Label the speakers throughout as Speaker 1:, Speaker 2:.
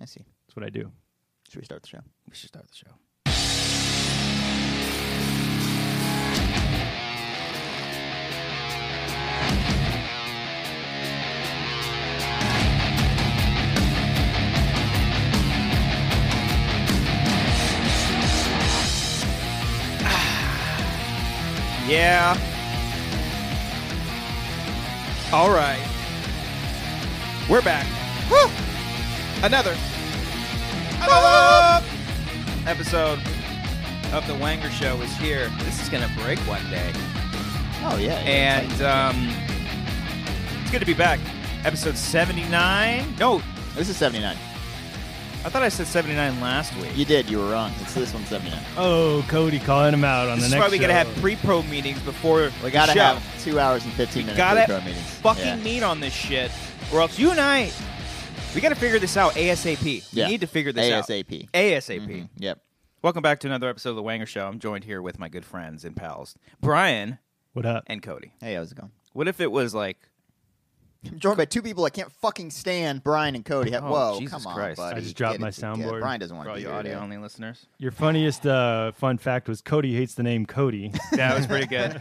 Speaker 1: I see.
Speaker 2: That's what I do.
Speaker 1: Should we start the show?
Speaker 2: We should start the show.
Speaker 1: Yeah. All right. We're back. Woo! Another, another episode of the Wanger Show is here. This is gonna break one day,
Speaker 2: Oh yeah.
Speaker 1: and um, it's good to be back. Episode seventy-nine. No,
Speaker 2: this is 79.
Speaker 1: I thought I said seventy-nine last week.
Speaker 2: You did. You were wrong. It's this one's 79.
Speaker 3: Oh, Cody calling him out on
Speaker 1: this
Speaker 3: the
Speaker 1: is
Speaker 3: next
Speaker 1: why we gotta
Speaker 3: show.
Speaker 1: have pre-pro meetings before
Speaker 2: We gotta
Speaker 1: the show.
Speaker 2: have two hours and 15 minutes
Speaker 1: gotta
Speaker 2: pre-pro meetings.
Speaker 1: fucking
Speaker 2: yeah.
Speaker 1: meet on this shit, or else you and I, we got to figure this out ASAP.
Speaker 2: Yeah.
Speaker 1: We need to figure this out
Speaker 2: ASAP.
Speaker 1: ASAP.
Speaker 2: Mhm. Yep.
Speaker 1: Welcome back to another episode of the Wanger Show. I'm joined here with my good friends and pals, Brian
Speaker 3: What up?
Speaker 1: and Cody.
Speaker 2: Hey, how's it going?
Speaker 1: What if it was like,
Speaker 2: I'm joined by two people I can't fucking stand, Brian and Cody.
Speaker 1: Oh,
Speaker 2: Whoa,
Speaker 1: Jesus
Speaker 2: come on,
Speaker 1: Christ.
Speaker 2: buddy.
Speaker 3: I just dropped
Speaker 2: Get
Speaker 3: my
Speaker 2: it together.
Speaker 3: soundboard.
Speaker 2: Brian doesn't want
Speaker 1: for
Speaker 2: to
Speaker 1: all
Speaker 2: be
Speaker 1: you
Speaker 2: here
Speaker 1: audio
Speaker 2: today.
Speaker 1: only listeners?
Speaker 3: Your funniest uh, fun fact was Cody hates the name Cody.
Speaker 1: That was pretty good.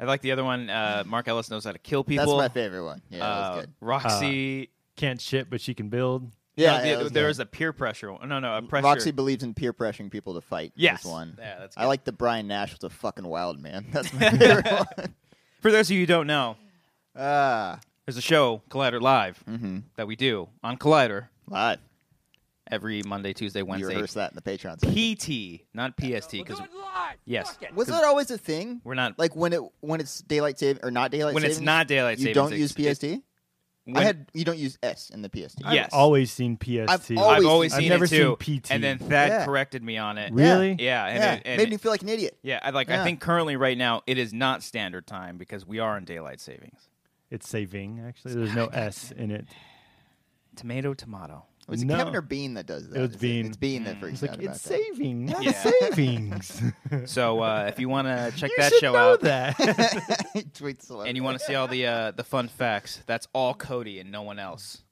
Speaker 1: I like the other one. Uh, Mark Ellis knows how to kill
Speaker 2: That's
Speaker 1: people.
Speaker 2: my favorite one. Yeah, that
Speaker 1: Uh,
Speaker 2: was good. Uh,
Speaker 1: Roxy.
Speaker 3: Can't shit, but she can build.
Speaker 2: Yeah,
Speaker 1: no, the-
Speaker 2: yeah, that was
Speaker 1: there
Speaker 2: good.
Speaker 1: was a peer pressure. one. No, no, a pressure.
Speaker 2: Roxy believes in peer pressuring people to fight. was
Speaker 1: Yes.
Speaker 2: one.
Speaker 1: Yeah, that's
Speaker 2: I
Speaker 1: good.
Speaker 2: like the Brian Nash was a fucking wild man. That's my favorite one.
Speaker 1: For those of you who don't know,
Speaker 2: Ah, Mm-hmm.
Speaker 1: there's a show, Collider Live, that we do on Collider
Speaker 2: live.
Speaker 1: every Monday, Tuesday,
Speaker 2: You
Speaker 1: Wednesday.
Speaker 2: rehearse that in the Patreon. section.
Speaker 1: PT, not PST, because yes,
Speaker 2: Was that always a thing?
Speaker 1: We're not-
Speaker 2: like when it when it's daylight save or not daylight.
Speaker 1: When it's
Speaker 2: savings,
Speaker 1: not daylight
Speaker 2: you
Speaker 1: savings,
Speaker 2: don't
Speaker 1: it's-
Speaker 2: use PST. I
Speaker 1: when-
Speaker 2: had you don't use S in the PST.
Speaker 1: Yeah. Yes.
Speaker 3: I've always seen PST.
Speaker 2: I've
Speaker 1: I've
Speaker 2: always
Speaker 1: always
Speaker 2: seen
Speaker 1: seen
Speaker 3: I've never
Speaker 1: it too,
Speaker 3: seen PT.
Speaker 1: and then Thad
Speaker 2: Yeah.
Speaker 1: corrected me on it.
Speaker 3: really?
Speaker 1: Yeah, and,
Speaker 2: yeah,
Speaker 1: it- and
Speaker 2: made
Speaker 1: it-
Speaker 2: me feel like an idiot.
Speaker 1: yeah, I- like I
Speaker 2: Yeah.
Speaker 1: think currently right now it is not standard time because we are in daylight savings.
Speaker 3: It's saving, actually. There's no S in it.
Speaker 1: Tomato, tomato.
Speaker 2: Was it
Speaker 3: No.
Speaker 2: Kevin or Bean that does that?
Speaker 3: It was
Speaker 2: Is
Speaker 3: Bean.
Speaker 2: It's Bean
Speaker 1: Mm.
Speaker 2: that freaks
Speaker 3: It's like,
Speaker 2: out
Speaker 3: it's
Speaker 2: about
Speaker 3: saving, not
Speaker 1: Yeah.
Speaker 3: savings.
Speaker 1: So uh, if you want to check
Speaker 3: you
Speaker 1: that
Speaker 3: should
Speaker 1: show
Speaker 3: know
Speaker 1: out
Speaker 3: that.
Speaker 2: that. He tweets a lot.
Speaker 1: and you want to see all the uh, the fun facts, that's all Cody and no one else.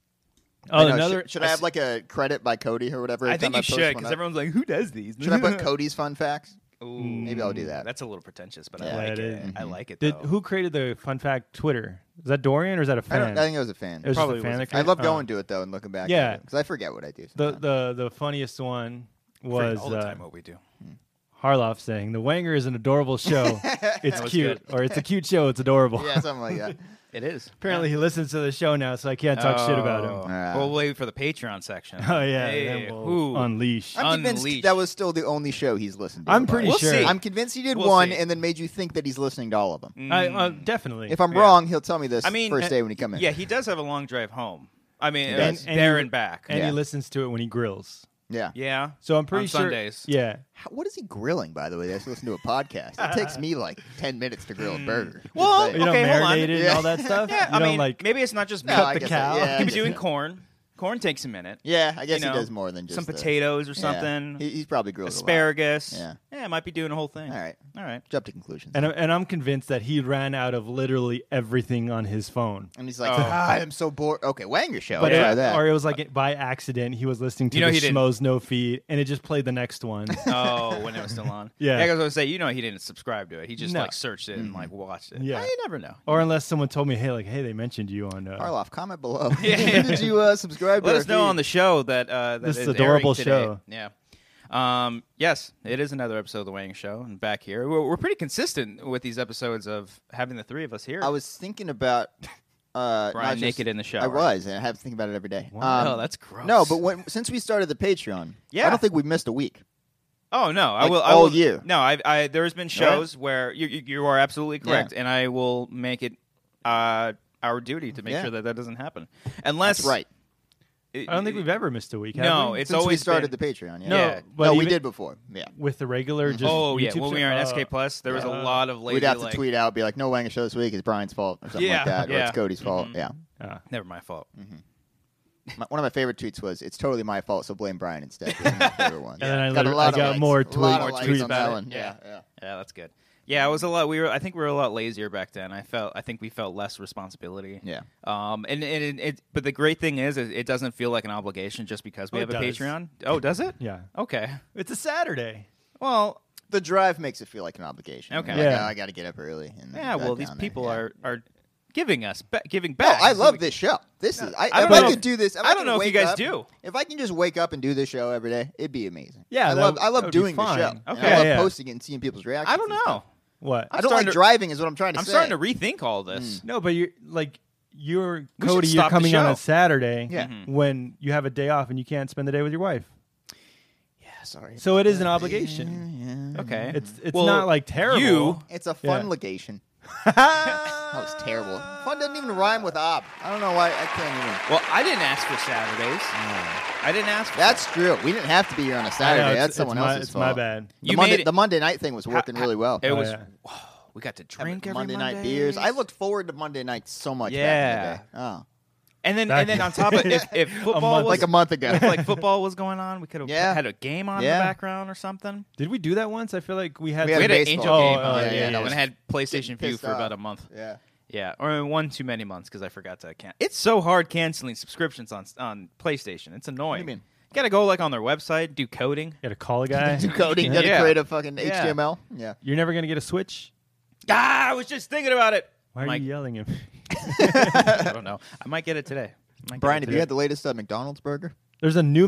Speaker 2: I
Speaker 3: oh,
Speaker 2: know,
Speaker 3: another.
Speaker 2: Should, should I have like a credit by Cody or whatever?
Speaker 1: I
Speaker 2: every time
Speaker 1: think you
Speaker 2: post
Speaker 1: should
Speaker 2: one
Speaker 1: because
Speaker 2: up?
Speaker 1: everyone's like, who does these?
Speaker 2: Should I put Cody's fun facts? Maybe I'll do that.
Speaker 1: That's a little pretentious, but
Speaker 2: Yeah,
Speaker 1: I like
Speaker 3: it
Speaker 1: it.
Speaker 3: is.
Speaker 1: I like it.
Speaker 3: Did,
Speaker 1: though.
Speaker 3: who created the fun fact Twitter? Is that Dorian or is that
Speaker 2: I
Speaker 3: a fan?
Speaker 2: don't. I think it was a fan.
Speaker 3: it was
Speaker 1: Probably
Speaker 3: just a
Speaker 1: was
Speaker 3: fan.
Speaker 1: a
Speaker 3: that
Speaker 1: fan.
Speaker 2: I
Speaker 3: created-
Speaker 2: love
Speaker 3: oh.
Speaker 2: going to it though and looking back.
Speaker 3: Yeah.
Speaker 2: because I forget what I do.
Speaker 3: The
Speaker 2: sometimes.
Speaker 3: the the funniest one was
Speaker 1: all the
Speaker 3: uh,
Speaker 1: time what we do?
Speaker 3: Harloff saying the Wanger is an adorable show. It's cute, or it's a cute show. It's adorable.
Speaker 2: yeah, something like that.
Speaker 1: It is
Speaker 3: Apparently, he listens to the show now, so I can't talk shit about
Speaker 1: Oh.
Speaker 3: him.
Speaker 2: Ah.
Speaker 1: Well, wait for the Patreon section.
Speaker 3: Oh yeah,
Speaker 1: Hey,
Speaker 3: then we'll
Speaker 1: who-
Speaker 3: unleash.
Speaker 1: I'm-
Speaker 2: I'm convinced
Speaker 1: Unleashed.
Speaker 2: that was still the only show he's listened to.
Speaker 3: I'm pretty
Speaker 1: We'll
Speaker 3: sure.
Speaker 1: see.
Speaker 2: I'm convinced he did
Speaker 1: We'll
Speaker 2: one
Speaker 1: see. Mm.
Speaker 2: and then made you think that he's listening to all of them.
Speaker 3: I, uh, definitely.
Speaker 2: If I'm
Speaker 1: Yeah.
Speaker 2: wrong, he'll tell me this
Speaker 1: I mean,
Speaker 2: first
Speaker 1: uh,
Speaker 2: day when he comes in.
Speaker 1: Yeah, he does have a long drive home. I mean,
Speaker 2: He
Speaker 1: it's
Speaker 2: does.
Speaker 3: And-
Speaker 1: there
Speaker 3: and-
Speaker 1: and back.
Speaker 3: and
Speaker 2: Yeah.
Speaker 3: he listens to it when he grills.
Speaker 2: yeah.
Speaker 1: yeah.
Speaker 3: So I'm pretty
Speaker 1: On
Speaker 3: sure.
Speaker 1: Sundays.
Speaker 3: Yeah.
Speaker 2: How, what is he grilling, by the way? That's listen to a podcast. It takes me like 10 minutes to grill a burger.
Speaker 1: Mm. Well,
Speaker 2: Just saying.
Speaker 3: You know,
Speaker 1: Okay, hold on.
Speaker 3: marinated
Speaker 2: Yeah.
Speaker 3: and all that stuff.
Speaker 1: Yeah,
Speaker 3: you
Speaker 1: I
Speaker 3: don't,
Speaker 1: mean,
Speaker 3: like
Speaker 1: maybe it's not just
Speaker 2: No,
Speaker 1: milk.
Speaker 2: I
Speaker 1: the
Speaker 2: guess
Speaker 1: cow.
Speaker 2: I- yeah, I
Speaker 1: he was
Speaker 2: guess
Speaker 1: doing
Speaker 2: so.
Speaker 1: corn. Corn takes a minute.
Speaker 2: yeah, I guess
Speaker 1: you know,
Speaker 2: he does more than just
Speaker 1: some
Speaker 2: the-
Speaker 1: potatoes or
Speaker 2: Yeah.
Speaker 1: something.
Speaker 2: He, he's probably grilled
Speaker 1: asparagus.
Speaker 2: Yeah.
Speaker 1: yeah, might be doing a whole thing.
Speaker 2: A lot. All right,
Speaker 1: all right.
Speaker 2: jump to conclusions.
Speaker 3: and I'm, and I'm convinced that he ran out of literally everything on his phone.
Speaker 2: And he's like,
Speaker 1: Oh.
Speaker 2: ah, I'm so bored. Okay, Wanger show.
Speaker 3: But
Speaker 2: I'll
Speaker 3: it-
Speaker 2: try that.
Speaker 3: or it was like it- by accident he was listening to
Speaker 1: You know
Speaker 3: the
Speaker 1: he didn't.
Speaker 3: Schmoes No Feed, and it just played the next one.
Speaker 1: Oh, when it was still on.
Speaker 3: Yeah.
Speaker 1: I was gonna say, you know, he didn't subscribe to it. He just
Speaker 3: No. Mm-hmm.
Speaker 1: like searched it and like watched it.
Speaker 3: Yeah.
Speaker 1: Well, you never know.
Speaker 3: or unless someone told me, hey, like, hey, they mentioned you on uh,
Speaker 2: Arloff, comment below.
Speaker 1: Yeah.
Speaker 2: Did you uh, subscribe
Speaker 1: Let
Speaker 2: to
Speaker 1: us know on the show that uh, that
Speaker 3: This is
Speaker 1: is
Speaker 3: adorable
Speaker 1: airing today.
Speaker 3: show.
Speaker 1: Yeah. Um, yes, it is another episode of the Wang Show, and back here we're, we're pretty consistent with these episodes of having the three of us here.
Speaker 2: I was thinking about uh,
Speaker 1: Brian
Speaker 2: not just-
Speaker 1: naked in the shower.
Speaker 2: I was, and I have to think about it every day.
Speaker 1: Oh, that's gross.
Speaker 2: um, No, but when, since we started the Patreon, I
Speaker 1: Yeah.
Speaker 2: don't think we've missed a week.
Speaker 1: oh no, I
Speaker 2: like,
Speaker 1: will. I
Speaker 2: all
Speaker 1: will,
Speaker 2: year.
Speaker 1: No, I, I there's been shows where you, you you are absolutely correct, and I will make it uh, our duty to make
Speaker 2: Yeah.
Speaker 1: sure that that doesn't happen, unless
Speaker 2: Right.
Speaker 1: it-
Speaker 3: I don't think we've ever missed a week. have
Speaker 1: No,
Speaker 3: we?
Speaker 1: it's
Speaker 2: Since we
Speaker 1: always
Speaker 2: started
Speaker 1: been-
Speaker 2: the Patreon. Yeah.
Speaker 3: no,
Speaker 1: yeah.
Speaker 3: but
Speaker 2: no, we
Speaker 3: even-
Speaker 2: did before. Yeah.
Speaker 3: with the regular. Just
Speaker 1: Oh yeah,
Speaker 3: YouTube
Speaker 1: when we were
Speaker 3: show-
Speaker 1: on
Speaker 3: uh,
Speaker 1: SK Plus, there was a
Speaker 3: uh,
Speaker 1: lot of lazy.
Speaker 2: We'd have to
Speaker 1: like,
Speaker 2: tweet out, be like, "No Wanger show this week. It's Brian's fault, or something
Speaker 1: Yeah,
Speaker 2: like that, or
Speaker 1: yeah. Mm-hmm.
Speaker 2: it's Cody's fault." Yeah.
Speaker 3: uh,
Speaker 1: Never my fault.
Speaker 2: Mm-hmm. My, one of my favorite tweets was, "It's totally my fault, so blame Brian instead." That was my favorite one.
Speaker 3: And then I
Speaker 2: got a
Speaker 3: literally-
Speaker 2: lot
Speaker 3: I
Speaker 2: of
Speaker 3: got
Speaker 2: likes.
Speaker 3: more
Speaker 2: A lot
Speaker 3: tweet-
Speaker 2: of likes
Speaker 3: tweets
Speaker 2: on
Speaker 3: about
Speaker 2: that
Speaker 3: it.
Speaker 2: one.
Speaker 1: Yeah.
Speaker 2: Yeah, yeah.
Speaker 1: Yeah, that's good. Yeah, it was a lot. We were. I think we were a lot lazier back then. I felt. I think we felt less responsibility.
Speaker 2: Yeah.
Speaker 1: Um. And and it. it but the great thing is, it, it doesn't feel like an obligation just because we
Speaker 3: Oh,
Speaker 1: have
Speaker 3: it
Speaker 1: a
Speaker 3: does.
Speaker 1: Patreon. Oh, does it?
Speaker 3: Yeah.
Speaker 1: Okay.
Speaker 3: It's a Saturday.
Speaker 1: Well.
Speaker 2: The drive makes it feel like an obligation.
Speaker 1: Okay.
Speaker 2: Like,
Speaker 3: Yeah.
Speaker 2: oh, I got to get up early. And then
Speaker 1: Yeah.
Speaker 2: drive
Speaker 1: Well, these
Speaker 2: down there.
Speaker 1: people
Speaker 2: Yeah.
Speaker 1: are are giving us ba- giving
Speaker 2: No,
Speaker 1: back.
Speaker 2: I
Speaker 1: So we-
Speaker 2: love this show. This is. I,
Speaker 1: I
Speaker 2: if
Speaker 1: don't know
Speaker 2: I
Speaker 1: if-
Speaker 2: could do this, if
Speaker 1: I don't
Speaker 2: could
Speaker 1: know
Speaker 2: wake
Speaker 1: if you guys
Speaker 2: up-
Speaker 1: do.
Speaker 2: If I can just wake up and do this show every day, it'd be amazing.
Speaker 3: Yeah,
Speaker 2: I
Speaker 3: that
Speaker 2: love.
Speaker 3: would-
Speaker 2: I
Speaker 3: that
Speaker 2: love
Speaker 3: would be
Speaker 2: doing the
Speaker 3: fine.
Speaker 2: show. And
Speaker 1: Okay.
Speaker 2: I love
Speaker 3: Yeah, yeah.
Speaker 2: posting it and seeing people's reactions.
Speaker 1: I don't
Speaker 2: and stuff.
Speaker 1: know.
Speaker 3: What?
Speaker 2: I don't
Speaker 1: starting
Speaker 2: like
Speaker 1: to-
Speaker 2: driving. Is what I'm trying to
Speaker 1: I'm
Speaker 2: say.
Speaker 1: starting to rethink all this.
Speaker 3: No, but you're like you're
Speaker 1: We should
Speaker 3: Cody. You're
Speaker 1: stop the
Speaker 3: coming on
Speaker 1: show. Mm-hmm.
Speaker 3: a Saturday
Speaker 2: Yeah. Mhm.
Speaker 3: when you have a day off and you can't spend the day with your wife.
Speaker 2: Yeah, sorry.
Speaker 3: So it is an obligation.
Speaker 2: Mm-hmm.
Speaker 1: Okay.
Speaker 3: It's it's
Speaker 1: Well,
Speaker 3: not like terrible.
Speaker 1: You.
Speaker 2: It's a fun
Speaker 3: Yeah.
Speaker 2: legation. that was terrible. Fun doesn't even rhyme with ob. I don't know why I can't even.
Speaker 1: Well, I didn't ask for Saturdays.
Speaker 2: Oh.
Speaker 1: I didn't ask. For
Speaker 2: That's true. We didn't have to be here on a
Speaker 3: I know,
Speaker 2: Saturday.
Speaker 3: it's-
Speaker 2: That's
Speaker 3: it's
Speaker 2: someone
Speaker 3: my-
Speaker 2: else's
Speaker 3: It's
Speaker 2: fault.
Speaker 3: my
Speaker 2: The
Speaker 3: bad.
Speaker 1: You made
Speaker 2: Monday,
Speaker 1: it-
Speaker 2: the Monday night thing was working really well.
Speaker 1: It
Speaker 3: Oh,
Speaker 1: was.
Speaker 3: yeah.
Speaker 1: whoa, we got to drink every
Speaker 2: Monday night beers. I looked forward to Monday night so much. back in the day. Oh,
Speaker 1: and then
Speaker 3: Back-
Speaker 1: and then on top of if, if football was
Speaker 3: month-
Speaker 2: like a month ago.
Speaker 1: if, like football was going on, we could have
Speaker 2: Yeah.
Speaker 1: had a game on in
Speaker 2: Yeah.
Speaker 1: the background or something.
Speaker 3: Did we do that once? I feel like we had.
Speaker 2: We
Speaker 1: We
Speaker 2: had
Speaker 1: had
Speaker 2: a
Speaker 1: an
Speaker 2: baseball
Speaker 1: angel
Speaker 3: game.
Speaker 1: game
Speaker 3: Oh,
Speaker 1: on
Speaker 3: oh,
Speaker 1: yeah,
Speaker 3: yeah, yeah,
Speaker 1: and
Speaker 2: yeah.
Speaker 1: I had PlayStation View
Speaker 2: pissed
Speaker 1: for about
Speaker 2: off.
Speaker 1: a month.
Speaker 2: yeah.
Speaker 1: Yeah, or one too many months because I forgot to can. It's so hard canceling subscriptions on on PlayStation. It's annoying.
Speaker 2: mean?
Speaker 1: You gotta go like on their website, do coding.
Speaker 3: Got to call a guy.
Speaker 2: Do coding. You
Speaker 1: Yeah.
Speaker 2: gotta create a fucking
Speaker 1: Yeah.
Speaker 2: HTML. Yeah.
Speaker 3: You're never gonna get a switch.
Speaker 1: Ah, I was just thinking about it.
Speaker 3: Why are
Speaker 1: Mike,
Speaker 3: you yelling at me?
Speaker 1: I don't know. I might get it today. I might get
Speaker 2: Brian,
Speaker 1: it
Speaker 2: have you
Speaker 1: today.
Speaker 2: had the latest uh, McDonald's burger?
Speaker 3: There's a new
Speaker 2: No,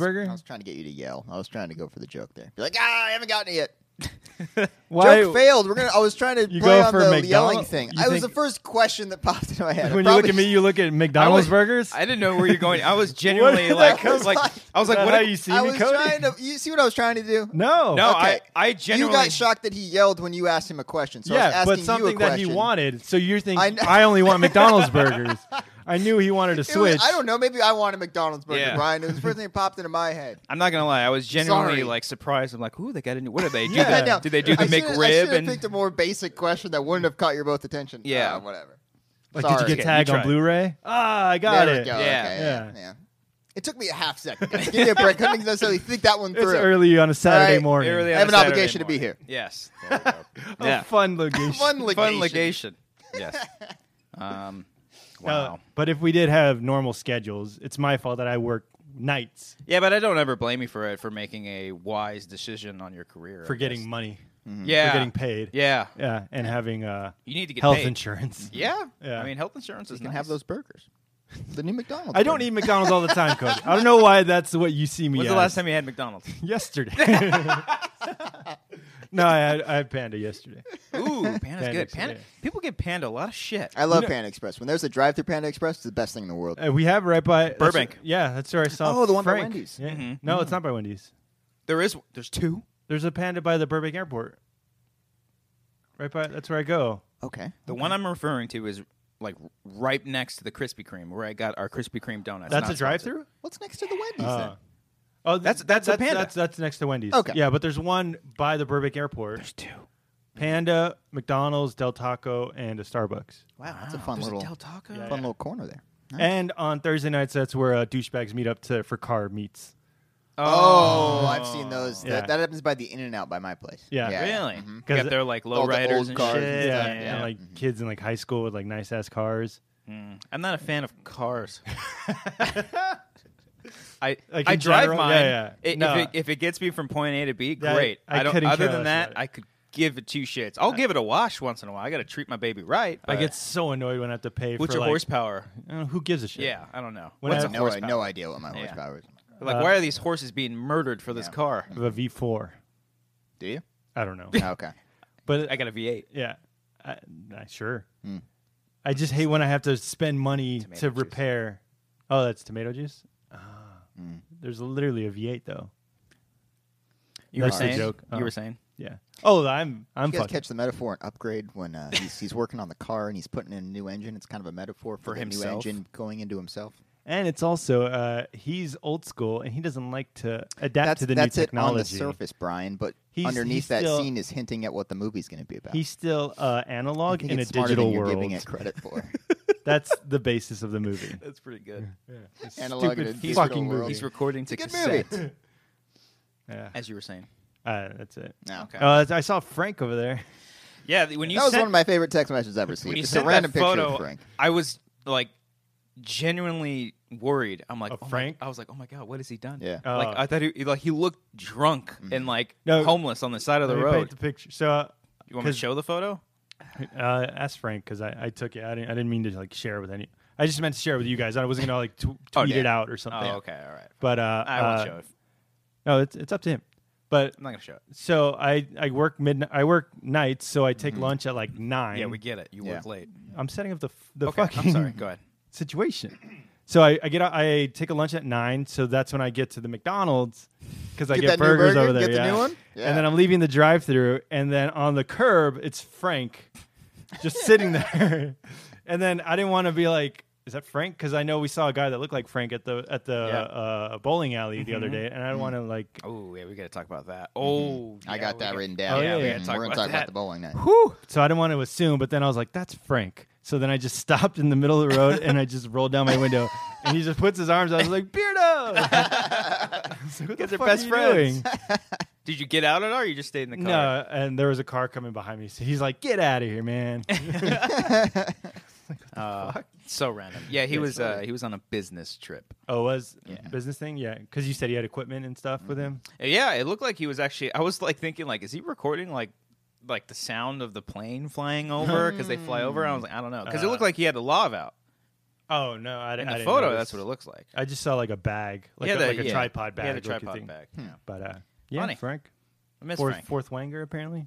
Speaker 2: I was,
Speaker 3: burger.
Speaker 2: I was trying to get you to yell. I was trying to go for the joke there. Be like, ah, I haven't gotten it yet.
Speaker 3: Why?
Speaker 2: Joke failed. We're gonna. I was trying to
Speaker 3: You
Speaker 2: play
Speaker 3: go
Speaker 2: on
Speaker 3: for
Speaker 2: the
Speaker 3: McDonald-
Speaker 2: yelling thing.
Speaker 3: you
Speaker 2: I was the
Speaker 3: think-
Speaker 2: first question that popped into my head. I
Speaker 3: When you look
Speaker 2: probably
Speaker 3: at me, you look at
Speaker 1: I
Speaker 3: McDonald's
Speaker 1: was-
Speaker 3: burgers.
Speaker 1: I didn't know where you're going. I was genuinely
Speaker 3: did
Speaker 1: like,
Speaker 3: that
Speaker 2: come
Speaker 1: like,
Speaker 2: from?
Speaker 1: I was like,
Speaker 3: Is that
Speaker 1: what?
Speaker 3: how
Speaker 1: a-
Speaker 3: you see
Speaker 2: I
Speaker 3: me,
Speaker 2: was
Speaker 3: Cody?
Speaker 2: trying to. You see what I was trying to do?
Speaker 3: No.
Speaker 1: No,
Speaker 2: Okay.
Speaker 1: I, I genuinely.
Speaker 2: You got shocked that he yelled when you asked him a question. So I was
Speaker 3: yeah,
Speaker 2: asking
Speaker 3: but something
Speaker 2: you a
Speaker 3: that
Speaker 2: question.
Speaker 3: he wanted. So you're
Speaker 2: I
Speaker 3: thinking
Speaker 2: know.
Speaker 3: I, only want McDonald's burgers. I knew he wanted to
Speaker 2: It was-
Speaker 3: switch.
Speaker 2: I don't know. Maybe I wanted McDonald's burger,
Speaker 1: Yeah.
Speaker 2: Brian. It was the first thing that popped into my head.
Speaker 1: I'm not gonna lie. I was genuinely
Speaker 2: Sorry.
Speaker 1: like surprised. I'm like, ooh, they got a new. What are they? Do
Speaker 3: Yeah.
Speaker 1: yeah.
Speaker 3: I
Speaker 2: Now,
Speaker 3: know.
Speaker 1: Did they do the
Speaker 2: I should've- I
Speaker 1: McRib
Speaker 2: should've
Speaker 1: and
Speaker 2: picked a more basic question that wouldn't have caught your both attention.
Speaker 1: Yeah.
Speaker 2: Uh, whatever.
Speaker 3: Like,
Speaker 2: Sorry.
Speaker 3: did you
Speaker 1: Okay,
Speaker 3: get
Speaker 1: you
Speaker 3: tagged on
Speaker 1: tried.
Speaker 3: Blu-ray? Ah, I got
Speaker 2: There
Speaker 3: it.
Speaker 2: we go.
Speaker 1: Yeah.
Speaker 2: Okay,
Speaker 3: Yeah.
Speaker 2: yeah. yeah. It took me a half second. guys. Give me a break. Couldn't necessarily think that one
Speaker 3: It's
Speaker 2: through.
Speaker 3: early on a Saturday
Speaker 2: Alright,
Speaker 3: morning.
Speaker 1: early on
Speaker 2: I have
Speaker 1: a
Speaker 2: an
Speaker 1: Saturday
Speaker 2: obligation to be here.
Speaker 1: morning? Yes. There we go.
Speaker 3: A
Speaker 1: yeah.
Speaker 3: fun location.
Speaker 2: Fun legation.
Speaker 1: Fun legation. Yes. Um.
Speaker 3: Uh,
Speaker 1: Wow.
Speaker 3: but if we did have normal schedules, it's my fault that I work nights
Speaker 1: yeah, but I don't ever blame you for it for making a wise decision on your career.
Speaker 3: for
Speaker 1: I
Speaker 3: getting
Speaker 1: guess.
Speaker 3: money,
Speaker 1: yeah,
Speaker 3: for getting paid.
Speaker 1: Yeah.
Speaker 3: Yeah, and having uh,
Speaker 1: You need to get
Speaker 3: health
Speaker 1: paid.
Speaker 3: insurance.
Speaker 1: Yeah.
Speaker 3: Yeah.
Speaker 1: I mean, health insurance is
Speaker 2: You can
Speaker 1: nice.
Speaker 2: have those burgers. The new McDonald's.
Speaker 3: I don't
Speaker 2: burger.
Speaker 3: eat McDonald's all the time, Cody. I don't know why that's what you see me.
Speaker 1: When's
Speaker 3: as.
Speaker 1: the last time you had McDonald's?
Speaker 3: Yesterday. no, I had, I had panda yesterday.
Speaker 1: Ooh, panda's good.
Speaker 3: Panda's
Speaker 1: Panda.
Speaker 3: good.
Speaker 1: People get panda a lot of shit.
Speaker 2: I love Panda Express. When there's a drive-through Panda Express, it's the best thing in the world.
Speaker 3: Uh, we have right by that's
Speaker 1: Burbank. Mm-hmm.
Speaker 3: where- yeah, that's where I saw.
Speaker 2: Oh, the one by
Speaker 3: Frank.
Speaker 2: Wendy's.
Speaker 3: Yeah. No, it's not by Wendy's.
Speaker 1: There is. There's two.
Speaker 3: There's a panda by the Burbank Airport. Right by that's where I go.
Speaker 2: Okay.
Speaker 1: The one I'm referring to is like right next to the Krispy Kreme, where I got our Krispy Kreme donuts.
Speaker 3: That's
Speaker 1: Not
Speaker 3: a drive-through.
Speaker 2: What's next to the Wendy's
Speaker 3: Uh,
Speaker 2: then?
Speaker 3: oh, th-
Speaker 1: That's- that's a Panda.
Speaker 3: That's, that's next to Wendy's.
Speaker 2: Okay.
Speaker 3: Yeah, but there's one by the Burbank Airport.
Speaker 1: sponsored. Two.
Speaker 3: Panda, McDonald's, Del Taco, and a Starbucks.
Speaker 2: Wow, that's a fun
Speaker 1: There's
Speaker 2: little Oh,
Speaker 1: Del Taco.
Speaker 3: Yeah.
Speaker 2: fun little corner there.
Speaker 3: And on Thursday nights, that's where uh, douchebags meet up to for car meets.
Speaker 2: Oh, I've seen those.
Speaker 3: Yeah.
Speaker 2: That, that happens by the In and Out by my place. Mm-hmm.
Speaker 3: Yeah.
Speaker 1: Really? You
Speaker 3: Because
Speaker 1: Got their like
Speaker 2: all the
Speaker 1: lowriders
Speaker 2: old
Speaker 1: and
Speaker 2: cars
Speaker 1: shit.
Speaker 2: and
Speaker 3: Yeah,
Speaker 2: Yeah,
Speaker 3: and,
Speaker 2: yeah.
Speaker 3: like
Speaker 1: Mm-hmm.
Speaker 3: kids in like high school with like nice ass cars.
Speaker 1: I'm not a fan of cars. I
Speaker 3: Like,
Speaker 1: I
Speaker 3: in
Speaker 1: drive
Speaker 3: general?
Speaker 1: mine.
Speaker 3: Yeah, yeah.
Speaker 1: I- If,
Speaker 3: No.
Speaker 1: it, if it gets me from point A to B,
Speaker 3: That-
Speaker 1: great.
Speaker 3: I
Speaker 1: I, don't.
Speaker 3: couldn't
Speaker 1: Other
Speaker 3: care
Speaker 1: than
Speaker 3: less
Speaker 1: that,
Speaker 3: about it.
Speaker 1: I could give it two shits. I'll give it a wash once in a while. I got to treat my baby right.
Speaker 3: I
Speaker 1: but
Speaker 3: get so annoyed when I have to pay
Speaker 1: what's
Speaker 3: for
Speaker 1: your
Speaker 3: like,
Speaker 1: horsepower?
Speaker 3: I don't know, who gives a shit?
Speaker 1: Yeah, I don't know.
Speaker 3: When
Speaker 1: what's
Speaker 3: I- uh,
Speaker 1: a
Speaker 2: No, I
Speaker 1: horsepower?
Speaker 2: no idea what my horsepower is.
Speaker 1: Like, why are these horses being murdered for this car?
Speaker 3: I have a V4.
Speaker 2: Do you?
Speaker 3: I don't know,
Speaker 2: Oh, Okay.
Speaker 3: but
Speaker 1: I got a V8.
Speaker 3: yeah, I, I- sure. I just hate when I have to spend money to
Speaker 1: juice.
Speaker 3: repair. Oh, that's tomato juice. Ah. There's literally a V8 though.
Speaker 1: You
Speaker 3: That's
Speaker 1: were
Speaker 3: the
Speaker 1: saying.
Speaker 3: joke.
Speaker 1: You
Speaker 3: Oh.
Speaker 1: were saying.
Speaker 3: Yeah. Oh, I'm I'm
Speaker 2: You guys
Speaker 3: fucking.
Speaker 2: catch the metaphor and upgrade when uh, he's, he's working on the car and he's putting in a new engine. It's kind of a metaphor for,
Speaker 1: For
Speaker 2: the
Speaker 1: himself?
Speaker 2: new engine going into himself.
Speaker 3: And it's also uh, he's old school and he doesn't like to adapt
Speaker 2: That's
Speaker 3: to the
Speaker 2: that's
Speaker 3: new
Speaker 2: it on
Speaker 3: technology.
Speaker 2: the surface, Brian. But
Speaker 3: He's-
Speaker 2: underneath
Speaker 3: he's
Speaker 2: that
Speaker 3: still-
Speaker 2: scene is hinting at what the movie's going to be about.
Speaker 3: He's still uh,
Speaker 2: I
Speaker 3: analog
Speaker 2: think
Speaker 3: in a
Speaker 2: it's smarter
Speaker 3: digital
Speaker 2: than you're
Speaker 3: world.
Speaker 2: giving it credit for.
Speaker 3: That's the basis of the movie.
Speaker 1: That's pretty good.
Speaker 2: Analog in a
Speaker 3: Stupid
Speaker 2: digital
Speaker 3: fucking
Speaker 2: world.
Speaker 3: movie.
Speaker 1: He's recording to
Speaker 2: It's a
Speaker 1: cassette,
Speaker 2: good movie.
Speaker 3: Yeah,
Speaker 1: as you were saying.
Speaker 3: uh, that's it.
Speaker 2: No.
Speaker 1: Okay.
Speaker 3: Uh, I saw Frank over there.
Speaker 1: Yeah, th- when you
Speaker 2: that was
Speaker 1: sent,
Speaker 2: one of my favorite text messages I've received.
Speaker 1: when you
Speaker 2: It's
Speaker 1: sent
Speaker 2: a random
Speaker 1: that
Speaker 2: picture
Speaker 1: photo,
Speaker 2: of Frank.
Speaker 1: I was like genuinely worried. I'm like,
Speaker 3: Of
Speaker 1: oh my-
Speaker 3: Frank?
Speaker 1: I was like, oh my god, what has he done?
Speaker 2: Yeah. Mm-hmm.
Speaker 1: like
Speaker 3: Oh.
Speaker 1: I thought he like he looked drunk and like
Speaker 3: No.
Speaker 1: homeless on the side of the
Speaker 3: Let me paint
Speaker 1: road.
Speaker 3: the picture. So uh,
Speaker 1: You want me to
Speaker 3: 'cause-
Speaker 1: show the photo?
Speaker 3: Uh, ask Frank because I, I took it. I didn't. I didn't mean to like share with any. I just meant to share with you guys. I wasn't gonna like tw- tweet
Speaker 1: Oh,
Speaker 3: it
Speaker 1: yeah.
Speaker 3: out or
Speaker 1: Oh,
Speaker 3: something.
Speaker 1: okay, all right.
Speaker 3: But uh,
Speaker 1: I won't
Speaker 3: uh,
Speaker 1: show it.
Speaker 3: No, it's it's up to him. But
Speaker 1: I'm not gonna show it.
Speaker 3: so I I work midnight. I work nights, so I take lunch at like nine.
Speaker 1: Mm-hmm. Yeah, we get it. You work
Speaker 2: Yeah.
Speaker 1: late.
Speaker 3: I'm setting up the f- the
Speaker 1: Okay,
Speaker 3: fucking
Speaker 1: I'm sorry. Go ahead.
Speaker 3: situation. So I, I get out- I take a lunch at nine. So that's when I get to the McDonald's because I
Speaker 2: Get
Speaker 3: get,
Speaker 2: that new
Speaker 3: burgers
Speaker 2: burger,
Speaker 3: over there.
Speaker 2: get the
Speaker 3: yeah.
Speaker 2: new one? Yeah.
Speaker 3: And then I'm leaving the drive-through, and then on the curb it's Frank, just sitting there. And then I didn't want to be like, "Is that Frank?" Because I know we saw a guy that looked like Frank at the at the
Speaker 1: Yeah.
Speaker 3: uh, bowling alley the
Speaker 2: Mm-hmm.
Speaker 3: other day, and I don't want to like.
Speaker 1: Oh yeah, we gotta talk about
Speaker 3: Mm-hmm.
Speaker 1: that. Oh,
Speaker 2: I
Speaker 1: yeah,
Speaker 2: got
Speaker 1: we
Speaker 2: that
Speaker 1: got-
Speaker 2: written down.
Speaker 3: Oh, yeah,
Speaker 2: Mhm.
Speaker 3: yeah,
Speaker 2: We're
Speaker 1: talk
Speaker 2: going to
Speaker 1: about
Speaker 2: talk
Speaker 1: that.
Speaker 2: about the bowling night.
Speaker 3: Whew. So I didn't want to assume, but then I was like, "That's Frank." So then I just stopped in the middle of the road and I just rolled down my window, and he just puts his arms out. I was like, "Beardo!" I was like, what the
Speaker 1: Guys are
Speaker 3: fuck
Speaker 1: best
Speaker 3: are you
Speaker 1: friends.
Speaker 3: doing?
Speaker 1: Did you get out at all? Or you just stayed in the car?
Speaker 3: No, and there was a car coming behind me. So he's like, "Get out of here, man!"
Speaker 1: Uh, so random. Yeah, he was uh, he was on a business trip.
Speaker 3: oh, was business thing? Yeah, because you said he had equipment and stuff with him.
Speaker 1: Yeah, it looked like he was actually. I was like thinking, like, is he recording like like the sound of the plane flying
Speaker 2: Hmm.
Speaker 1: over because they fly over? I was like, I don't know, because it looked like he had the lav out
Speaker 3: Oh no, Uh, I,
Speaker 1: Mm-hmm. in
Speaker 3: I
Speaker 1: the
Speaker 3: didn't
Speaker 1: photo.
Speaker 3: notice.
Speaker 1: That's what it looks like.
Speaker 3: I just saw like a bag, like,
Speaker 1: Yeah,
Speaker 3: a,
Speaker 1: the-
Speaker 3: like a
Speaker 1: yeah.
Speaker 3: tripod
Speaker 1: He
Speaker 3: bag.
Speaker 1: had a
Speaker 3: looking
Speaker 1: tripod
Speaker 3: thing.
Speaker 1: bag.
Speaker 2: Hmm.
Speaker 1: Yeah.
Speaker 3: But uh, yeah,
Speaker 1: Funny.
Speaker 3: Frank,
Speaker 1: I miss
Speaker 3: fourth,
Speaker 1: Frank.
Speaker 3: fourth Wanger apparently.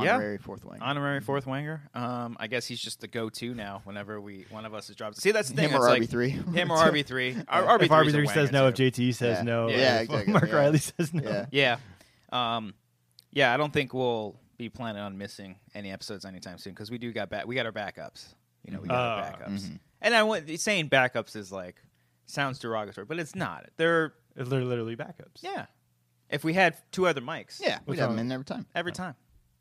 Speaker 1: Yeah.
Speaker 2: Honorary fourth wing.
Speaker 1: Honorary
Speaker 3: Mm-hmm.
Speaker 1: fourth wanger. Um, I guess he's just the go-to now. Whenever we one of us is dropped, see that's the thing.
Speaker 2: Him or
Speaker 1: it's like-
Speaker 2: RB3.
Speaker 1: Him or RB three. RB
Speaker 3: If RB three says no, if JTE says
Speaker 2: Yeah.
Speaker 3: no,
Speaker 1: Yeah,
Speaker 3: if
Speaker 2: exactly,
Speaker 3: Mark
Speaker 2: yeah.
Speaker 3: Riley says no.
Speaker 2: Yeah.
Speaker 1: Yeah. Um, yeah, I don't think we'll be planning on missing any episodes anytime soon because we do got back we got our backups. You know, we got our
Speaker 3: Ah.
Speaker 1: backups. And I want saying backups is like sounds derogatory, but it's not. They're
Speaker 3: They're literally backups.
Speaker 1: yeah. If we had two other mics,
Speaker 2: Yeah, we
Speaker 3: What's
Speaker 2: have them
Speaker 3: on-
Speaker 2: in every time.
Speaker 1: every time,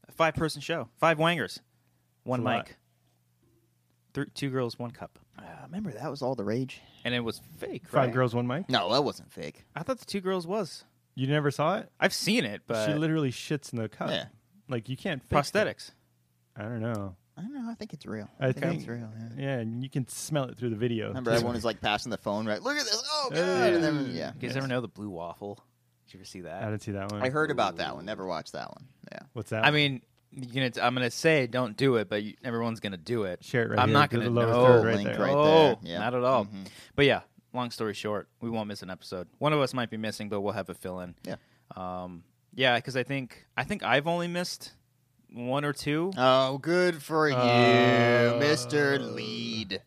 Speaker 1: a five person show, five wangers, one
Speaker 3: It's a lot.
Speaker 1: mic, Three, two girls, one cup,
Speaker 2: remember that was all the rage.
Speaker 1: and it was fake.
Speaker 3: Five
Speaker 1: right?
Speaker 3: girls, one mic.
Speaker 2: No, that wasn't fake.
Speaker 1: I thought the two girls was.
Speaker 3: You never saw it?
Speaker 1: I've seen it, but
Speaker 3: she literally shits in the cup.
Speaker 2: Yeah.
Speaker 3: Like you can't fix it.
Speaker 1: prosthetics.
Speaker 3: I don't know.
Speaker 2: I don't know. I think it's real.
Speaker 3: I
Speaker 2: I think,
Speaker 3: think-
Speaker 2: it's real. Yeah.
Speaker 3: Yeah, and you can smell it through the video.
Speaker 2: Remember,
Speaker 3: too.
Speaker 2: everyone was like passing the phone, right? Look at this. Oh, God. And then, yeah.
Speaker 1: You guys ever know the blue waffle? Did you ever see that?
Speaker 3: I didn't see that one.
Speaker 2: I heard about that one. Never watched that one. Yeah.
Speaker 3: What's that?
Speaker 1: I mean, you're gonna, t- I'm going to say don't do it, but you, everyone's going to do it.
Speaker 3: Share it right
Speaker 1: I'm
Speaker 3: here.
Speaker 1: not
Speaker 3: Do
Speaker 1: going
Speaker 3: the
Speaker 1: to
Speaker 3: lower
Speaker 1: know.
Speaker 3: third right
Speaker 2: Link
Speaker 3: there.
Speaker 2: right
Speaker 1: oh,
Speaker 2: there. Yeah. Mm-hmm.
Speaker 1: not at all. But yeah, long story short, we won't miss an episode. One of us might be missing, but we'll have a fill in.
Speaker 2: Yeah.
Speaker 1: Um, yeah, because I think I think I've only missed one or two.
Speaker 2: Oh, good for you,
Speaker 1: Uh,
Speaker 2: Mr. Lead.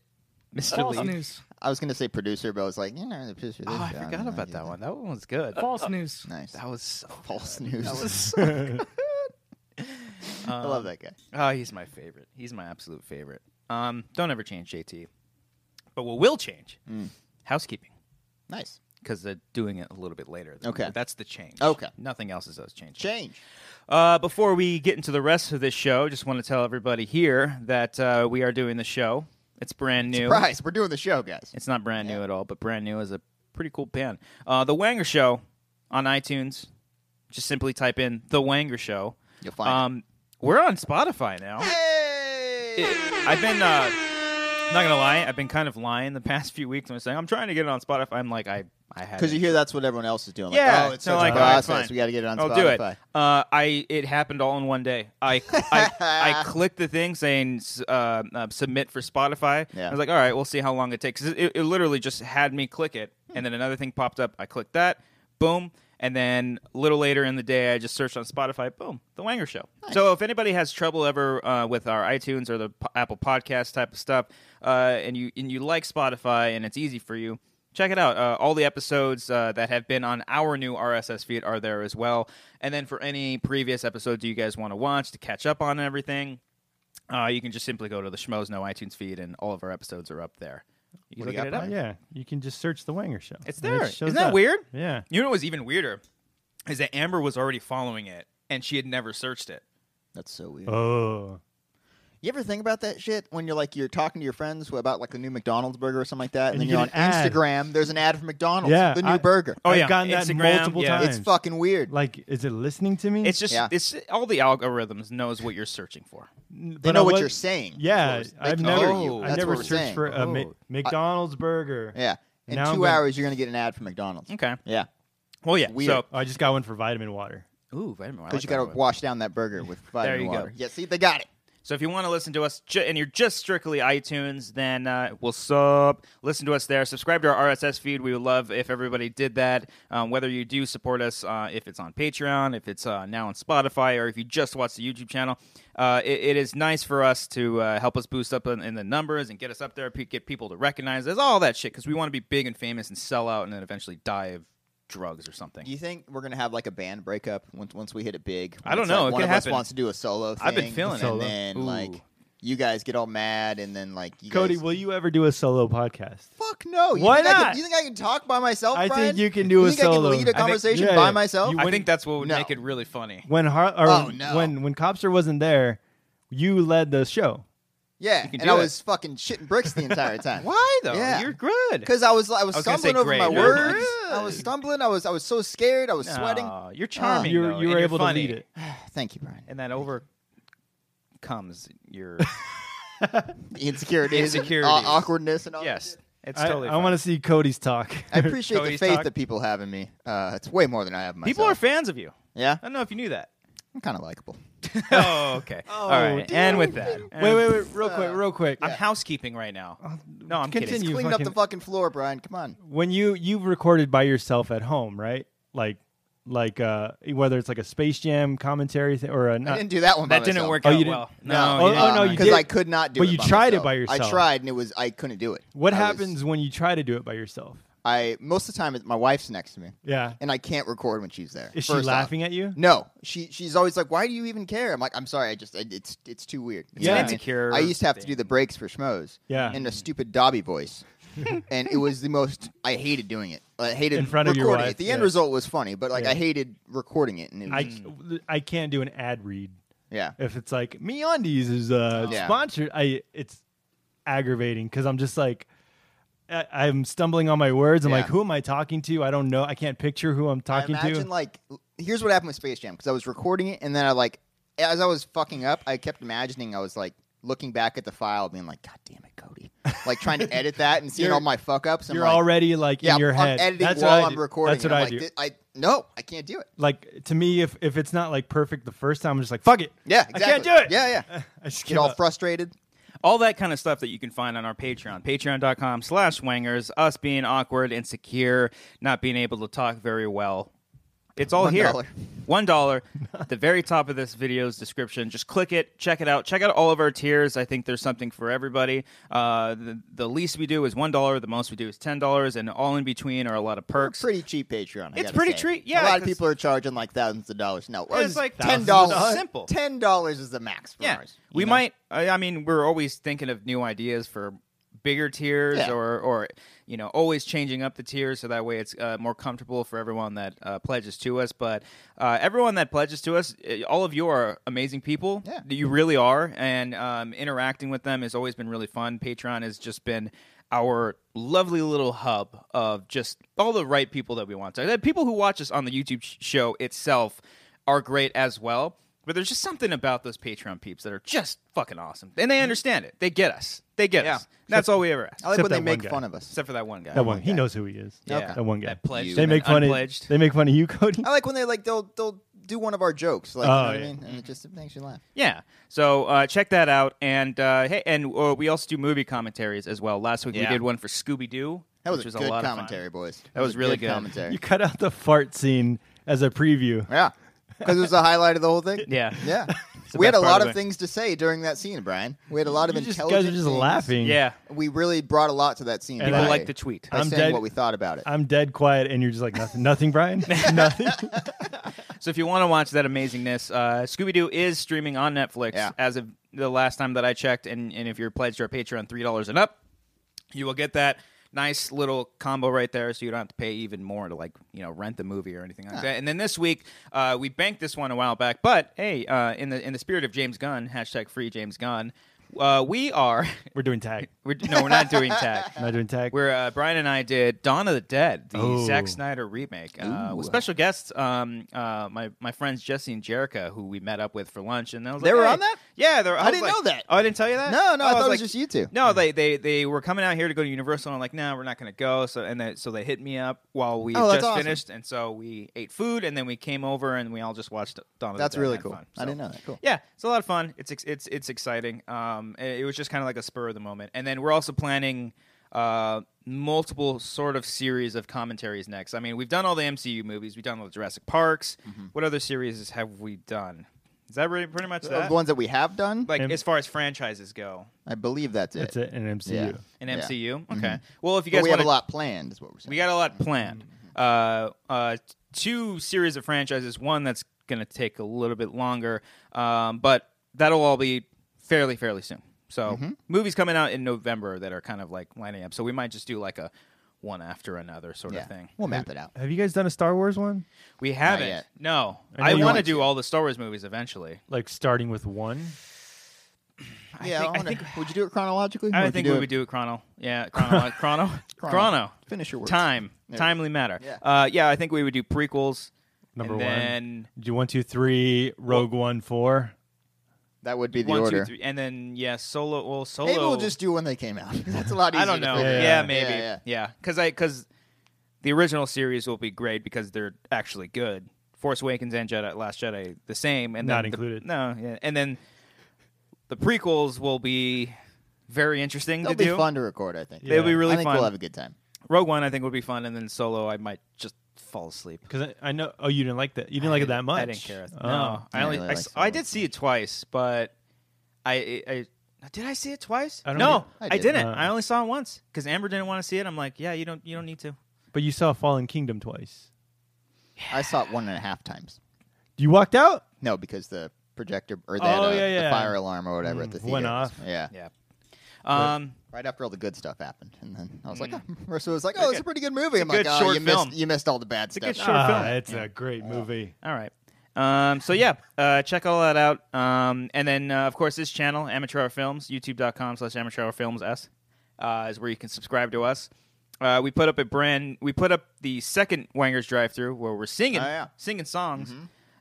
Speaker 1: Mr. Lee.
Speaker 4: news.
Speaker 2: I was going to say producer, but I was like, you know, the producer.
Speaker 1: Oh,
Speaker 2: this
Speaker 1: I
Speaker 2: job,
Speaker 1: forgot
Speaker 2: you know,
Speaker 1: about
Speaker 2: do
Speaker 1: that
Speaker 2: this.
Speaker 1: one. That one was good.
Speaker 4: False news.
Speaker 2: Nice.
Speaker 1: That was so
Speaker 2: false news. I love that guy.
Speaker 1: Oh, he's my favorite. He's my absolute favorite. Um, don't ever change JT. But what will change?
Speaker 2: Mm.
Speaker 1: Housekeeping.
Speaker 2: Nice.
Speaker 1: Because they're doing it a little bit later. than-
Speaker 2: Okay.
Speaker 1: That's the change.
Speaker 2: Okay.
Speaker 1: Nothing else is those changes.
Speaker 2: Change.
Speaker 1: Uh, before we get into the rest of this show, just want to tell everybody here that uh, we are doing the show. It's brand new.
Speaker 2: Price. We're doing the show, guys.
Speaker 1: It's not brand new at all, but brand new is a pretty cool band. Uh, the Wanger Show on iTunes. Just simply type in The Wanger Show.
Speaker 2: You'll find it.
Speaker 1: um, We're on Spotify now. It- I've been uh, not gonna lie. I've been kind of lying the past few weeks. when I'm saying I'm trying to get it on Spotify. I'm like I I had
Speaker 2: Because you hear that's what everyone else is doing. Like,
Speaker 1: yeah.
Speaker 2: oh, it's
Speaker 1: so
Speaker 2: such
Speaker 1: like,
Speaker 2: a
Speaker 1: all right,
Speaker 2: process.
Speaker 1: fine.
Speaker 2: We got to get it on
Speaker 1: I'll
Speaker 2: Spotify.
Speaker 1: do it. Uh, I it happened all in one day. I I, I clicked the thing saying s- uh, uh, submit for Spotify.
Speaker 2: Yeah.
Speaker 1: I was like, all right, we'll see how long it takes. 'Cause It, it literally just had me click it, and then another thing popped up. I clicked that, boom, and then a little later in the day, I just searched on Spotify. Boom, the Wanger Show. So if anybody has trouble ever uh, with our iTunes or the po- Apple Podcast type of stuff, uh, and you and you like Spotify and it's easy for you, check it out. Uh, all the episodes uh, that have been on our new RSS feed are there as well. And then for any previous episodes you guys want to watch to catch up on everything, uh, you can just simply go to the Schmoes No iTunes feed, and all of our episodes are up there. You can
Speaker 2: What do
Speaker 1: look
Speaker 2: you
Speaker 1: it
Speaker 2: got
Speaker 1: up.
Speaker 2: planned?
Speaker 3: Oh, Yeah, you can just search the Wanger Show.
Speaker 1: It's
Speaker 3: and it
Speaker 1: there.
Speaker 3: shows
Speaker 1: Isn't that
Speaker 3: up.
Speaker 1: weird?
Speaker 3: Yeah.
Speaker 1: You know what was even weirder is that Amber was already following it and she had never searched it.
Speaker 2: That's so weird.
Speaker 3: Oh,
Speaker 2: You ever think about that shit when you're like you're talking to your friends about like the new McDonald's burger or something like that, and,
Speaker 3: And
Speaker 2: then
Speaker 3: you
Speaker 2: you're on
Speaker 3: get an ad.
Speaker 2: Instagram. There's an ad for McDonald's,
Speaker 3: Yeah,
Speaker 2: the new
Speaker 3: I-
Speaker 2: burger.
Speaker 1: Oh,
Speaker 3: I've
Speaker 1: yeah.
Speaker 3: gotten that
Speaker 1: Instagram,
Speaker 3: multiple
Speaker 1: yeah.
Speaker 3: times.
Speaker 2: it's fucking weird.
Speaker 3: Like, is it listening to me?
Speaker 1: It's just
Speaker 2: Yeah.
Speaker 1: it's all the algorithms knows what you're searching for.
Speaker 3: N-
Speaker 2: they
Speaker 3: but
Speaker 2: know
Speaker 3: I
Speaker 2: what
Speaker 3: was-
Speaker 2: you're saying.
Speaker 3: Yeah,
Speaker 2: They
Speaker 3: I've
Speaker 2: can
Speaker 3: never,
Speaker 2: hear you.
Speaker 3: I've
Speaker 2: That's
Speaker 3: never
Speaker 2: what we're
Speaker 3: searched
Speaker 2: saying.
Speaker 3: for a Ma-
Speaker 1: Oh.
Speaker 3: McDonald's burger.
Speaker 2: Yeah, in
Speaker 3: Now
Speaker 2: 2
Speaker 3: I'm gonna-
Speaker 2: hours you're gonna get an ad for McDonald's.
Speaker 1: Okay.
Speaker 2: Yeah,
Speaker 1: Well, yeah.
Speaker 2: Weird.
Speaker 1: So,
Speaker 3: Oh, I just got one for vitamin water.
Speaker 1: ooh, vitamin water. I
Speaker 2: because
Speaker 1: like
Speaker 2: you gotta
Speaker 1: vitamin water.
Speaker 2: wash down that burger with vitamin
Speaker 1: you go.
Speaker 2: water. Yeah, see, they got it.
Speaker 1: So if you want to listen to us ju- and you're just strictly iTunes, then uh, we'll sub. Listen to us there. Subscribe to our RSS feed. We would love if everybody did that. Um, whether you do support us, uh, if it's on Patreon, if it's uh, now on Spotify, or if you just watch the YouTube channel, uh, it, it is nice for us to uh, help us boost up in, in the numbers and get us up there, pe- get people to recognize us, all that shit, because we want to be big and famous and sell out and then eventually die of drugs or something.
Speaker 2: Do you think we're gonna have like a band breakup once once we hit it big?
Speaker 1: I don't
Speaker 2: It's
Speaker 1: know.
Speaker 2: Like
Speaker 1: It
Speaker 2: one
Speaker 1: could
Speaker 2: of us
Speaker 1: happen.
Speaker 2: wants to do a solo. Thing,
Speaker 1: I've been feeling
Speaker 2: and
Speaker 1: it.
Speaker 3: Solo.
Speaker 2: then
Speaker 1: Ooh.
Speaker 2: like you guys get all mad, and then like you
Speaker 3: Cody,
Speaker 2: guys,
Speaker 3: will you ever do a solo podcast?
Speaker 2: fuck no. You
Speaker 3: Why
Speaker 2: think I can-
Speaker 3: not?
Speaker 2: you think I can talk by myself?
Speaker 3: I think
Speaker 2: Brian?
Speaker 3: you can do a
Speaker 2: think
Speaker 3: solo.
Speaker 2: I can
Speaker 3: I
Speaker 2: lead a
Speaker 3: think-
Speaker 2: conversation
Speaker 3: yeah,
Speaker 2: by
Speaker 3: yeah.
Speaker 2: myself.
Speaker 3: You
Speaker 1: I think that's what would
Speaker 2: No.
Speaker 1: make it really funny.
Speaker 3: When Har- or
Speaker 2: Oh, no.
Speaker 3: when when Copster wasn't there, you led the show.
Speaker 2: yeah,
Speaker 1: can
Speaker 2: and
Speaker 1: do
Speaker 2: I
Speaker 1: it.
Speaker 2: was fucking shitting bricks the entire time.
Speaker 1: Why though?
Speaker 2: Yeah.
Speaker 1: You're good.
Speaker 2: Because I was I was,
Speaker 1: I was gonna say
Speaker 2: stumbling over
Speaker 1: great.
Speaker 2: my
Speaker 1: You're
Speaker 2: words.
Speaker 1: good.
Speaker 2: I was stumbling. I was I was so scared. I was sweating.
Speaker 1: Aw, Ah, you're charming.
Speaker 3: you
Speaker 1: though,
Speaker 3: you
Speaker 1: and
Speaker 3: were
Speaker 1: you're
Speaker 3: able
Speaker 1: funny.
Speaker 3: to lead it.
Speaker 2: Thank you, Brian.
Speaker 1: and that overcomes your
Speaker 2: Insecurities, and,
Speaker 1: Insecurities.
Speaker 2: uh, awkwardness, and all. that
Speaker 1: yes.
Speaker 2: shit.
Speaker 1: It's
Speaker 3: I,
Speaker 1: totally.
Speaker 3: I want to see Cody's talk.
Speaker 2: I appreciate
Speaker 1: Cody's
Speaker 2: the faith
Speaker 1: talk.
Speaker 2: that people have in me. Uh, it's way more than I have in myself.
Speaker 1: People are fans of you.
Speaker 2: yeah,
Speaker 1: I don't know if you knew that.
Speaker 2: I'm kind of likable.
Speaker 1: oh, okay. All right. And with that,
Speaker 3: wait, wait, wait,
Speaker 2: Uh,
Speaker 3: real quick, real quick.
Speaker 1: I'm housekeeping right now. No, I'm
Speaker 3: continue.
Speaker 1: kidding.
Speaker 3: You
Speaker 2: Clean up
Speaker 3: fucking-
Speaker 2: the fucking floor, Brian. Come on.
Speaker 3: when you you've recorded by yourself at home, right? Like like uh whether it's like a Space Jam commentary thing or a
Speaker 2: I
Speaker 3: not,
Speaker 2: didn't do that one. by
Speaker 1: Uh, That didn't
Speaker 2: myself.
Speaker 1: work
Speaker 3: Oh,
Speaker 1: out
Speaker 3: you didn't-
Speaker 1: well.
Speaker 2: No.
Speaker 1: you
Speaker 3: Oh,
Speaker 1: didn't.
Speaker 3: no, you
Speaker 2: because
Speaker 3: did.
Speaker 2: I could not do
Speaker 3: But
Speaker 2: it.
Speaker 3: you
Speaker 2: by
Speaker 3: tried it
Speaker 2: myself.
Speaker 3: by
Speaker 2: I
Speaker 3: yourself.
Speaker 2: tried, and it was I couldn't do it.
Speaker 3: what
Speaker 2: I was-
Speaker 3: happens when you try to do it by yourself?
Speaker 2: I most of the time it- my wife's next to me,
Speaker 3: Yeah.
Speaker 2: and I can't record when she's there.
Speaker 3: Is she
Speaker 2: first off.
Speaker 3: laughing at you?
Speaker 2: No, she she's always like, "Why do you even care?" I'm like, "I'm sorry, I just I, it's it's too wed." You know
Speaker 3: Yeah.
Speaker 2: what I mean?
Speaker 1: Insecure
Speaker 2: I used to have to
Speaker 1: thing.
Speaker 2: do the breaks for schmoes,
Speaker 3: Yeah.
Speaker 2: in a stupid Dobby voice, and it was the most. I hated doing it. I hated
Speaker 3: In front of your
Speaker 2: recording
Speaker 3: wife,
Speaker 2: it. The end
Speaker 3: yeah.
Speaker 2: result was funny, but like
Speaker 3: Yeah.
Speaker 2: I hated recording it, and it was,
Speaker 3: I I can't do an ad read.
Speaker 2: yeah,
Speaker 3: If it's like MeUndies is uh,
Speaker 2: Yeah.
Speaker 3: sponsored, I it's aggravating because I'm just like I, I'm stumbling on my words. I'm
Speaker 2: Yeah.
Speaker 3: like, who am I talking to? I don't know. I can't picture who I'm
Speaker 2: I
Speaker 3: talking
Speaker 2: imagine
Speaker 3: to.
Speaker 2: like here's what happened with Space Jam because I was recording it and then I like as I was fucking up, I kept imagining I was like looking back at the file, being like, "God damn it, Cody!" like trying to edit that and seeing
Speaker 3: You're-
Speaker 2: all my fuck ups.
Speaker 3: You're
Speaker 2: I'm like,
Speaker 3: already like
Speaker 2: yeah,
Speaker 3: in your
Speaker 2: I'm
Speaker 3: head.
Speaker 2: editing
Speaker 3: That's
Speaker 2: while
Speaker 3: what I
Speaker 2: I'm
Speaker 3: do.
Speaker 2: recording.
Speaker 3: That's what
Speaker 2: and I'm
Speaker 3: I
Speaker 2: like,
Speaker 3: do.
Speaker 2: "Th- I no, I can't do it.
Speaker 3: like to me, if if it's not like perfect the first time, I'm just like, fuck it.
Speaker 2: Yeah, exactly.
Speaker 3: I can't do it.
Speaker 2: Yeah, yeah.
Speaker 3: I just
Speaker 2: Get
Speaker 3: give
Speaker 2: all
Speaker 3: up.
Speaker 2: frustrated.
Speaker 1: all that kind of stuff that you can find on our patreon patreon.com slash wangers us being awkward insecure not being able to talk very well it's all
Speaker 2: One
Speaker 1: here
Speaker 2: dollar.
Speaker 1: one dollar at the very top of this video's description just click it check it out check out all of our tiers i think there's something for everybody uh, the, the least we do is one dollar the most we do is ten dollars and all in between are a lot of perks
Speaker 2: Pretty cheap Patreon. I
Speaker 1: It's
Speaker 2: gotta
Speaker 1: pretty
Speaker 2: say.
Speaker 1: cheap,
Speaker 2: a
Speaker 1: yeah,
Speaker 2: lot of
Speaker 1: 'cause-
Speaker 2: people are charging like thousands of dollars. No,
Speaker 1: It's like
Speaker 2: ten
Speaker 1: thousands of dollars.
Speaker 2: dollars.
Speaker 1: Simple.
Speaker 2: Ten dollars is the max. For ours, you
Speaker 1: we
Speaker 2: know?
Speaker 1: might. I, I mean, we're always thinking of new ideas for bigger tiers,
Speaker 2: Yeah.
Speaker 1: or or you know, always changing up the tiers so that way it's uh, more comfortable for everyone that uh, pledges to us. But uh, everyone that pledges to us, uh, all of you are amazing people.
Speaker 2: Yeah.
Speaker 1: you really are, and um, interacting with them has always been really fun. Patreon has just been. Our lovely little hub of just all the right people that we want. So, the people who watch us on the YouTube sh- show itself are great as well. But there's just something about those Patreon peeps that are just fucking awesome. And they understand it. They get us. They get us. That's all we ever ask.
Speaker 2: I like when
Speaker 3: Except
Speaker 2: they
Speaker 3: that
Speaker 2: make
Speaker 3: one guy.
Speaker 2: fun of us.
Speaker 1: Except for that one guy.
Speaker 3: That one. He knows who he is.
Speaker 1: Yeah.
Speaker 3: That one guy.
Speaker 1: That pledged
Speaker 3: They
Speaker 1: and
Speaker 3: make fun
Speaker 1: unpledged.
Speaker 3: of. They make fun of you, Cody.
Speaker 2: I like when they like they'll they'll do one of our jokes. Like,
Speaker 3: Oh,
Speaker 2: you know what
Speaker 3: yeah.
Speaker 2: I mean? And it just makes you laugh.
Speaker 1: Yeah. So uh, check that out. And uh, hey, and uh, we also do movie commentaries as well. Last week we
Speaker 2: Yeah.
Speaker 1: did one for Scooby Doo.
Speaker 2: That was,
Speaker 1: which
Speaker 2: a
Speaker 1: a
Speaker 2: good
Speaker 1: lot
Speaker 2: commentary,
Speaker 1: Of fun.
Speaker 2: boys.
Speaker 1: That was
Speaker 2: a
Speaker 1: really good.
Speaker 2: commentary.
Speaker 3: You cut out the fart scene as a preview.
Speaker 2: yeah, because it was the highlight of the whole thing.
Speaker 1: Yeah.
Speaker 2: yeah.
Speaker 1: the
Speaker 2: we had a
Speaker 1: best part
Speaker 2: lot
Speaker 1: of
Speaker 2: of
Speaker 1: it.
Speaker 2: things to say during that scene, Brian. We had a lot of
Speaker 3: You just
Speaker 2: intelligent.
Speaker 3: guys are just
Speaker 2: things.
Speaker 3: laughing.
Speaker 1: Yeah.
Speaker 2: We really brought a lot to that scene.
Speaker 3: People
Speaker 1: People
Speaker 2: by-
Speaker 1: like the tweet.
Speaker 2: by
Speaker 3: I'm
Speaker 2: saying
Speaker 3: dead-
Speaker 2: what we thought about it.
Speaker 3: I'm dead quiet, and you're just like nothing, nothing, Brian, nothing.
Speaker 1: So if you want to watch that amazingness, uh, Scooby Doo is streaming on Netflix
Speaker 2: Yeah.
Speaker 1: as of the last time that I checked. And, and if you're pledged to our Patreon, three dollars and up, you will get that nice little combo right there so you don't have to pay even more to like you know rent the movie or anything like that and then this week uh, we banked this one a while back but hey uh, in the in the spirit of james gunn hashtag free james gunn uh, we are
Speaker 3: We're doing tag.
Speaker 1: we're, no we're not doing tag
Speaker 3: Not doing tag.
Speaker 1: where uh, Brian and I did Dawn of the Dead, the
Speaker 3: Oh.
Speaker 1: Zack Snyder remake, uh, with special guests, um, uh, my my friends Jesse and Jerica, who we met up with for lunch, and I was
Speaker 2: They
Speaker 1: like,
Speaker 2: were
Speaker 1: "Hey."
Speaker 2: on that?
Speaker 1: Yeah, they were, I, was
Speaker 2: didn't
Speaker 1: like-
Speaker 2: know that.
Speaker 1: Oh, I didn't tell you that.
Speaker 2: No, no, I thought
Speaker 1: Oh,
Speaker 2: it
Speaker 1: was
Speaker 2: was
Speaker 1: like-
Speaker 2: just you two. Hmm.
Speaker 1: No, they, they they were coming out here to go to Universal, and I'm like, nah, we're not gonna go. So and they, so they hit me up while we
Speaker 2: Oh,
Speaker 1: had
Speaker 2: that's
Speaker 1: just
Speaker 2: awesome.
Speaker 1: finished, and so we ate food, and then we came over and we all just watched Dawn of the Dead.
Speaker 2: That's really
Speaker 1: and had
Speaker 2: cool.
Speaker 1: fun.
Speaker 2: I
Speaker 1: So-
Speaker 2: didn't know that. Cool.
Speaker 1: yeah, it's a lot of fun. It's ex- it's it's exciting. Um, it, it was just kind of like a spur of the moment, and then we're also planning uh multiple sort of series of commentaries next. I mean, we've done all the MCU movies, we've done all the Jurassic Parks.
Speaker 2: Mm-hmm.
Speaker 1: What other series have we done? Is that really pretty much
Speaker 2: Of
Speaker 1: that?
Speaker 2: the ones that we have done,
Speaker 1: like
Speaker 3: Em-
Speaker 1: as far as franchises go
Speaker 2: I believe that's it.
Speaker 3: That's it in MCU.
Speaker 2: Yeah.
Speaker 1: in
Speaker 2: Yeah. Mm-hmm.
Speaker 1: MCU? Okay. Well, if you
Speaker 2: But
Speaker 1: guys
Speaker 2: we
Speaker 1: want
Speaker 2: have a lot planned. Is what we're saying.
Speaker 1: we got a lot planned. Uh, uh, two series of franchises. One that's going to take a little bit longer, um, but that'll all be fairly fairly soon. So
Speaker 2: Mm-hmm.
Speaker 1: movies coming out in November that are kind of like lining up. So we might just do like a one after another sort
Speaker 2: yeah.
Speaker 1: of thing.
Speaker 2: We'll map it out.
Speaker 3: Have you guys done a Star Wars one?
Speaker 1: We haven't.
Speaker 2: yet.
Speaker 1: No,
Speaker 3: I
Speaker 1: I,
Speaker 3: know you
Speaker 1: want to
Speaker 3: want
Speaker 1: do all the Star Wars movies eventually.
Speaker 3: Like starting with one?
Speaker 2: yeah,
Speaker 1: think-
Speaker 2: I
Speaker 1: I
Speaker 2: wonder- would you do it chronologically?
Speaker 1: I
Speaker 2: Or would
Speaker 1: don't
Speaker 2: you
Speaker 1: think we would do it chrono. Yeah, chrono, chrono, chrono.
Speaker 2: Finish your words.
Speaker 1: Time,
Speaker 2: There.
Speaker 1: timely matter.
Speaker 2: Yeah.
Speaker 1: Uh, yeah, I think we would do prequels.
Speaker 3: Number
Speaker 1: and
Speaker 3: one.
Speaker 1: Then
Speaker 3: Do one, two, three, Rogue One, four.
Speaker 2: That would be the
Speaker 1: One, two,
Speaker 2: order.
Speaker 1: three, and then yeah, solo. Well, solo.
Speaker 2: Maybe we'll just do when they came out. That's a lot easier.
Speaker 1: I don't
Speaker 2: to
Speaker 1: know.
Speaker 2: figure
Speaker 1: Yeah,
Speaker 2: out.
Speaker 3: Yeah,
Speaker 1: maybe.
Speaker 2: Yeah,
Speaker 1: Yeah, because I because the original series will be great because they're actually good. Force Awakens and Jedi Last Jedi the same, and then
Speaker 3: Not
Speaker 1: the-
Speaker 3: included.
Speaker 1: No, yeah, and then the prequels will be very interesting
Speaker 2: It'll
Speaker 1: to
Speaker 2: be
Speaker 1: do.
Speaker 2: fun to record. I think.
Speaker 1: They'll be
Speaker 3: Yeah.
Speaker 1: really
Speaker 2: I think
Speaker 1: fun.
Speaker 2: we'll have a good time.
Speaker 1: Rogue One, I think, would be fun, and then Solo, I might just fall asleep.
Speaker 3: Because I, I know. Oh, you didn't like that. You didn't like it that much.
Speaker 1: I didn't care.
Speaker 3: Oh.
Speaker 1: No, I
Speaker 2: I
Speaker 1: only
Speaker 2: really
Speaker 1: I,
Speaker 2: like
Speaker 1: s-
Speaker 2: Solo.
Speaker 1: I did see it twice, but I I, I- did I see it twice.
Speaker 3: I don't
Speaker 1: no,
Speaker 3: think-
Speaker 2: I
Speaker 1: I
Speaker 2: did.
Speaker 1: didn't.
Speaker 3: Uh.
Speaker 1: I only saw it once because Amber didn't want to see it. I'm like, yeah, you don't you don't need to.
Speaker 3: But you saw Fallen Kingdom twice.
Speaker 2: I saw it one and a half times.
Speaker 3: You walked out.
Speaker 2: No, because the projector or the, uh,
Speaker 3: Oh, yeah, yeah.
Speaker 2: the fire alarm or whatever at the
Speaker 3: Mm,
Speaker 2: theater
Speaker 3: went off.
Speaker 2: Yeah.
Speaker 1: Yeah. Um,
Speaker 2: Right after all the good stuff happened, and then I was like, oh. Marissa was like, "Oh, it's a pretty good movie." I'm
Speaker 1: Mm. good
Speaker 2: like, "Oh,
Speaker 1: short
Speaker 2: you
Speaker 1: film.
Speaker 2: missed, you missed all the bad
Speaker 1: a
Speaker 2: stuff."
Speaker 1: good short- film.
Speaker 3: It's Ah, a great movie.
Speaker 1: all right. Um, so yeah, uh, check all that out. Um, and then uh, of course this channel, Amateur Hour Films, youtube.com slash amateur hour films s uh, is where you can subscribe to us. Uh, we put up a brand we put up the second Wangers drive through where we're singing
Speaker 2: Oh, yeah. Mm-hmm.
Speaker 1: singing songs.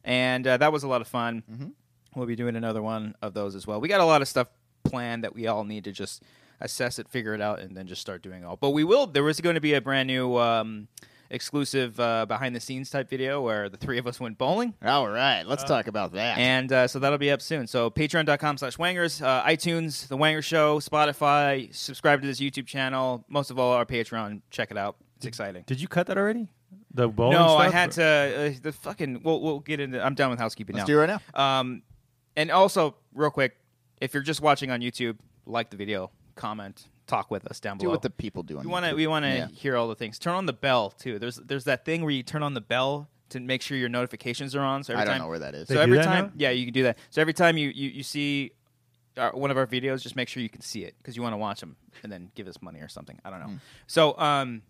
Speaker 1: And uh, that was a lot of fun. We'll be doing another one of those as well. We got a lot of stuff planned that we all need to just assess it, figure it out, and then just start doing it all. But we will. There is going to be a brand new um, exclusive uh, behind the scenes type video where the three of us went bowling.
Speaker 2: Ah. All right, let's talk about that.
Speaker 1: Uh, And uh, so that'll be up soon. So patreon.com slash wangers, uh, iTunes, The Wanger Show, Spotify, subscribe to this YouTube channel. Most of all, our Patreon. Check it out. It's exciting.
Speaker 3: Did you cut that already? The bowling.
Speaker 1: no,
Speaker 3: stuff?
Speaker 1: I had to. Uh, the fucking. We'll, we'll get into. I'm done with housekeeping
Speaker 2: Let's
Speaker 1: now.
Speaker 2: do it right now.
Speaker 1: Um, and also, real quick, if you're just watching on YouTube, like the video, comment, talk with us down
Speaker 2: Do
Speaker 1: below.
Speaker 2: what the people do. on
Speaker 1: we want to
Speaker 2: YouTube.
Speaker 1: we want to
Speaker 2: Yeah.
Speaker 1: hear all the things. Turn on the bell too. There's there's that thing where you turn on the bell to make sure your notifications are on. So every
Speaker 2: I don't
Speaker 1: time,
Speaker 2: know where that is.
Speaker 1: So
Speaker 3: They do
Speaker 1: every
Speaker 3: that
Speaker 1: time,
Speaker 3: now?
Speaker 1: yeah, you can do that. So every time you you, you see our, one of our videos, just make sure you can see it because you want to watch them and then give us money or something. I don't
Speaker 3: Hmm.
Speaker 1: know. So um,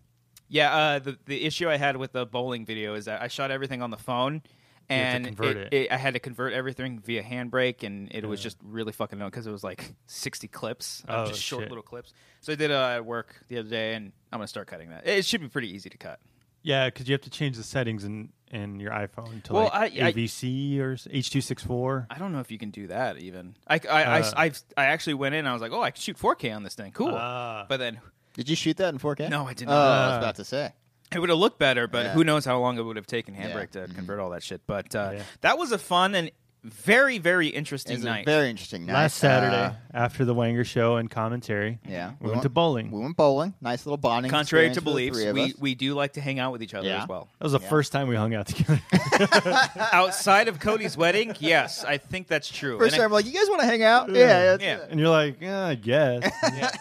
Speaker 1: yeah, uh, the the issue I had with the bowling video is that I shot everything on the phone.
Speaker 3: have to
Speaker 1: And
Speaker 3: convert
Speaker 1: it-
Speaker 3: it.
Speaker 1: it- I had to convert everything via handbrake, and it was just really fucking annoying because it was like sixty clips, of
Speaker 3: Oh,
Speaker 1: just short
Speaker 3: shit.
Speaker 1: little clips. So I did uh, at work the other day, and I'm gonna start cutting that. It should be pretty easy to cut.
Speaker 3: Yeah, because you have to change the settings in in your iPhone to
Speaker 1: Well,
Speaker 3: like
Speaker 1: I- I-
Speaker 3: AVC or H two six four.
Speaker 1: I don't know if you can do that even. I I, I-
Speaker 3: Uh.
Speaker 1: I've- I actually went in. and I was like, oh, I can shoot 4K on this thing. Cool.
Speaker 2: Uh.
Speaker 3: Ah.
Speaker 1: but then
Speaker 2: Did you shoot that in 4K?
Speaker 1: No, I did
Speaker 2: Oh,
Speaker 1: not.
Speaker 2: I was about to say.
Speaker 1: it would have looked better. But
Speaker 2: Yeah. Mm-hmm.
Speaker 1: who knows how long it would have taken Handbrake to convert all that shit. But uh, that was a fun and very very interesting
Speaker 2: It's a
Speaker 1: night.
Speaker 2: very interesting night.
Speaker 3: Last Saturday
Speaker 2: Uh,
Speaker 3: after the Wanger show and commentary.
Speaker 2: yeah,
Speaker 3: we, went, to bowling.
Speaker 2: We went bowling. Nice little bonding.
Speaker 1: Contrary
Speaker 2: experience
Speaker 1: to
Speaker 2: for the
Speaker 1: beliefs,
Speaker 2: three of
Speaker 1: we,
Speaker 2: us.
Speaker 1: we do like to hang out with each other
Speaker 2: Yeah.
Speaker 1: as well.
Speaker 3: that was the first time we hung out together.
Speaker 1: Outside of Cody's wedding, yes, I think that's true.
Speaker 2: first
Speaker 1: And I-
Speaker 2: time. I'm like, you guys want to hang out? Yeah, yeah. let's
Speaker 1: Yeah.
Speaker 2: do it."
Speaker 3: and you're like, yeah, I guess.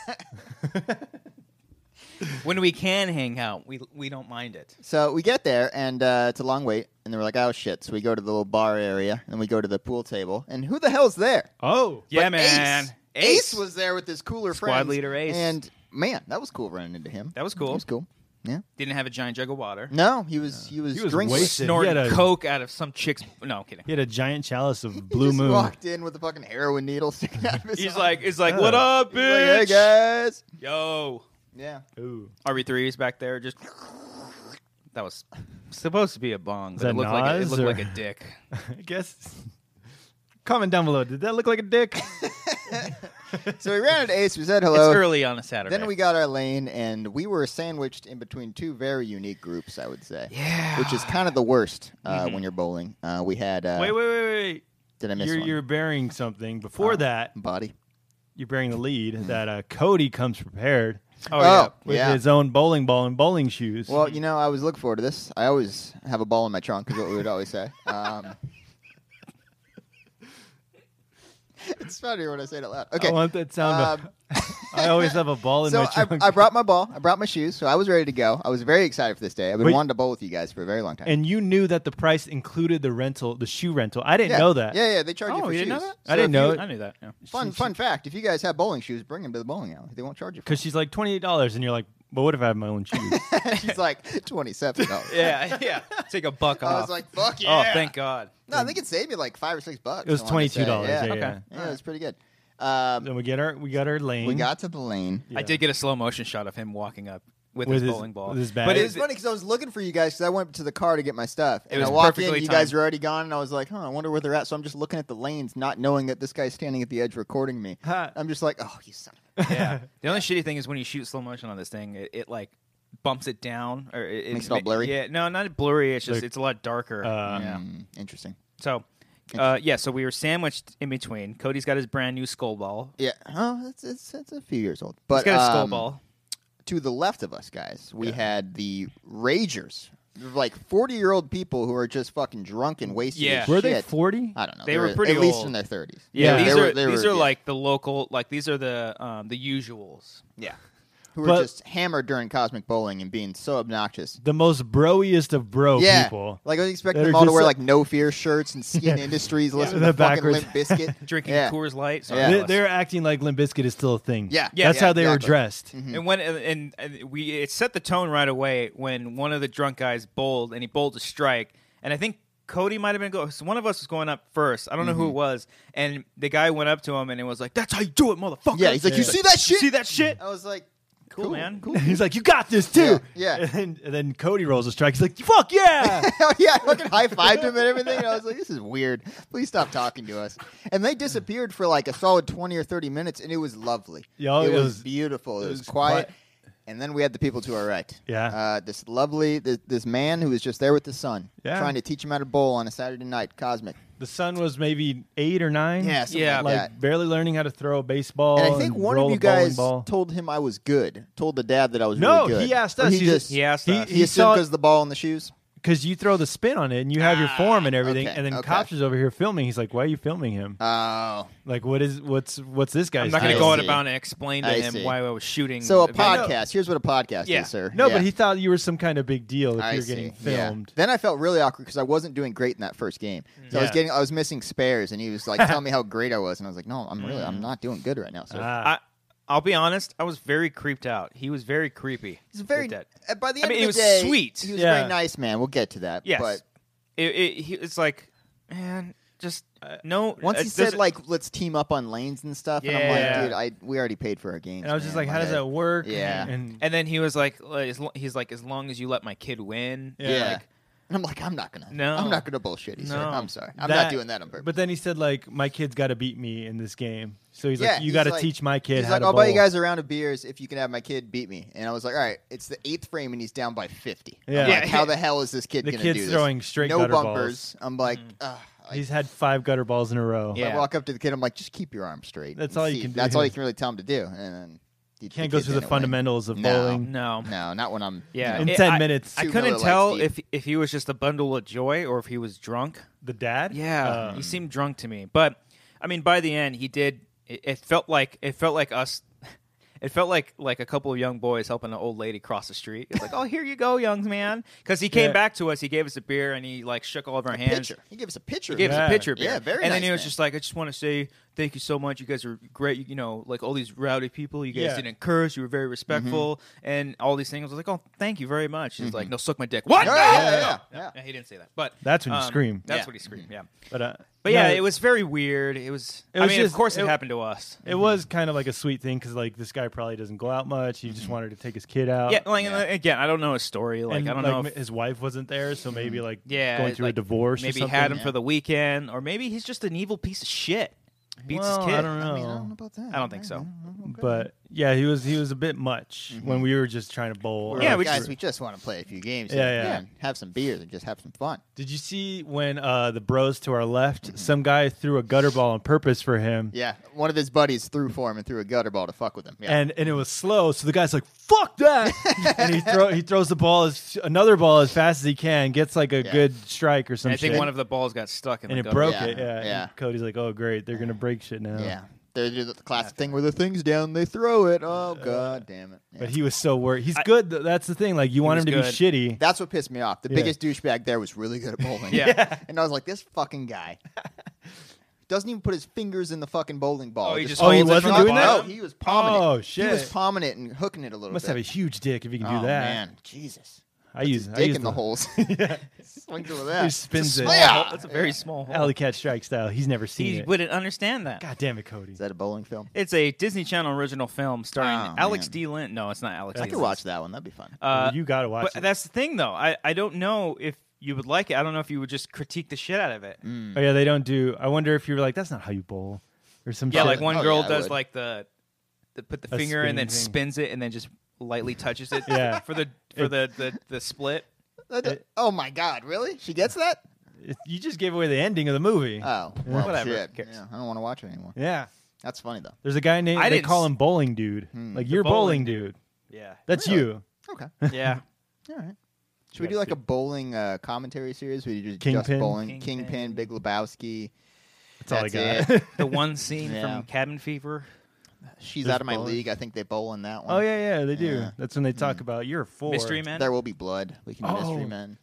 Speaker 1: when we can hang out, we we don't mind it.
Speaker 2: So we get there, and uh, it's a long wait. And they were like, "Oh shit!" So we go to the little bar area, and we go to the pool table, and who the hell's there?
Speaker 3: oh,
Speaker 1: Yeah,
Speaker 2: But
Speaker 1: man.
Speaker 2: Ace. Ace was there with his cooler
Speaker 1: Squad
Speaker 2: friends.
Speaker 1: leader Ace.
Speaker 2: and man, that was cool running into him.
Speaker 1: That was cool.
Speaker 2: That was cool. Yeah.
Speaker 1: Didn't have a giant jug of water.
Speaker 2: No, he was he was,
Speaker 3: He was
Speaker 2: drinking.
Speaker 3: wasted.
Speaker 1: Snorting
Speaker 3: He had a-
Speaker 1: coke out of some chick's. No, I'm kidding.
Speaker 3: He had a giant chalice of
Speaker 2: He
Speaker 3: blue
Speaker 2: just
Speaker 3: moon.
Speaker 2: walked in with a fucking heroin needle sticking out of his
Speaker 1: He's
Speaker 2: arm.
Speaker 1: like, it's like, what up,
Speaker 2: He's like, hey
Speaker 1: bitch?
Speaker 2: guys.
Speaker 1: Yo,
Speaker 2: Yeah.
Speaker 3: Ooh.
Speaker 1: RB3 is back there. Just that was supposed to be a bong, but
Speaker 3: that
Speaker 1: it looked like a, it
Speaker 3: Nas,
Speaker 1: looked
Speaker 3: or-
Speaker 1: like a dick.
Speaker 3: I guess. Comment down below. Did that look like a dick?
Speaker 2: So we ran into Ace. We said
Speaker 1: It's
Speaker 2: hello.
Speaker 1: early on a Saturday.
Speaker 2: Then we got our lane, and we were sandwiched in between two very unique groups, I would say.
Speaker 1: Yeah.
Speaker 2: Which is kind of the worst uh, when you're bowling. Uh, we had. Uh,
Speaker 3: Mm-hmm. wait, wait, wait, wait.
Speaker 2: Did I miss
Speaker 3: You're,
Speaker 2: one?
Speaker 3: you're bearing something. Before
Speaker 2: Oh,
Speaker 3: that,
Speaker 2: body.
Speaker 3: you're bearing the lead that uh, Cody comes prepared
Speaker 1: oh,
Speaker 3: with his own bowling ball and bowling shoes.
Speaker 2: Well, you know, I was looking forward to this. I always have a ball in my trunk, is what we would always say. Um, it's funnier when I say it out loud. Okay.
Speaker 3: I want that sound.
Speaker 2: Um,
Speaker 3: I always have a ball in
Speaker 2: so
Speaker 3: my
Speaker 2: I,
Speaker 3: trunk.
Speaker 2: I brought my ball. I brought my shoes. So I was ready to go. I was very excited for this day. I've been
Speaker 3: But-
Speaker 2: wanting to bowl with you guys for a very long time.
Speaker 3: and you knew that the price included the rental, the shoe rental. I didn't
Speaker 2: yeah.
Speaker 3: know that.
Speaker 2: Yeah, yeah. They charge you
Speaker 1: Oh,
Speaker 2: for
Speaker 1: you
Speaker 2: shoes.
Speaker 1: didn't know that?
Speaker 3: I
Speaker 2: if
Speaker 3: didn't know
Speaker 2: you-
Speaker 3: it.
Speaker 1: I knew that. Yeah.
Speaker 2: Fun, fun fact. If you guys have bowling shoes, bring them to the bowling alley. They won't charge you. For
Speaker 3: Because she's like twenty eight dollars, and you're like, but what if I have my own shoes?
Speaker 2: them. She's like twenty-seven dollars.
Speaker 1: Yeah, yeah. Take a buck off.
Speaker 2: I was like, fuck yeah.
Speaker 1: oh, thank God.
Speaker 2: No, I think it saved me like five or six bucks.
Speaker 3: It was
Speaker 2: I wanna say. Yeah,
Speaker 3: $22, yeah, Okay.
Speaker 2: yeah.
Speaker 3: yeah.
Speaker 2: it was pretty good. Um,
Speaker 3: then we get our we got our lane.
Speaker 2: we got to the lane.
Speaker 1: I did get a slow motion shot of him walking up with,
Speaker 3: With
Speaker 1: his
Speaker 3: his-
Speaker 1: bowling ball.
Speaker 3: with his bat.
Speaker 1: but
Speaker 2: It
Speaker 1: it
Speaker 2: was funny because I was looking for you guys because I went to the car to get my stuff. And
Speaker 1: was
Speaker 2: I walked in,
Speaker 1: perfectly
Speaker 2: you
Speaker 1: timed.
Speaker 2: guys were already gone, and I was like, huh, I wonder where they're at. So I'm just looking at the lanes, not knowing that this guy's standing at the edge recording me.
Speaker 3: Ha.
Speaker 2: I'm just like, oh, you son of a.
Speaker 1: yeah. The only shitty thing is when you shoot slow motion on this thing, it, it like bumps it down or it,
Speaker 2: Makes it all blurry?
Speaker 1: Yeah, no, not blurry. It's just
Speaker 3: Like,
Speaker 1: it's a lot darker.
Speaker 3: uh,
Speaker 1: yeah.
Speaker 2: Mm, interesting.
Speaker 1: So, uh, yeah. So we were sandwiched in between. Cody's got his brand new skull ball.
Speaker 2: Yeah. Oh, it's, it's, it's a few years old. But
Speaker 1: He's got his skull
Speaker 2: um,
Speaker 1: ball.
Speaker 2: to the left of us, guys, we had the Ragers. They're Like 40 year old people who are just fucking drunk and wasted.
Speaker 1: Yeah.
Speaker 2: as
Speaker 3: Were they
Speaker 2: shit.
Speaker 3: forty?
Speaker 2: I don't know.
Speaker 1: They were
Speaker 2: at
Speaker 1: pretty
Speaker 2: least
Speaker 1: old.
Speaker 2: in their 30s.
Speaker 1: Yeah,
Speaker 3: Yeah.
Speaker 1: these
Speaker 2: they
Speaker 1: are
Speaker 2: were- they
Speaker 1: these
Speaker 2: were-
Speaker 1: are
Speaker 2: yeah.
Speaker 1: like the local, like these are the um, the usuals.
Speaker 2: Yeah. Who were
Speaker 3: But-
Speaker 2: just hammered during cosmic bowling and being so obnoxious.
Speaker 3: The most broiest of bro
Speaker 2: yeah.
Speaker 3: people.
Speaker 2: Like I was expecting
Speaker 3: that
Speaker 2: them
Speaker 3: are
Speaker 2: all to
Speaker 3: just
Speaker 2: wear
Speaker 3: like-
Speaker 2: like no fear shirts and skin industries, listening
Speaker 3: The
Speaker 2: to fucking
Speaker 3: backwards.
Speaker 2: Limp Biscuit.
Speaker 1: Drinking
Speaker 2: yeah.
Speaker 1: Coors Light. Sorry,
Speaker 2: Yeah.
Speaker 3: They,
Speaker 1: Alice.
Speaker 3: they're acting like Limp Bizkit is still a thing.
Speaker 2: Yeah.
Speaker 1: Yeah,
Speaker 3: that's
Speaker 1: yeah,
Speaker 3: how they were
Speaker 2: exactly. Mm-hmm.
Speaker 3: dressed.
Speaker 2: Hmm.
Speaker 1: And when and, and we it set the tone right away when one of the drunk guys bowled and he bowled a strike and I think Cody might have been going. So one of us was going up first. I don't
Speaker 2: Mm-hmm.
Speaker 1: know who it was, and the guy went up to him and it was like, "That's how you do it, motherfucker."
Speaker 2: Yeah, he's like, "You see that shit?"
Speaker 1: See that shit?
Speaker 2: I was like,
Speaker 1: Cool, man.
Speaker 2: Cool.
Speaker 3: He's like, you got this too.
Speaker 2: Yeah, yeah.
Speaker 3: And, then, and then Cody rolls a strike. He's like, fuck yeah.
Speaker 2: Hell Oh, yeah, I fucking high fived him and everything. And I was like, this is weird. Please stop talking to us. And they disappeared for like a solid 20 or 30 minutes, and it was lovely.
Speaker 3: Yeah,
Speaker 2: it,
Speaker 3: it
Speaker 2: was,
Speaker 3: was-
Speaker 2: beautiful. It,
Speaker 3: it
Speaker 2: was,
Speaker 3: was
Speaker 2: quiet.
Speaker 3: quiet.
Speaker 2: And then we had the people to our right.
Speaker 3: Yeah.
Speaker 2: Uh, this lovely, this, this man who was just there with the son,
Speaker 3: Yeah.
Speaker 2: trying to teach him how to bowl on a Saturday night, cosmic.
Speaker 3: the son was maybe eight or nine.
Speaker 2: Yeah, something
Speaker 1: Yeah.
Speaker 2: like,
Speaker 3: like
Speaker 2: that.
Speaker 3: barely learning how to throw a baseball.
Speaker 2: And I think one of
Speaker 3: roll
Speaker 2: you
Speaker 3: a bowling
Speaker 2: guys
Speaker 3: ball.
Speaker 2: told him I was good. Told the dad that I was
Speaker 3: No,
Speaker 2: really good.
Speaker 3: he asked
Speaker 2: Or
Speaker 3: us.
Speaker 2: He
Speaker 3: He's-
Speaker 2: just
Speaker 1: He asked us.
Speaker 2: he assumed
Speaker 3: saw
Speaker 2: because the ball and the shoes.
Speaker 3: because you throw the spin on it and you have your form and everything,
Speaker 2: Ah, okay,
Speaker 3: and then
Speaker 2: okay.
Speaker 3: Cops is over here filming. He's like, "Why are you filming him?
Speaker 2: Oh,
Speaker 3: like, what is what's what's this guy's?"
Speaker 1: I'm not
Speaker 2: I
Speaker 1: going to go out
Speaker 2: see.
Speaker 1: about and explain to
Speaker 2: I
Speaker 1: him
Speaker 2: see.
Speaker 1: why I was shooting.
Speaker 2: so a
Speaker 1: the-
Speaker 2: podcast. Here's what a podcast
Speaker 1: Yeah.
Speaker 2: is, sir.
Speaker 3: No,
Speaker 2: Yeah.
Speaker 3: but he thought you were some kind of big deal if
Speaker 2: I
Speaker 3: you're
Speaker 2: see.
Speaker 3: getting
Speaker 2: Yeah.
Speaker 3: filmed.
Speaker 2: Then I felt really awkward because I wasn't doing great in that first game. So I was
Speaker 3: Yeah.
Speaker 2: getting, I was missing spares, and he was like telling me how great I was, and I was like, no, I'm really, I'm not doing good right now. So
Speaker 3: Mm. Ah.
Speaker 1: I, I'll be honest, I was very creeped out. He was very creepy.
Speaker 2: he's very.
Speaker 1: with that.
Speaker 2: uh, By the
Speaker 1: I
Speaker 2: end
Speaker 1: mean,
Speaker 2: of
Speaker 1: he
Speaker 2: the
Speaker 1: was
Speaker 2: day,
Speaker 1: sweet.
Speaker 2: He was
Speaker 3: Yeah. Uh,
Speaker 2: very nice, man. We'll get to that.
Speaker 1: Yes,
Speaker 2: But
Speaker 1: it, it, he, it's like, man, just no.
Speaker 2: once
Speaker 1: uh,
Speaker 2: he said
Speaker 1: doesn't-
Speaker 2: like, let's team up on lanes and stuff,
Speaker 1: Yeah.
Speaker 2: and I'm like, dude, I we already paid for our games.
Speaker 3: and I was just
Speaker 2: man.
Speaker 3: like, "How does
Speaker 2: I-
Speaker 3: that work?"
Speaker 2: Yeah.
Speaker 3: and,
Speaker 1: And then he was like, like, as lo- he's like, as long as you let my kid win.
Speaker 3: Yeah.
Speaker 2: Yeah.
Speaker 1: Like,
Speaker 2: and I'm like, I'm not gonna.
Speaker 1: No.
Speaker 2: I'm not gonna bullshit. He said,
Speaker 1: No.
Speaker 2: I'm sorry. I'm not
Speaker 3: That-
Speaker 2: doing that on purpose.
Speaker 3: But then he said, like, my kid's got to beat me in this game. So he's
Speaker 2: yeah,
Speaker 3: like, you
Speaker 2: he's
Speaker 3: got to
Speaker 2: like-
Speaker 3: teach my kid
Speaker 2: He's
Speaker 3: how
Speaker 2: like,
Speaker 3: to
Speaker 2: I'll
Speaker 3: bowl.
Speaker 2: buy you guys a round of beers if you can have my kid beat me. And I was like, all right, it's the eighth frame and he's down by fifty. I'm
Speaker 3: Yeah.
Speaker 2: like,
Speaker 1: Yeah.
Speaker 2: how the hell is this kid
Speaker 3: The
Speaker 2: gonna
Speaker 3: kid's
Speaker 2: do this?
Speaker 3: throwing straight
Speaker 2: no
Speaker 3: gutter
Speaker 2: bumpers. I'm like,
Speaker 1: Mm-hmm.
Speaker 2: ugh. I-
Speaker 3: He's had five gutter balls in a row.
Speaker 1: Yeah.
Speaker 2: I walk up to the kid. I'm like, just keep your arm straight.
Speaker 3: That's
Speaker 2: and
Speaker 3: all you
Speaker 2: see-
Speaker 3: can do.
Speaker 2: That's all you can really tell him to do. And then the
Speaker 3: Can't
Speaker 2: kid
Speaker 3: go through the
Speaker 2: didn't win.
Speaker 3: fundamentals of
Speaker 2: No.
Speaker 3: bowling.
Speaker 1: no.
Speaker 2: No, not when I'm.
Speaker 1: Yeah.
Speaker 2: you
Speaker 3: In
Speaker 2: know,
Speaker 1: It-
Speaker 3: 10
Speaker 1: I-
Speaker 3: minutes.
Speaker 1: I
Speaker 2: Two
Speaker 1: couldn't
Speaker 2: Miller
Speaker 1: tell
Speaker 2: Lights
Speaker 1: if if he was just a bundle of joy or if he was drunk.
Speaker 3: The dad?
Speaker 1: Yeah,
Speaker 3: Uh,
Speaker 1: he seemed drunk to me. But I mean, by the end, he did. It, it felt like it felt like us. It felt like like a couple of young boys helping an old lady cross the street. It's like, oh, here you go, young man, because he came
Speaker 3: Yeah.
Speaker 1: back to us. He gave us a beer and he like shook all of our hands.
Speaker 2: Pitcher. He gave us a pitcher.
Speaker 1: He gave us
Speaker 3: Yeah.
Speaker 1: a picture. of
Speaker 2: Yeah,
Speaker 1: it.
Speaker 2: very
Speaker 1: And then
Speaker 2: nice
Speaker 1: he was
Speaker 2: man.
Speaker 1: just like, I just want to say thank you so much. You guys are great. You, you know, like all these rowdy people. You guys
Speaker 3: Yeah.
Speaker 1: didn't curse. You were very respectful,
Speaker 2: Mm-hmm.
Speaker 1: and all these things. I was like, oh, thank you very much. He's like, no, suck my dick. What?
Speaker 2: Yeah,
Speaker 1: No!
Speaker 2: yeah, yeah,
Speaker 1: No,
Speaker 2: yeah.
Speaker 1: no, he didn't say that, but um,
Speaker 3: That's when you scream.
Speaker 1: That's
Speaker 2: Yeah. Mm-hmm.
Speaker 1: what he screamed. Yeah,
Speaker 3: But uh,
Speaker 1: but yeah,
Speaker 3: no,
Speaker 1: it was very weird. It was.
Speaker 3: It
Speaker 1: I
Speaker 3: was
Speaker 1: mean,
Speaker 3: just-
Speaker 1: of course, it,
Speaker 3: it-
Speaker 1: happened to us.
Speaker 3: It was kind of like a sweet thing because like this guy probably doesn't go out much. He
Speaker 2: Mm-hmm.
Speaker 3: just wanted to take his kid out.
Speaker 1: yeah, like and, uh, again, I don't know his story. Like
Speaker 3: and,
Speaker 1: I don't know.
Speaker 3: like,
Speaker 1: If, Mm-hmm.
Speaker 3: his wife wasn't there, so maybe like
Speaker 1: yeah,
Speaker 3: going through
Speaker 1: like,
Speaker 3: a divorce. or
Speaker 1: Maybe
Speaker 3: something.
Speaker 1: had him for the weekend, or maybe he's just an evil piece of shit. Beats
Speaker 3: Well,
Speaker 1: his kid.
Speaker 3: I don't know,
Speaker 2: I mean, I don't know about that.
Speaker 1: I don't think so.
Speaker 2: Mm-hmm.
Speaker 3: but yeah, he was he was a bit much
Speaker 1: Mm-hmm.
Speaker 3: when we were just trying to bowl.
Speaker 1: Yeah,
Speaker 2: yeah,
Speaker 1: we
Speaker 2: guys,
Speaker 1: just-
Speaker 2: we just want to play a few games.
Speaker 3: Yeah,
Speaker 2: here and
Speaker 3: yeah.
Speaker 2: there and Have some beers and just have some fun.
Speaker 3: Did you see when uh, the bros to our
Speaker 1: Mm-hmm.
Speaker 3: left, some guy threw a gutter ball on purpose for him?
Speaker 2: Yeah, one of his buddies threw for him and threw a gutter ball to fuck with him. Yeah.
Speaker 3: And, and it was slow, so the guy's like, "Fuck that!" and he throw he throws the ball as another ball as fast as he can, gets like a
Speaker 2: Yeah.
Speaker 3: good strike or some
Speaker 1: And I think
Speaker 3: shit,
Speaker 1: one of the balls got stuck in
Speaker 3: and
Speaker 1: the
Speaker 3: it
Speaker 1: gutter.
Speaker 3: broke
Speaker 2: Yeah,
Speaker 3: it. Yeah, and
Speaker 2: yeah.
Speaker 3: Cody's like, "Oh great, they're gonna break shit now."
Speaker 2: yeah, they do the classic thing where the thing's down, they throw it. Oh god, damn it! Yeah.
Speaker 3: Uh, But he was so worried. He's good. th- That's the thing. Like you want
Speaker 1: was
Speaker 3: him to
Speaker 1: good.
Speaker 3: be shitty.
Speaker 2: That's what pissed me off. The
Speaker 3: Yeah.
Speaker 2: biggest douchebag there was really good at bowling.
Speaker 1: Yeah.
Speaker 2: and I was like, this fucking guy doesn't even put his fingers in the fucking bowling ball.
Speaker 1: Oh, he just
Speaker 3: Oh, he
Speaker 1: holds it
Speaker 3: wasn't
Speaker 1: from the
Speaker 3: doing that?
Speaker 2: No,
Speaker 1: bottom?
Speaker 2: he was palming it.
Speaker 3: Oh,
Speaker 2: He was
Speaker 3: shit.
Speaker 2: palming it and hooking it a little
Speaker 3: Must have a
Speaker 2: bit.
Speaker 3: huge dick if you can
Speaker 2: oh
Speaker 3: do that.
Speaker 2: man, Jesus!
Speaker 3: I use I
Speaker 2: Dick
Speaker 3: use
Speaker 2: in the, holes. Swings over that.
Speaker 3: He spins it.
Speaker 2: Small hole.
Speaker 1: Oh, That's a very small hole.
Speaker 3: Alley cat strike style. He's never seen
Speaker 1: He
Speaker 3: it.
Speaker 1: wouldn't understand that.
Speaker 3: God damn it, Cody.
Speaker 2: Is that a bowling film?
Speaker 1: It's a Disney Channel original film starring
Speaker 2: Oh,
Speaker 1: Alex
Speaker 2: man.
Speaker 1: D. Lynn. No, it's not Alex.
Speaker 2: I
Speaker 1: D.
Speaker 2: could
Speaker 1: Lynn.
Speaker 2: watch that one. That'd be fun.
Speaker 1: Uh,
Speaker 3: you gotta watch
Speaker 1: but
Speaker 3: it.
Speaker 1: that's the thing, though. I, I don't know if you would like it. I don't know if you would just critique the shit out of it.
Speaker 2: Mm.
Speaker 3: oh yeah, they don't do. I wonder if you were like, that's not how you bowl, or some
Speaker 1: Yeah,
Speaker 3: shit.
Speaker 1: like one
Speaker 2: Oh,
Speaker 1: girl
Speaker 2: yeah, I
Speaker 1: does
Speaker 2: would.
Speaker 1: like the, the put the
Speaker 3: A
Speaker 1: finger and then
Speaker 3: spinning thing.
Speaker 1: spins it and then just lightly touches it.
Speaker 3: Yeah.
Speaker 1: for the for the, the the split.
Speaker 2: That- oh my God! Really? She gets that?
Speaker 3: It- You just gave away the ending of the movie.
Speaker 2: Oh, well,
Speaker 1: Whatever.
Speaker 2: shit.
Speaker 1: Who cares?
Speaker 2: Yeah, I don't want to watch it anymore.
Speaker 3: yeah,
Speaker 2: That's funny though.
Speaker 3: there's a guy named.
Speaker 1: I
Speaker 3: they
Speaker 1: didn't
Speaker 3: call
Speaker 1: s-
Speaker 3: him Bowling Dude.
Speaker 2: Hmm,
Speaker 3: Like you're
Speaker 1: bowling
Speaker 3: bowling, dude.
Speaker 1: Yeah,
Speaker 3: That's
Speaker 2: Really?
Speaker 3: you.
Speaker 2: Okay.
Speaker 1: yeah.
Speaker 2: All right. Should we do like a bowling uh, commentary series? We do just, just
Speaker 3: Kingpin?
Speaker 2: bowling,
Speaker 1: Kingpin.
Speaker 2: Kingpin, Big Lebowski.
Speaker 3: That's, all I
Speaker 2: That's
Speaker 3: got.
Speaker 2: it.
Speaker 1: The one scene
Speaker 2: Yeah.
Speaker 1: from Cabin Fever.
Speaker 2: She's
Speaker 3: There's
Speaker 2: out of my
Speaker 3: bowling.
Speaker 2: league. I think they bowl in that one.
Speaker 3: oh yeah, yeah, they do.
Speaker 2: Yeah. Hmm.
Speaker 3: That's when they talk about you're a four.
Speaker 1: Mystery Man.
Speaker 2: There will be blood. We can do mystery
Speaker 3: Oh.
Speaker 2: men.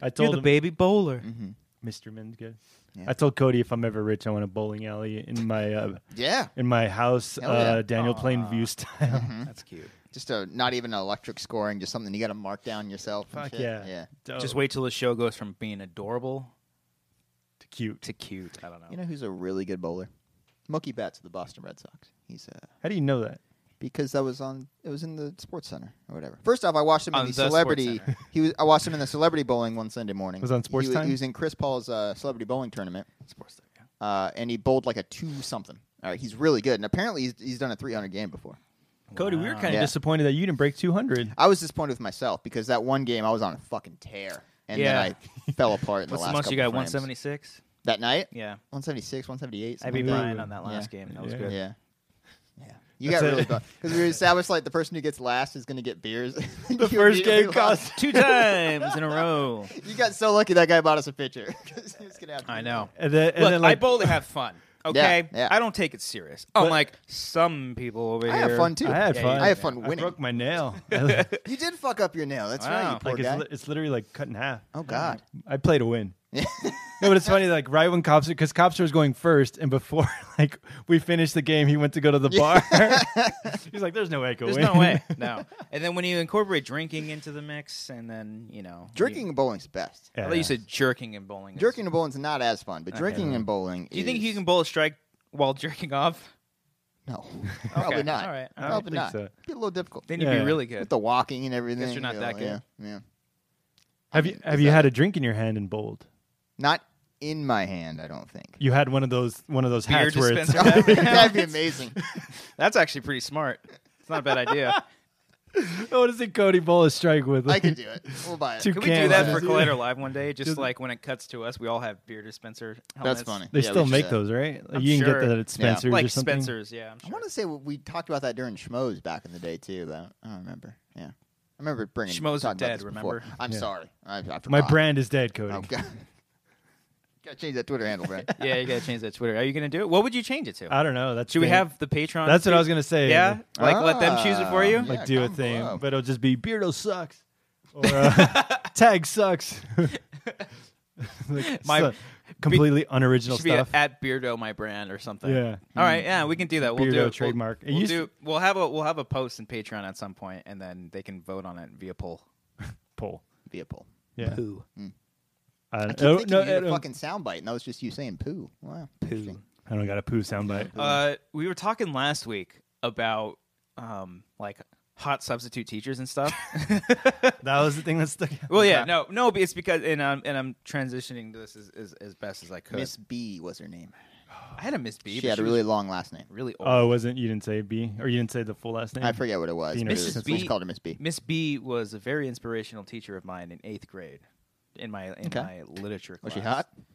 Speaker 3: I
Speaker 1: You're
Speaker 3: told
Speaker 1: the
Speaker 3: him,
Speaker 1: baby bowler.
Speaker 2: Mm-hmm.
Speaker 3: Mystery Man's good.
Speaker 2: Yeah.
Speaker 3: I told Cody if I'm ever rich, I want a bowling alley in my uh,
Speaker 2: Yeah.
Speaker 3: in my house,
Speaker 2: Hell
Speaker 3: uh,
Speaker 2: yeah. Mm-hmm.
Speaker 3: Daniel Plainview style.
Speaker 1: That's cute.
Speaker 2: Just a not even electric scoring, just something you got to mark down yourself. and
Speaker 3: Fuck
Speaker 2: shit.
Speaker 3: yeah.
Speaker 2: Yeah.
Speaker 3: Dope.
Speaker 1: Just wait till the show goes from being adorable
Speaker 3: Cute.
Speaker 1: to cute. I don't know.
Speaker 2: You know who's a really good bowler? Mookie Betts of the Boston Red Sox. He's uh
Speaker 3: How do you know that?
Speaker 2: because that was on it was in the sports center or whatever. First off, I watched him in
Speaker 1: On
Speaker 2: the,
Speaker 1: the
Speaker 2: celebrity.
Speaker 1: Sports Center.
Speaker 2: He was I watched him in the celebrity bowling one Sunday morning.
Speaker 3: Was it on Sports
Speaker 2: he, wa-
Speaker 3: Time?
Speaker 2: He was in Chris Paul's uh, celebrity bowling tournament.
Speaker 1: Sports stuff, yeah.
Speaker 2: uh, and he bowled like a two something. All right, he's really good, and apparently he's, he's done a 300 game before.
Speaker 3: Cody, we were kind of
Speaker 2: Yeah.
Speaker 3: disappointed that you didn't break 200.
Speaker 2: I was disappointed with myself because that one game I was on a fucking tear, and
Speaker 1: Yeah.
Speaker 2: then I fell apart in the
Speaker 1: What's the
Speaker 2: last.
Speaker 1: most you
Speaker 2: couple
Speaker 1: got? One
Speaker 2: frames.
Speaker 1: seventy six.
Speaker 2: that night.
Speaker 1: Yeah,
Speaker 2: 176, 178.
Speaker 1: I
Speaker 2: something
Speaker 1: beat
Speaker 2: like
Speaker 1: Brian on that last game. That was
Speaker 3: Yeah.
Speaker 1: good.
Speaker 2: that. Yeah, yeah. You
Speaker 3: That's
Speaker 2: got
Speaker 3: it.
Speaker 2: really because we established like the person who gets last is going to get beers.
Speaker 3: The first game cost.
Speaker 1: Two times in a row.
Speaker 2: You got so lucky that guy bought us a pitcher. 'Cause he was gonna have to
Speaker 1: I
Speaker 2: do
Speaker 1: know.
Speaker 3: And then, and
Speaker 1: Look,
Speaker 3: then, like,
Speaker 1: I bowl to have fun. Okay,
Speaker 2: yeah.
Speaker 1: I don't take it serious. Unlike some people over
Speaker 2: that. I
Speaker 1: here.
Speaker 2: have fun too.
Speaker 3: I had
Speaker 1: Yeah,
Speaker 3: fun.
Speaker 1: you-
Speaker 2: I had fun
Speaker 3: I
Speaker 2: winning.
Speaker 3: broke my nail. like
Speaker 2: You did fuck up your nail. That's right.
Speaker 1: Wow.
Speaker 2: You poor
Speaker 3: it's,
Speaker 2: guy.
Speaker 3: li- it's literally like cut in half.
Speaker 2: oh God.
Speaker 3: I play to win. no, but it's funny. Like right when Copster, because Copster was going first, and before like we finished the game, he went to go to the bar. He's like, "There's no way I could
Speaker 1: There's
Speaker 3: win."
Speaker 1: no way. No. And then when you incorporate drinking into the mix, and then you know
Speaker 2: Drinking
Speaker 1: You,
Speaker 2: and bowling's best.
Speaker 1: I
Speaker 3: Yeah.
Speaker 1: thought you said jerking and bowling. is-
Speaker 2: Jerking and bowling's not as fun, but drinking and bowling.
Speaker 1: Do you think
Speaker 2: is-
Speaker 1: you can bowl a strike while jerking off?
Speaker 2: No, probably not.
Speaker 1: All right. I don't
Speaker 2: probably
Speaker 3: think
Speaker 2: not.
Speaker 3: so.
Speaker 2: Be a little difficult
Speaker 1: Then you'd
Speaker 3: Yeah.
Speaker 1: be really
Speaker 2: with
Speaker 1: good.
Speaker 2: the walking and everything.
Speaker 1: you're not
Speaker 2: you
Speaker 1: that
Speaker 2: know,
Speaker 1: good.
Speaker 2: Yeah, yeah.
Speaker 3: Have you have you had a drink in your hand and bowled?
Speaker 2: Not in my hand, I don't think.
Speaker 3: You had one of those one of those
Speaker 1: Beer
Speaker 3: hats where it's
Speaker 1: dispenser.
Speaker 2: That'd be amazing.
Speaker 1: That's actually pretty smart. It's not a bad idea.
Speaker 3: what is it? Cody bowl a strike with?
Speaker 2: I could do it. We'll buy it.
Speaker 3: Two
Speaker 1: Can we
Speaker 3: Can't
Speaker 1: do that
Speaker 3: lie.
Speaker 1: for Collider Live one day? Just
Speaker 3: Doesn't-
Speaker 1: like when it cuts to us, we all have beer dispenser.
Speaker 2: That's
Speaker 1: helmets.
Speaker 2: funny. Yeah,
Speaker 3: They
Speaker 2: we
Speaker 3: still
Speaker 2: should
Speaker 3: make
Speaker 2: do that.
Speaker 3: those, right? Like,
Speaker 1: I'm
Speaker 3: you can
Speaker 1: sure.
Speaker 3: get that at Spencer's
Speaker 1: Like
Speaker 3: or something.
Speaker 1: Spencer's, yeah. I'm
Speaker 2: I
Speaker 1: sure.
Speaker 2: want to say we- we talked about that during Schmoes back in the day too, but I don't, I don't remember. Yeah, I remember bringing
Speaker 1: Schmoes are
Speaker 2: talking about
Speaker 1: dead,
Speaker 2: this before.
Speaker 1: remember?
Speaker 2: I'm
Speaker 3: Yeah.
Speaker 2: sorry. I, I forgot.
Speaker 3: My brand is dead, Cody.
Speaker 2: Oh God. Gotta change that Twitter handle, Brad.
Speaker 1: yeah, you gotta change that Twitter. Are you gonna do it? What would you change it to?
Speaker 3: I don't know. That's
Speaker 1: Should we
Speaker 3: the-
Speaker 1: have the Patreon?
Speaker 3: That's what I
Speaker 1: choose-
Speaker 3: was gonna say.
Speaker 1: Yeah, like let them choose it for you.
Speaker 2: Ah.
Speaker 3: like
Speaker 2: Yeah,
Speaker 3: do a
Speaker 2: comment
Speaker 3: thing,
Speaker 2: below.
Speaker 3: but it'll just be Beardo sucks or uh, tag sucks. Like,
Speaker 1: My-
Speaker 3: so- completely unoriginal
Speaker 1: should be
Speaker 3: stuff.
Speaker 1: a, at Beardo my brand or something.
Speaker 3: Yeah.
Speaker 1: All right, yeah, we can do that. We'll
Speaker 3: Beardo
Speaker 1: do it. We'll-
Speaker 3: trademark. It
Speaker 1: We'll,
Speaker 3: used
Speaker 1: do, we'll have a we'll have a post in Patreon at some point, and then they can vote on it via poll.
Speaker 3: Pull.
Speaker 2: Vehicle.
Speaker 3: Yeah. Hmm.
Speaker 1: Poo.
Speaker 3: I don't,
Speaker 2: I keep
Speaker 3: no,
Speaker 2: thinking
Speaker 3: Uh, oh, no,
Speaker 2: you
Speaker 3: um,
Speaker 2: did
Speaker 3: I
Speaker 2: a
Speaker 3: don't-
Speaker 2: fucking soundbite, and that was just you saying poo. Wow. Poo.
Speaker 3: I don't got a poo soundbite.
Speaker 1: Uh, we were talking last week about um like hot substitute teachers and stuff.
Speaker 3: that was the thing that stuck. out.
Speaker 1: well, yeah, no, no, but it's because and I'm and I'm transitioning to this as as, as best as I could.
Speaker 2: Miss B was her name.
Speaker 1: I had a Miss B.
Speaker 2: She
Speaker 1: but
Speaker 2: had a
Speaker 1: was
Speaker 2: really long last name.
Speaker 1: really old.
Speaker 3: Oh, it wasn't you didn't say B or you didn't say the full last name.
Speaker 2: I forget what it was.
Speaker 3: Beaner.
Speaker 2: but it
Speaker 3: Mrs.
Speaker 2: was-
Speaker 1: B.
Speaker 2: We just called her Miss B.
Speaker 1: Miss B was a very inspirational teacher of mine in eighth grade, in my in
Speaker 2: Okay.
Speaker 1: my literature
Speaker 2: Was
Speaker 1: class.
Speaker 2: she hot?
Speaker 3: Uh,
Speaker 2: Uh-huh.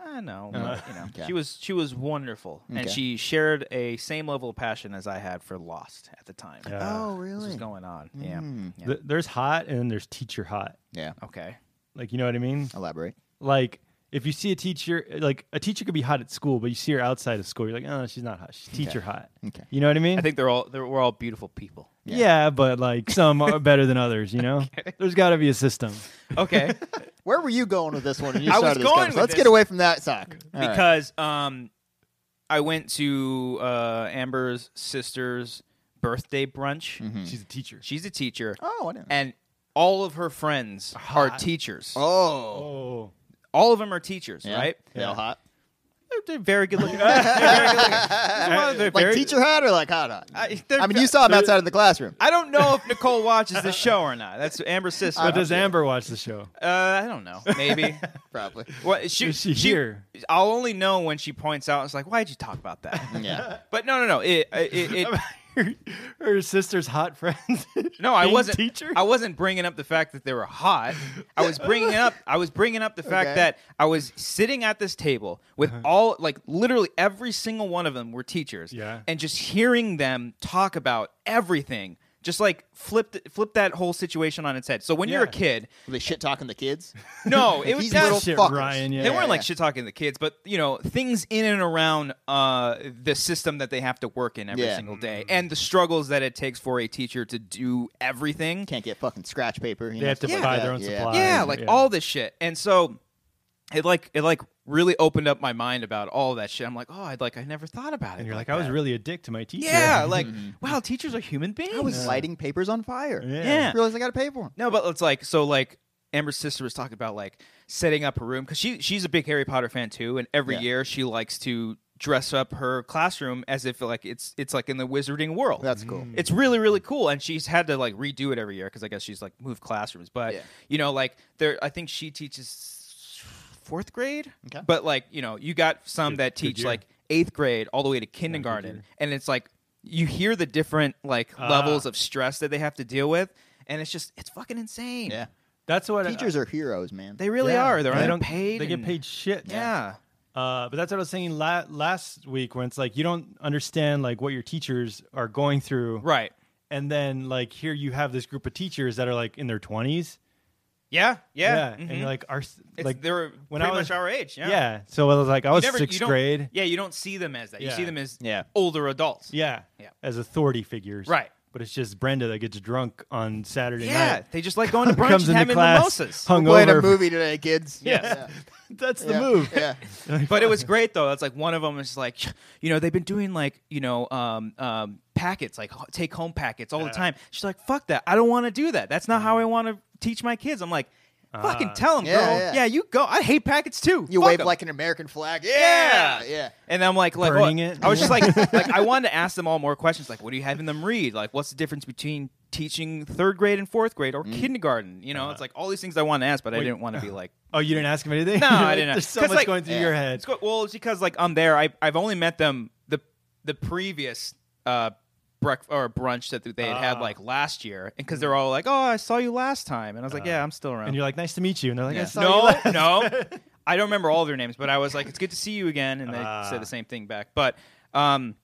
Speaker 1: I know, but, you know,
Speaker 2: Okay.
Speaker 1: she was she was wonderful, and
Speaker 2: Okay.
Speaker 1: she shared a same level of passion as I had for Lost at the time.
Speaker 3: Yeah. Oh,
Speaker 1: This was
Speaker 2: really? Hmm.
Speaker 1: going on. Yeah. Yeah.
Speaker 3: Th- there's hot and then there's teacher hot.
Speaker 2: Yeah.
Speaker 1: okay.
Speaker 3: Like you know what I
Speaker 1: Oh,
Speaker 3: mean?
Speaker 2: Elaborate.
Speaker 3: Like if you see a teacher, like a teacher could be hot at school, but you see her outside of school, you're like, oh, she's not hot. She's teacher hot.
Speaker 2: Okay.
Speaker 3: You know what I mean?
Speaker 1: I think they're all they're, we're all beautiful people.
Speaker 3: yeah. but like some are better than others. You know, there's got to be a system.
Speaker 1: Okay.
Speaker 2: Where were you going with this one? when you
Speaker 1: I was
Speaker 2: started this
Speaker 1: going
Speaker 2: conversation?
Speaker 1: with
Speaker 2: Let's
Speaker 1: this-
Speaker 2: get away from that sock. All right.
Speaker 1: because um, I went to uh, Amber's sister's birthday brunch.
Speaker 3: She's a teacher.
Speaker 1: She's a teacher.
Speaker 2: Oh, I didn't.
Speaker 1: and all of her friends are teachers.
Speaker 2: oh,
Speaker 3: Oh,
Speaker 1: All of them are teachers,
Speaker 2: Yeah.
Speaker 1: right?
Speaker 2: They all hot.
Speaker 1: They're, they're very good looking. they're very good looking.
Speaker 3: Uh,
Speaker 1: Well, they're
Speaker 2: Like
Speaker 1: very-
Speaker 2: teacher hot or like hot hot?
Speaker 1: I,
Speaker 2: I mean, you saw him outside of the classroom.
Speaker 1: I don't know if Nicole watches the show or not. That's Amber's sister.
Speaker 3: but does Amber watch the show?
Speaker 1: uh, I don't know. Maybe.
Speaker 2: Probably.
Speaker 1: What she,
Speaker 3: Is she here?
Speaker 1: I'll only know when she points out. It's like, why'd you talk about that?
Speaker 2: Yeah.
Speaker 1: But no, no, no. It, it, it
Speaker 3: her, her sister's hot friends.
Speaker 1: no. I
Speaker 3: Being
Speaker 1: wasn't.
Speaker 3: teacher.
Speaker 1: I wasn't bringing up the fact that they were hot. I was bringing up. I was bringing up the fact
Speaker 2: Okay.
Speaker 1: that I was sitting at this table with
Speaker 3: Uh-huh.
Speaker 1: all, like, literally every single one of them were teachers.
Speaker 3: Yeah.
Speaker 1: And just hearing them talk about everything. Just like flipped flip that whole situation on its head. So when you're a
Speaker 3: Yeah.
Speaker 1: kid,
Speaker 2: Were they shit talking the kids?
Speaker 1: no, it was
Speaker 2: These
Speaker 1: not-
Speaker 2: little
Speaker 3: Shit,
Speaker 2: fuckers.
Speaker 3: Ryan, yeah.
Speaker 1: they weren't like
Speaker 2: yeah.
Speaker 1: shit talking to the kids, but you know things in and around uh, the system that they have to work in every
Speaker 2: Yeah.
Speaker 1: single day,
Speaker 3: Mm-hmm.
Speaker 1: and the struggles that it takes for a teacher to do everything.
Speaker 2: Can't get fucking scratch paper. You
Speaker 3: They
Speaker 2: know,
Speaker 3: have to
Speaker 2: stuff like
Speaker 3: buy
Speaker 2: that.
Speaker 3: their own
Speaker 2: yeah.
Speaker 3: supplies.
Speaker 1: yeah, like all this shit, and so it like it like really opened up my mind about all that shit. I'm like, oh, I'd like I never thought about it.
Speaker 3: And you're like, I was
Speaker 1: that.
Speaker 3: really a dick to my teacher.
Speaker 1: yeah, like wow, teachers are human beings.
Speaker 2: I was lighting papers on fire.
Speaker 3: Yeah.
Speaker 1: yeah,
Speaker 2: Realized I got to pay for them.
Speaker 1: No, but it's like so like Amber's sister was talking about like setting up her room because she she's a big Harry Potter fan too, and every
Speaker 2: Yeah.
Speaker 1: year she likes to dress up her classroom as if like it's it's like in the wizarding world.
Speaker 2: That's cool.
Speaker 3: Mm.
Speaker 1: It's really really cool, and she's had to like redo it every year because I guess she's like moved classrooms. But
Speaker 2: Yeah.
Speaker 1: you know, like there, I think she teaches fourth grade.
Speaker 2: Okay.
Speaker 1: But like you know, you got some that teach
Speaker 3: year.
Speaker 1: like eighth grade all the way to kindergarten, and it's like you hear the different like
Speaker 2: Ah.
Speaker 1: levels of stress that they have to deal with, and it's just it's fucking insane.
Speaker 2: Yeah.
Speaker 3: that's what uh,
Speaker 2: Teachers are heroes, man.
Speaker 1: They really
Speaker 3: Yeah.
Speaker 1: are. They're
Speaker 3: They don't-
Speaker 1: underpaid.
Speaker 3: They get
Speaker 1: and-
Speaker 3: paid shit.
Speaker 1: Yeah.
Speaker 3: Uh, but that's what I was saying la- last week when it's like you don't understand like what your teachers are going through.
Speaker 1: Right.
Speaker 3: And then like here you have this group of teachers that are like in their 20s.
Speaker 1: Yeah. Yeah.
Speaker 3: And
Speaker 1: mhm.
Speaker 3: you're like our
Speaker 1: It's-
Speaker 3: like
Speaker 1: they were
Speaker 3: when
Speaker 1: pretty
Speaker 3: I was-
Speaker 1: much our age.
Speaker 3: yeah.
Speaker 1: Yeah.
Speaker 3: So I was like I was
Speaker 1: You never- you
Speaker 3: 6th
Speaker 1: don't-
Speaker 3: grade.
Speaker 1: Yeah, you don't see them as that. You
Speaker 3: Yeah.
Speaker 1: see them as
Speaker 2: Yeah.
Speaker 1: older adults.
Speaker 3: Yeah.
Speaker 1: Yeah.
Speaker 3: As authority figures.
Speaker 1: Right.
Speaker 3: But it's just Brenda that gets drunk on Saturday
Speaker 1: Yeah,
Speaker 3: night.
Speaker 1: they just like going to brunch
Speaker 3: comes
Speaker 1: and
Speaker 3: into
Speaker 1: having
Speaker 3: class
Speaker 1: mimosas.
Speaker 3: hung
Speaker 2: We're playing
Speaker 3: over.
Speaker 2: a movie today, kids.
Speaker 1: Yes.
Speaker 3: that's the
Speaker 2: Yeah.
Speaker 3: move.
Speaker 2: Yeah.
Speaker 1: but it was great though. It's like one of them is like, you know, they've been doing like, you know, um, um, packets, like take home packets all the time. She's like, fuck that. I don't want to do that. That's not
Speaker 3: Mm.
Speaker 1: how I want to teach my kids. I'm like,
Speaker 3: Ah.
Speaker 1: fucking tell them,
Speaker 2: Yeah,
Speaker 1: girl.
Speaker 2: yeah.
Speaker 1: Yeah, you go. I hate packets too.
Speaker 2: You
Speaker 1: Fuck
Speaker 2: wave
Speaker 1: 'em."
Speaker 2: like an American flag.
Speaker 1: Yeah,
Speaker 2: Yeah. Yeah.
Speaker 1: And I'm like, like,
Speaker 3: Burning
Speaker 1: what-
Speaker 3: it.
Speaker 1: I was just like, like, I wanted to ask them all more questions. Like, what are you having them read? Like, what's the difference between teaching third grade and fourth grade or kindergarten? You know, it's like all these things I want to ask, but I didn't want to be like,
Speaker 3: Oh, you didn't ask him anything?
Speaker 1: No, I didn't.
Speaker 3: There's so
Speaker 1: 'Cause,
Speaker 3: much
Speaker 1: like-
Speaker 3: going through
Speaker 2: Yeah.
Speaker 3: your head.
Speaker 1: It's good. Well, it's because like I'm there. I I've only met them the the previous uh brec- or brunch that they had had like last year, and because they're all like, "Oh, I saw you last time," and I was like, "Yeah, I'm still around."
Speaker 3: And you're like, nice to meet you. And they're like, I
Speaker 2: Yeah.
Speaker 3: saw you
Speaker 1: no,
Speaker 3: last
Speaker 1: no, I don't remember all their names, but I was like, "It's good to see you again," and they
Speaker 3: Ah.
Speaker 1: said the same thing back. But um,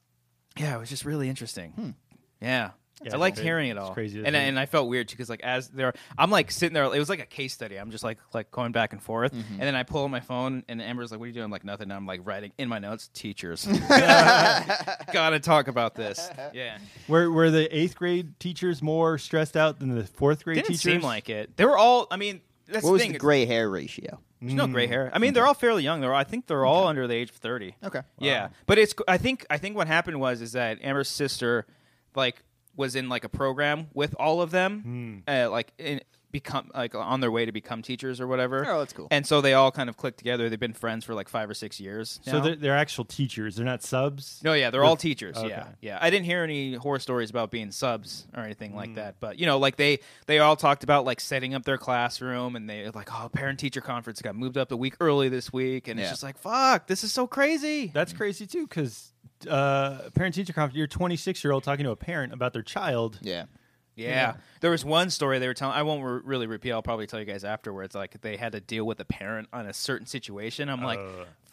Speaker 1: yeah, it was just really interesting. Yeah. I liked
Speaker 3: cool.
Speaker 1: hearing it
Speaker 3: Hmm. It's
Speaker 1: all,
Speaker 3: crazy to
Speaker 1: and
Speaker 3: think.
Speaker 1: and I felt weird too because like as there, I'm like sitting there. It was like a case study. I'm just like like going back and forth,
Speaker 3: Mm-hmm.
Speaker 1: and then I pull out my phone, and Amber's like, "What are you doing?" I'm like nothing. And I'm like writing in my notes, teachers. Gotta talk about this. Yeah,
Speaker 3: Were were the eighth grade teachers more stressed out than the fourth grade
Speaker 1: didn't
Speaker 3: teachers?
Speaker 1: seem like it. They were all. I mean, that's
Speaker 2: What
Speaker 1: the
Speaker 2: was
Speaker 1: thing.
Speaker 2: the
Speaker 1: it's-
Speaker 2: gray hair ratio?
Speaker 1: There's no
Speaker 3: Hmm.
Speaker 1: gray hair. I mean, they're all fairly young. They're all, I think they're all under the age of thirty.
Speaker 2: Okay.
Speaker 1: Yeah, but it's I think I think what happened was is that Amber's sister, like, was in like a program with all of them, uh, like in become like on their way to become teachers or whatever.
Speaker 2: Oh, that's cool.
Speaker 1: And so they all kind of clicked together. They've been friends for like five or six years.
Speaker 3: So
Speaker 1: now.
Speaker 3: they're, they're actual teachers. They're not subs.
Speaker 1: No, yeah, they're all teachers.
Speaker 3: okay.
Speaker 1: Yeah, yeah. I didn't hear any horror stories about being subs or anything like that. But you know, like they they all talked about like setting up their classroom, and they like, oh, parent teacher conference got moved up a week early this week, and
Speaker 2: Yeah.
Speaker 1: it's just like, fuck, this is so crazy.
Speaker 3: That's crazy too, because uh, parent teacher conference. You're 26 year old talking to a parent about their child.
Speaker 2: Yeah.
Speaker 1: yeah. there was one story they were telling. I won't re- really repeat. I'll probably tell you guys afterwards. Like they had to deal with a parent on a certain situation. I'm like.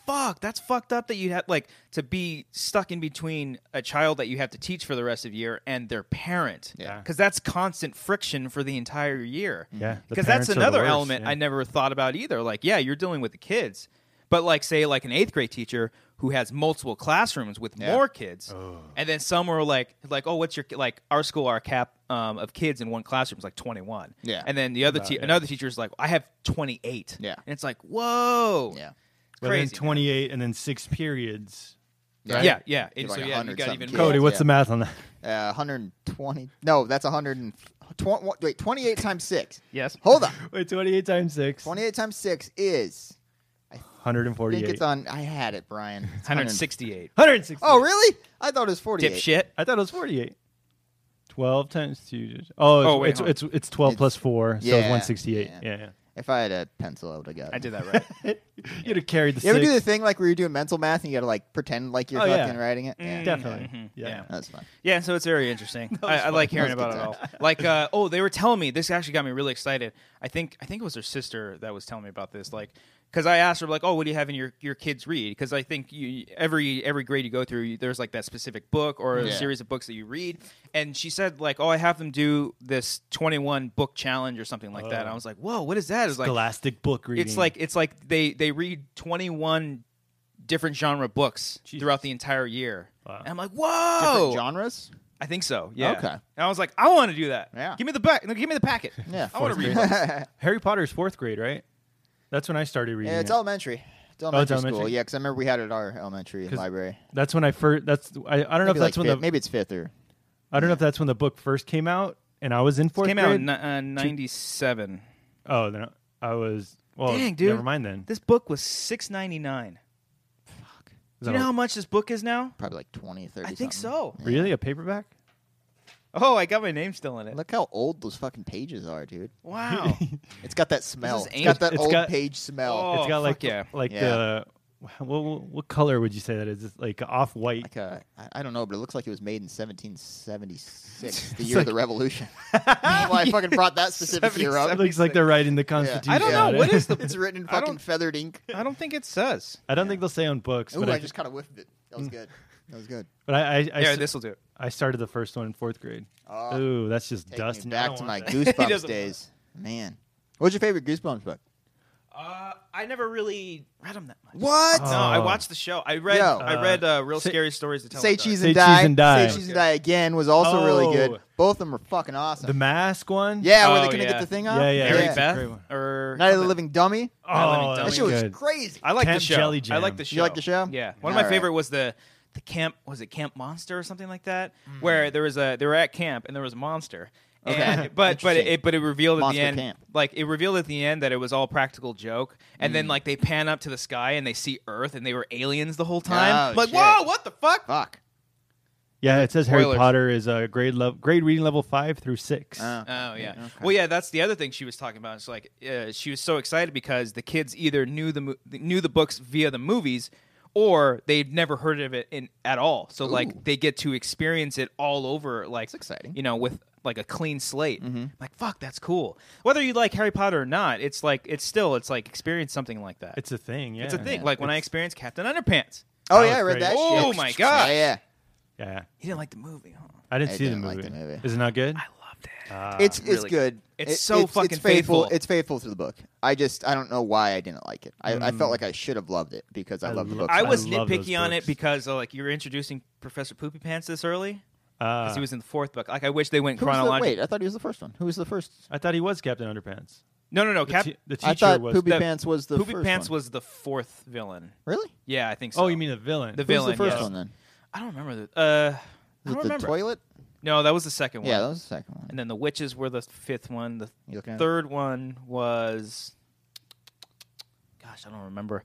Speaker 1: Fuck, that's fucked up that you have like to be stuck in between a child that you have to teach for the rest of the year and their parent.
Speaker 2: Yeah.
Speaker 1: because that's constant friction for the entire year.
Speaker 3: Yeah, the
Speaker 1: because that's
Speaker 3: parents are the
Speaker 1: another
Speaker 3: worst,
Speaker 1: element
Speaker 3: yeah.
Speaker 1: I never thought about either. Like, yeah, you're dealing with the kids, but like, say, like an eighth grade teacher who has multiple classrooms with
Speaker 2: Yeah.
Speaker 1: more kids, and then some were like, like, oh, what's your like? Our school, our cap um, of kids in one classroom is like 21.
Speaker 2: Yeah.
Speaker 1: and then the other te- another teacher is like, I have 28.
Speaker 2: Yeah.
Speaker 1: and it's like, whoa,
Speaker 2: Yeah.
Speaker 1: It's
Speaker 3: But
Speaker 1: crazy.
Speaker 3: then 28 and then six periods.
Speaker 1: man.
Speaker 2: right?
Speaker 1: Yeah, yeah.
Speaker 2: You're
Speaker 1: And
Speaker 2: like
Speaker 1: so yeah, you
Speaker 2: 100
Speaker 1: got
Speaker 2: something
Speaker 1: even
Speaker 2: kids.
Speaker 1: more.
Speaker 3: Cody, what's
Speaker 2: yeah.
Speaker 3: the math on that?
Speaker 2: Uh, 120. No, that's 120. 28 times 6.
Speaker 1: Yes.
Speaker 2: Hold on.
Speaker 3: Wait, 28 times six.
Speaker 2: 28 times 6 is. I
Speaker 3: 148.
Speaker 2: think it's on. I had it, Brian. It's
Speaker 1: 168.
Speaker 3: 160.
Speaker 2: Oh, really? I thought it was 48.
Speaker 1: Dipshit.
Speaker 3: I thought it was 48. 12 times two. Oh, it's,
Speaker 1: Oh, wait, hold on.
Speaker 3: it's, it's it's 12 plus four, so
Speaker 2: yeah,
Speaker 3: it's 168.
Speaker 2: yeah.
Speaker 3: Yeah, yeah.
Speaker 2: If I had a pencil, I would have got it.
Speaker 1: I did that right.
Speaker 3: You'd have carried the
Speaker 2: You ever
Speaker 3: six.
Speaker 2: do the thing like where you're doing mental math and you got to like pretend like you're
Speaker 3: Oh, yeah.
Speaker 2: fucking writing it? Yeah.
Speaker 3: Definitely. Yeah.
Speaker 1: Mm-hmm. yeah.
Speaker 2: That's fun.
Speaker 1: Yeah, so it's very interesting. I, I like hearing
Speaker 2: That was
Speaker 1: about
Speaker 2: a
Speaker 1: it
Speaker 2: good
Speaker 1: all. Like, uh, oh, they were telling me this actually got me really excited. I think I think it was her sister that was telling me about this. Like, because I asked her like, oh, what do you have in your, your kids read? Because I think you every every grade you go through, you, there's like that specific book or a
Speaker 2: Yeah.
Speaker 1: series of books that you read. And she said like, oh, I have them do this 21 book challenge or something like
Speaker 2: Oh.
Speaker 1: that. I was like, whoa, what is that? It's like
Speaker 3: Scholastic book reading.
Speaker 1: it's like it's like they they read 21 different genre books throughout the entire year. And I'm like, whoa,
Speaker 2: Different genres?
Speaker 1: I think so. Yeah.
Speaker 2: Okay.
Speaker 1: And I was like, I want to do that.
Speaker 2: Yeah.
Speaker 1: Give me the back. Give me the packet.
Speaker 2: Yeah.
Speaker 1: I want to read. books.
Speaker 3: Harry Potter's fourth grade, right? That's when I started reading.
Speaker 2: Yeah, it's
Speaker 3: it.
Speaker 2: elementary. It's elementary school.
Speaker 3: elementary?
Speaker 2: Yeah, because I remember we had it at our elementary
Speaker 3: 'Cause
Speaker 2: library.
Speaker 3: That's when I first. That's I, I don't know if
Speaker 2: Maybe, like
Speaker 3: that's when
Speaker 2: fifth,
Speaker 3: the
Speaker 2: maybe it's fifth or
Speaker 3: I don't know if that's when the book first came out, and I was in fourth
Speaker 1: Came
Speaker 3: grade.
Speaker 1: out in uh, 97.
Speaker 3: oh, then I was. Well,
Speaker 1: Dang, dude.
Speaker 3: Oh, never mind then.
Speaker 1: This book was 6.99.
Speaker 3: Is
Speaker 1: Do you
Speaker 3: that
Speaker 1: know
Speaker 3: a-
Speaker 1: how much this book is now?
Speaker 2: probably like 20, 30
Speaker 1: I think
Speaker 2: something.
Speaker 1: so.
Speaker 3: really a paperback?
Speaker 1: Oh, I got my name still in it.
Speaker 2: Look how old those fucking pages are, dude.
Speaker 1: Wow.
Speaker 2: It's got that smell.
Speaker 1: is
Speaker 2: It's got
Speaker 1: ancient.
Speaker 2: that
Speaker 3: It's
Speaker 2: old
Speaker 3: got-
Speaker 2: page smell.
Speaker 1: Oh,
Speaker 3: it's got
Speaker 1: fuck
Speaker 3: like
Speaker 1: yeah.
Speaker 3: like
Speaker 2: Yeah.
Speaker 3: the what, what what color would you say that is? It's like off white.
Speaker 2: Like a, I, I don't know, but it looks like it was made in 1776, the year of the Revolution. That's why I fucking brought that specific year
Speaker 3: it
Speaker 2: up.
Speaker 3: looks like they're writing the Constitution.
Speaker 1: I don't know.
Speaker 3: on it.
Speaker 1: What is the.
Speaker 2: It's written in
Speaker 1: I don't-
Speaker 2: fucking feathered ink.
Speaker 1: I don't think it says.
Speaker 3: I don't think they'll say on books,
Speaker 2: Ooh,
Speaker 3: but
Speaker 2: I
Speaker 3: I,
Speaker 2: just kind of whiffed it. That
Speaker 3: Hmm.
Speaker 2: was good. That was good.
Speaker 3: but I I, I,
Speaker 1: yeah,
Speaker 3: s-
Speaker 1: this will do it.
Speaker 3: I started the first one in fourth grade.
Speaker 2: Oh,
Speaker 3: Ooh, that's just
Speaker 2: Take
Speaker 3: dust.
Speaker 2: me
Speaker 3: and I
Speaker 2: back
Speaker 3: don't
Speaker 2: to my
Speaker 3: want that.
Speaker 2: Goosebumps
Speaker 1: doesn't-
Speaker 2: days. Man. What's your favorite Goosebumps book?
Speaker 1: Uh, I never really read them that much.
Speaker 2: What?
Speaker 1: No,
Speaker 3: oh,
Speaker 1: I watched the show. I read.
Speaker 2: Yo.
Speaker 1: I read uh, real
Speaker 3: say-
Speaker 1: scary stories to tell.
Speaker 2: Say
Speaker 1: in the Dark.
Speaker 2: cheese,
Speaker 3: Say
Speaker 2: and
Speaker 3: Cheese
Speaker 2: die.
Speaker 3: and Die.
Speaker 2: Say cheese and die again was also really
Speaker 3: Oh.
Speaker 2: good. Both of them were fucking awesome.
Speaker 3: the mask one.
Speaker 2: yeah, where
Speaker 1: Oh,
Speaker 2: they couldn't
Speaker 1: yeah.
Speaker 2: get the thing off.
Speaker 3: yeah, yeah.
Speaker 1: Mary
Speaker 3: yeah.
Speaker 1: Beth
Speaker 3: Great one.
Speaker 1: or
Speaker 2: Night of the Living Dummy.
Speaker 3: Oh,
Speaker 1: That
Speaker 2: That
Speaker 1: was
Speaker 2: shit was
Speaker 3: good.
Speaker 2: crazy.
Speaker 1: I like the
Speaker 3: Camp
Speaker 1: show.
Speaker 3: Jelly
Speaker 1: I like
Speaker 3: Jam.
Speaker 1: the show.
Speaker 2: You like the show?
Speaker 1: Yeah. One of
Speaker 2: All
Speaker 1: my
Speaker 2: right.
Speaker 1: favorite was the the camp was it Camp Monster or something like that, where there was a they were at camp and there was a monster.
Speaker 2: Okay.
Speaker 1: And, but but
Speaker 2: Interesting.
Speaker 1: it but it revealed at
Speaker 2: Monster
Speaker 1: the end
Speaker 2: camp.
Speaker 1: like it revealed at the end that it was all practical joke and
Speaker 2: Mm.
Speaker 1: then like they pan up to the sky and they see Earth and they were aliens the whole time
Speaker 2: Oh,
Speaker 1: like
Speaker 2: shit.
Speaker 1: whoa what the fuck
Speaker 2: Fuck.
Speaker 3: Yeah, it says Harry
Speaker 1: Spoilers.
Speaker 3: Potter is a grade level, grade reading level five through six.
Speaker 2: Uh,
Speaker 1: Oh yeah. Well, yeah. That's the other thing she was talking about. It's like uh, she was so excited because the kids either knew the mo- knew the books via the movies, or they'd never heard of it in at all. So like they get to experience it all over. Like it's
Speaker 2: exciting.
Speaker 1: You know, with like a clean slate.
Speaker 3: Mm-hmm.
Speaker 1: Like fuck, that's cool. Whether you like Harry Potter or not, it's like it's still it's like experience something like that.
Speaker 3: it's a thing. Yeah,
Speaker 1: It's a thing. Like when I experienced Captain Underpants.
Speaker 2: oh,
Speaker 3: That
Speaker 2: yeah, I
Speaker 3: was
Speaker 2: read that
Speaker 3: great.
Speaker 2: shit.
Speaker 1: Oh, my gosh.
Speaker 2: Yeah, yeah.
Speaker 3: yeah,
Speaker 1: You didn't like the movie, huh?
Speaker 3: I didn't
Speaker 2: I
Speaker 3: see
Speaker 2: didn't
Speaker 3: the,
Speaker 2: like
Speaker 3: movie.
Speaker 2: the movie.
Speaker 3: Is it not good? Ah,
Speaker 1: I loved it.
Speaker 2: It's it's
Speaker 1: really-
Speaker 2: good.
Speaker 1: it's so fucking
Speaker 2: faithful.
Speaker 1: faithful.
Speaker 2: It's faithful to the book. I just I don't know why I didn't like it. I, I felt like I should have loved it because I,
Speaker 3: I
Speaker 2: love the
Speaker 3: lo-
Speaker 2: book.
Speaker 1: Mm. I
Speaker 3: I
Speaker 1: was
Speaker 3: love those
Speaker 1: nitpicky on it
Speaker 3: books.
Speaker 1: because uh, like you were introducing Professor Poopy Pants this early. because
Speaker 3: Uh,
Speaker 1: he was in the fourth book. Like I wish they went
Speaker 2: Who was the-
Speaker 1: chronologically.
Speaker 2: wait, I thought he was the first one. Who was the first?
Speaker 3: I thought he was Captain Underpants.
Speaker 1: No, no, no.
Speaker 3: The,
Speaker 1: Cap-
Speaker 3: te- the teacher
Speaker 2: I thought
Speaker 3: was.
Speaker 2: Poopy
Speaker 1: that-
Speaker 2: Pants was the
Speaker 1: Poopy
Speaker 2: first
Speaker 1: Pants
Speaker 2: one.
Speaker 1: was the fourth villain.
Speaker 2: really.
Speaker 1: Yeah, I think so.
Speaker 3: oh, you mean the villain?
Speaker 1: the
Speaker 2: Who was
Speaker 1: villain?
Speaker 2: the first
Speaker 1: yes.
Speaker 2: one then?
Speaker 1: I don't remember the. Uh, I
Speaker 2: Was
Speaker 1: don't
Speaker 2: it the
Speaker 1: remember.
Speaker 2: toilet?
Speaker 1: No, that was the second one.
Speaker 2: Yeah, that was the second one.
Speaker 1: and then the witches were the fifth one. The
Speaker 2: You looking at it?
Speaker 1: third one was, gosh, I don't remember.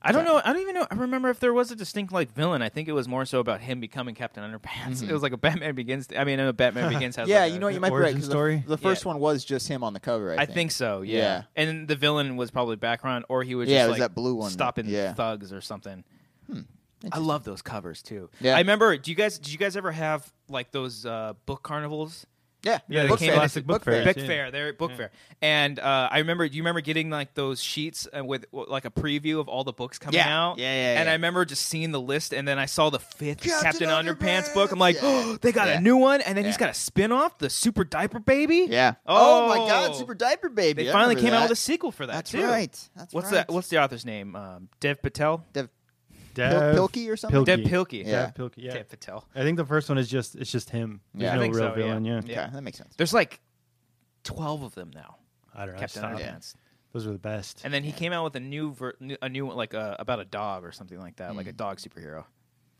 Speaker 1: I don't know. I don't even know. I remember if there was a distinct like villain. I think it was more so about him becoming Captain Underpants. It was like a Batman Begins. I mean, a Batman Begins has.
Speaker 2: Mm-hmm. yeah,
Speaker 1: like a-
Speaker 2: you know, you
Speaker 3: the
Speaker 2: might be right.
Speaker 3: origin
Speaker 2: 'cause
Speaker 3: story?
Speaker 2: The, the first one was just him on the cover. I
Speaker 1: I
Speaker 2: think.
Speaker 1: think so. Yeah.
Speaker 2: Yeah.
Speaker 1: And the villain was probably background, or he was
Speaker 2: Yeah,
Speaker 1: just
Speaker 2: it was
Speaker 1: like
Speaker 2: that blue one.
Speaker 1: stopping
Speaker 2: Yeah. Hmm.
Speaker 1: thugs or something. I love those covers too.
Speaker 2: Yeah.
Speaker 1: I remember. Do you guys? Did you guys ever have like those uh, book carnivals?
Speaker 2: Yeah,
Speaker 3: Yeah, the
Speaker 2: book
Speaker 1: came
Speaker 2: fair.
Speaker 1: classic
Speaker 3: book fair.
Speaker 1: Book
Speaker 3: Yeah.
Speaker 1: fair, they're at book fair, and uh, I remember. Do you remember getting like those sheets uh, with w- like a preview of all the books coming
Speaker 2: Yeah.
Speaker 1: out?
Speaker 2: Yeah, yeah,
Speaker 1: And
Speaker 2: yeah.
Speaker 1: I remember just seeing the list, and then I saw the fifth
Speaker 2: Captain
Speaker 1: Captain, Underpants,
Speaker 2: Underpants!
Speaker 1: book. I'm like,
Speaker 2: Yeah.
Speaker 1: oh, they got
Speaker 2: Yeah.
Speaker 1: a new one, and then he's
Speaker 2: Yeah.
Speaker 1: got a spin off, the Super Diaper Baby.
Speaker 2: Yeah.
Speaker 1: Oh,
Speaker 2: my God, Super Diaper Baby.
Speaker 1: They
Speaker 2: I
Speaker 1: finally
Speaker 2: remember
Speaker 1: came
Speaker 2: that.
Speaker 1: out with a sequel for that.
Speaker 2: That's
Speaker 1: too.
Speaker 2: right. That's
Speaker 1: what's
Speaker 2: right.
Speaker 1: that? What's the author's name? Um, Dev Patel.
Speaker 2: Dev-
Speaker 3: Dev,
Speaker 2: Pil- Pilkey or something?
Speaker 1: Dev Pilkey.
Speaker 2: Yeah.
Speaker 3: Dev Pilkey. Yeah.
Speaker 1: Dev Patel.
Speaker 3: I think the first one is just it's just him. There's
Speaker 2: Yeah. I
Speaker 3: no
Speaker 1: think
Speaker 3: real
Speaker 1: so, yeah.
Speaker 3: villain. Yeah.
Speaker 1: Yeah.
Speaker 2: Okay, that makes sense.
Speaker 1: There's like twelve of them now.
Speaker 3: I don't know. I
Speaker 1: Captain
Speaker 3: stopped.
Speaker 2: Yeah.
Speaker 1: Underpants.
Speaker 3: Those were the best.
Speaker 1: And then he came out with a new, ver- new a new like uh, about a dog or something like that, like
Speaker 2: Mm.
Speaker 1: a dog superhero,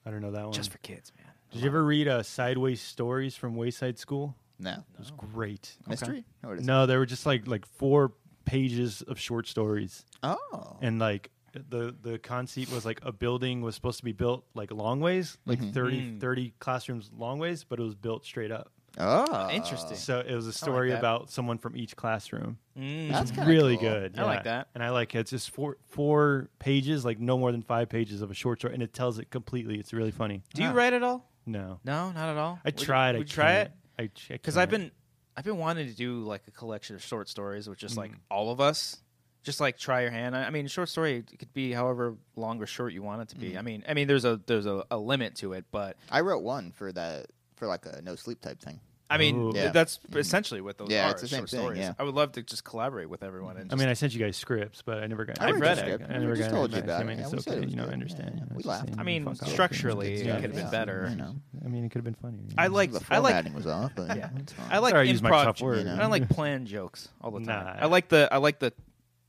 Speaker 3: I don't know that one.
Speaker 1: just for kids, man.
Speaker 3: Did you ever read uh, Sideways Stories from Wayside School?
Speaker 2: No.
Speaker 3: It was great.
Speaker 2: Mystery? No, it is.
Speaker 3: No, they were just like like four pages of short stories,
Speaker 2: Oh.
Speaker 3: and like the the conceit was like a building was supposed to be built like long ways, like
Speaker 2: Mm-hmm.
Speaker 3: thirty
Speaker 1: Hmm.
Speaker 3: thirty 30, classrooms long ways, but it was built straight up.
Speaker 2: Oh.
Speaker 1: Interesting.
Speaker 3: So it was a story
Speaker 1: that.
Speaker 3: about someone from each classroom.
Speaker 1: Mm.
Speaker 2: That's kinda
Speaker 3: really
Speaker 2: cool.
Speaker 3: good.
Speaker 1: I like
Speaker 3: yeah.
Speaker 1: that.
Speaker 3: and I like it. It's just four four pages, like no more than five pages of a short story, and it tells it completely. It's really funny.
Speaker 1: Do you write at all?
Speaker 3: No,
Speaker 1: No, not at all.
Speaker 3: I tried.
Speaker 1: You,
Speaker 3: I
Speaker 1: would you try
Speaker 3: can't.
Speaker 1: it?
Speaker 3: I ch- I
Speaker 1: Because I've
Speaker 3: can't.
Speaker 1: been, I've been wanting to do like a collection of short stories with just like
Speaker 3: Mm.
Speaker 1: all of us, just like try your hand. I, I mean, a short story it could be however long or short you want it to be.
Speaker 3: Mm.
Speaker 1: I mean, I mean, there's a there's a, a limit to it, but
Speaker 2: I wrote one for that for like a no sleep type thing.
Speaker 1: I mean,
Speaker 3: Ooh.
Speaker 2: Yeah.
Speaker 1: that's
Speaker 3: Mm.
Speaker 1: essentially what those
Speaker 2: Yeah,
Speaker 1: are.
Speaker 2: it's the same
Speaker 1: short
Speaker 2: thing,
Speaker 1: stories.
Speaker 2: yeah.
Speaker 1: I would love to just collaborate with everyone. And
Speaker 3: I
Speaker 1: just-
Speaker 3: mean, I sent you guys scripts, but I never got.
Speaker 2: I
Speaker 1: I've read it.
Speaker 3: I
Speaker 2: We
Speaker 3: never
Speaker 2: just
Speaker 3: got.
Speaker 2: told you
Speaker 3: anything.
Speaker 2: about
Speaker 3: I
Speaker 2: it.
Speaker 3: mean,
Speaker 2: Yeah,
Speaker 3: it's
Speaker 2: we said it
Speaker 3: okay.
Speaker 2: was
Speaker 3: You know, I
Speaker 2: good.
Speaker 3: understand.
Speaker 2: Yeah,
Speaker 3: you know,
Speaker 2: we
Speaker 3: it's just
Speaker 2: laughed.
Speaker 3: saying
Speaker 1: I
Speaker 3: you
Speaker 1: mean,
Speaker 3: fuck off.
Speaker 1: structurally, it
Speaker 3: Yeah,
Speaker 1: could have been
Speaker 3: yeah.
Speaker 1: better.
Speaker 2: You know,
Speaker 3: I mean, it could have been funnier. you
Speaker 1: I
Speaker 3: know.
Speaker 1: like
Speaker 2: the
Speaker 1: I like
Speaker 2: formatting was off, but
Speaker 1: yeah.
Speaker 2: it's fine.
Speaker 1: I like
Speaker 3: Sorry, I use
Speaker 1: improv
Speaker 3: Microsoft Word.
Speaker 1: and I like plan jokes all the time.
Speaker 3: Nah.
Speaker 1: I like the I like the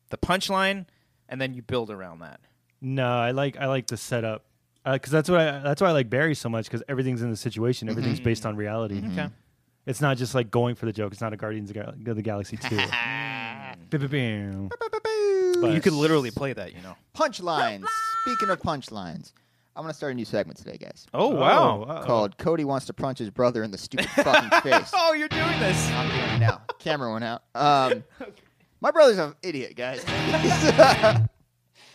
Speaker 1: the punchline and then you build around that.
Speaker 3: No, I like I like the setup because that's what I that's why I like Barry so much because everything's in the
Speaker 2: Mm-hmm.
Speaker 3: situation. Everything's based on reality.
Speaker 1: Okay.
Speaker 3: It's not just like going for the joke. It's not a Guardians of, Gal- of the Galaxy two. Ba-ba-boom. But-
Speaker 1: You could literally play that, you know.
Speaker 2: punchlines. Speaking of punchlines, I'm gonna start a new segment today, guys.
Speaker 1: Oh
Speaker 3: wow.
Speaker 1: wow.
Speaker 2: Called Cody wants to punch his brother in the stupid fucking face.
Speaker 1: Oh, you're doing this.
Speaker 2: I'm doing it now. Camera went out. Um, my brother's an idiot, guys.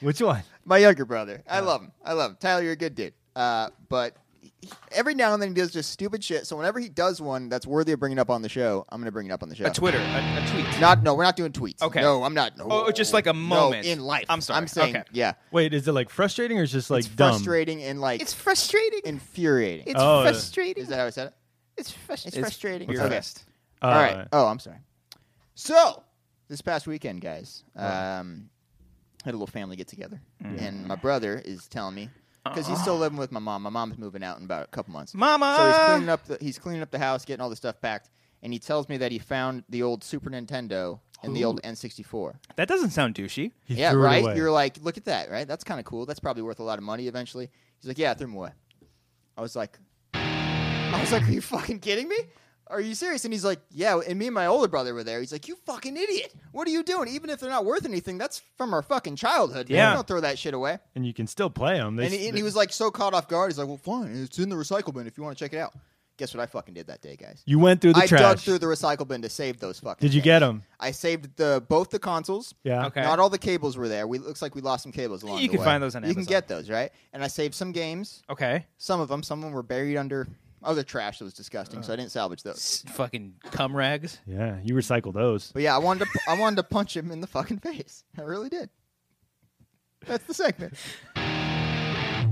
Speaker 3: Which one?
Speaker 2: my younger brother. I love him. I love him. Tyler, you're a good dude. Uh, but he- every now and then he does just stupid shit. So whenever he does one that's worthy of bringing up on the show, I'm going to bring it up on the show.
Speaker 1: A Twitter, a, a tweet.
Speaker 2: Not no, we're not doing tweets.
Speaker 1: Okay.
Speaker 2: No, I'm not. No.
Speaker 1: Oh, just like a
Speaker 2: No,
Speaker 1: moment.
Speaker 2: in life.
Speaker 1: I'm sorry.
Speaker 2: I'm saying
Speaker 1: Okay.
Speaker 2: yeah.
Speaker 3: Wait, is it like frustrating or is it just like
Speaker 2: it's
Speaker 3: dumb?
Speaker 2: frustrating and like
Speaker 4: It's frustrating.
Speaker 2: infuriating.
Speaker 4: It's
Speaker 3: Oh, yeah.
Speaker 4: frustrating.
Speaker 2: Is that how I said it?
Speaker 4: It's
Speaker 2: It's,
Speaker 4: frustrating.
Speaker 2: frustrating.
Speaker 1: You're
Speaker 2: Okay.
Speaker 1: best.
Speaker 3: Uh,
Speaker 2: All right. Oh, I'm sorry. So this past weekend, guys, um, had a little family get together, and my brother is telling me because he's still living with my mom. My mom's moving out in about a couple months.
Speaker 1: Mama.
Speaker 2: So he's cleaning up the he's cleaning up the house, getting all the stuff packed, and he tells me that he found the old Super Nintendo and the old N64.
Speaker 1: That doesn't sound douchey.
Speaker 3: He
Speaker 2: yeah,
Speaker 3: threw it
Speaker 2: right.
Speaker 3: away.
Speaker 2: You're like, look at that, right? That's kind of cool. That's probably worth a lot of money eventually. He's like, yeah, I threw them away. I was like, I was like, are you fucking kidding me? Are you serious? And he's like, yeah. And me and my older brother were there. He's like, you fucking idiot. What are you doing? Even if they're not worth anything, that's from our fucking childhood. Man.
Speaker 1: Yeah.
Speaker 2: We don't throw that shit away.
Speaker 3: and you can still play them.
Speaker 2: And he, and he was like so caught off guard. He's like, well, fine. It's in the recycle bin if you want to check it out. Guess what I fucking did that day, guys?
Speaker 3: you went through the
Speaker 2: I
Speaker 3: trash.
Speaker 2: dug through the recycle bin to save those fucking.
Speaker 3: Did you
Speaker 2: things.
Speaker 3: get them?
Speaker 2: I saved the both the consoles.
Speaker 3: Yeah.
Speaker 1: Okay.
Speaker 2: Not all the cables were there. We looks like we lost some cables along the
Speaker 1: You can
Speaker 2: way.
Speaker 1: find those on
Speaker 2: You
Speaker 1: Amazon.
Speaker 2: can get those right. And I saved some games.
Speaker 1: Okay.
Speaker 2: Some of them. Some of them were buried under other trash that was disgusting. So I didn't salvage those.
Speaker 1: S- Fucking cum rags.
Speaker 3: Yeah, you recycle those.
Speaker 2: But yeah, I wanted to. I wanted to punch him in the fucking face. I really did. That's the segment.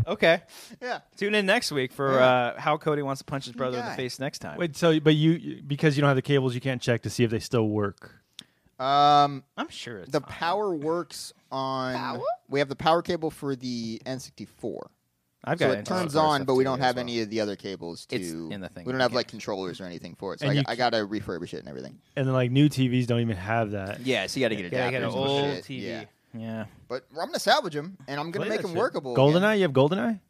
Speaker 1: Okay.
Speaker 2: Yeah.
Speaker 1: Tune in next week for uh, how Cody wants to punch his brother in the
Speaker 2: guy.
Speaker 1: face next time.
Speaker 3: Wait, so but you because you don't have the cables, you can't check to see if they still work.
Speaker 2: Um,
Speaker 1: I'm sure it's
Speaker 2: the
Speaker 1: fine.
Speaker 2: power works on. We have the power cable for the N64.
Speaker 1: I've
Speaker 2: So
Speaker 1: got
Speaker 2: it
Speaker 1: into a lot of
Speaker 2: turns
Speaker 1: other
Speaker 2: on,
Speaker 1: stuff
Speaker 2: but we
Speaker 1: too
Speaker 2: don't
Speaker 1: as
Speaker 2: have
Speaker 1: well.
Speaker 2: any of the other cables to.
Speaker 1: It's in the thing,
Speaker 2: We don't have
Speaker 1: yeah.
Speaker 2: like controllers or anything for it, so
Speaker 3: And
Speaker 2: I,
Speaker 3: you
Speaker 2: got, I gotta refurbish it and everything.
Speaker 3: And then like new TVs don't even have that.
Speaker 2: Yeah, so you gotta get
Speaker 1: Yeah, I got
Speaker 2: adapters
Speaker 1: an
Speaker 2: and
Speaker 1: old
Speaker 2: shit,
Speaker 1: TV.
Speaker 2: yeah.
Speaker 1: yeah.
Speaker 2: But I'm gonna salvage them, and I'm gonna
Speaker 3: Play
Speaker 2: make
Speaker 3: that
Speaker 2: them
Speaker 3: shit.
Speaker 2: workable. again. Ah,
Speaker 3: Goldeneye, you have Goldeneye?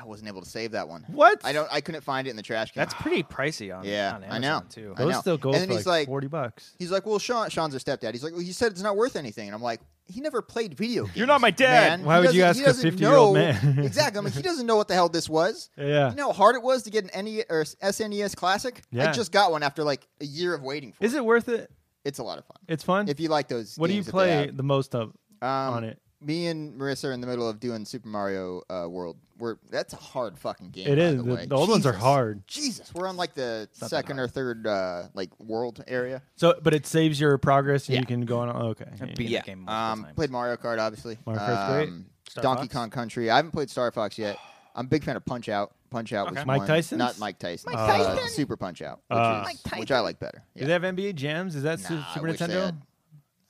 Speaker 2: I wasn't able to save that one.
Speaker 3: What?
Speaker 2: I don't. I couldn't find it in the trash can. Ah.
Speaker 1: That's pretty pricey on,
Speaker 2: Yeah,
Speaker 1: on
Speaker 2: I
Speaker 1: Amazon
Speaker 2: know.
Speaker 1: too.
Speaker 2: I
Speaker 3: Those
Speaker 2: know.
Speaker 3: still go
Speaker 2: And then
Speaker 3: for
Speaker 2: he's
Speaker 3: like,
Speaker 2: like-
Speaker 3: forty bucks.
Speaker 2: He's like, well, Sean, Sean's a stepdad. He's like, well, he said it's not worth anything, and I'm like, he never played video games.
Speaker 1: You're not my dad.
Speaker 2: man.
Speaker 3: Why
Speaker 2: He
Speaker 3: would you
Speaker 2: doesn't- he
Speaker 3: ask a
Speaker 2: doesn't
Speaker 3: 50-year-old
Speaker 2: know-
Speaker 3: man?
Speaker 2: exactly. I'm like, he doesn't know what the hell this was.
Speaker 3: Yeah.
Speaker 2: You know how hard it was to get an NE or SNES Classic.
Speaker 3: Yeah.
Speaker 2: I just got one after like a year of waiting for
Speaker 3: Is it worth it?
Speaker 2: It's a lot of fun.
Speaker 3: It's fun.
Speaker 2: If you like those,
Speaker 3: what do you
Speaker 2: games that they
Speaker 3: play
Speaker 2: have.
Speaker 3: the most of
Speaker 2: Um,
Speaker 3: on it?
Speaker 2: Me and Marissa are in the middle of doing Super Mario uh, World. We're that's a hard fucking game.
Speaker 3: It
Speaker 2: by
Speaker 3: is.
Speaker 2: The,
Speaker 3: The-
Speaker 2: way.
Speaker 3: the old ones are
Speaker 2: Jesus.
Speaker 3: hard.
Speaker 2: Jesus, we're on like the second or third uh, like world area.
Speaker 3: So, but it saves your progress, and
Speaker 2: Yeah.
Speaker 3: you can go on. oh, Okay,
Speaker 1: I've beaten
Speaker 2: Yeah.
Speaker 1: the game multiple
Speaker 2: Um,
Speaker 1: times.
Speaker 2: played Mario Kart, obviously. Um,
Speaker 3: Mario Kart's great.
Speaker 1: Star
Speaker 2: Donkey
Speaker 1: Fox?
Speaker 2: Kong Country. I haven't played Star Fox yet. I'm a big fan of Punch Out. Punch Out
Speaker 1: Okay.
Speaker 2: was
Speaker 3: Mike
Speaker 2: one-
Speaker 3: Tyson's?
Speaker 2: not Mike Tyson.
Speaker 4: Mike
Speaker 2: uh,
Speaker 4: Tyson?
Speaker 2: Super Punch Out, which,
Speaker 3: Uh,
Speaker 2: is-
Speaker 3: Mike
Speaker 2: which I like better.
Speaker 3: Do
Speaker 2: Yeah.
Speaker 3: they have NBA Jams? Is that Su-
Speaker 2: Nah, I
Speaker 3: Super
Speaker 2: wish they
Speaker 3: Nintendo?
Speaker 2: had-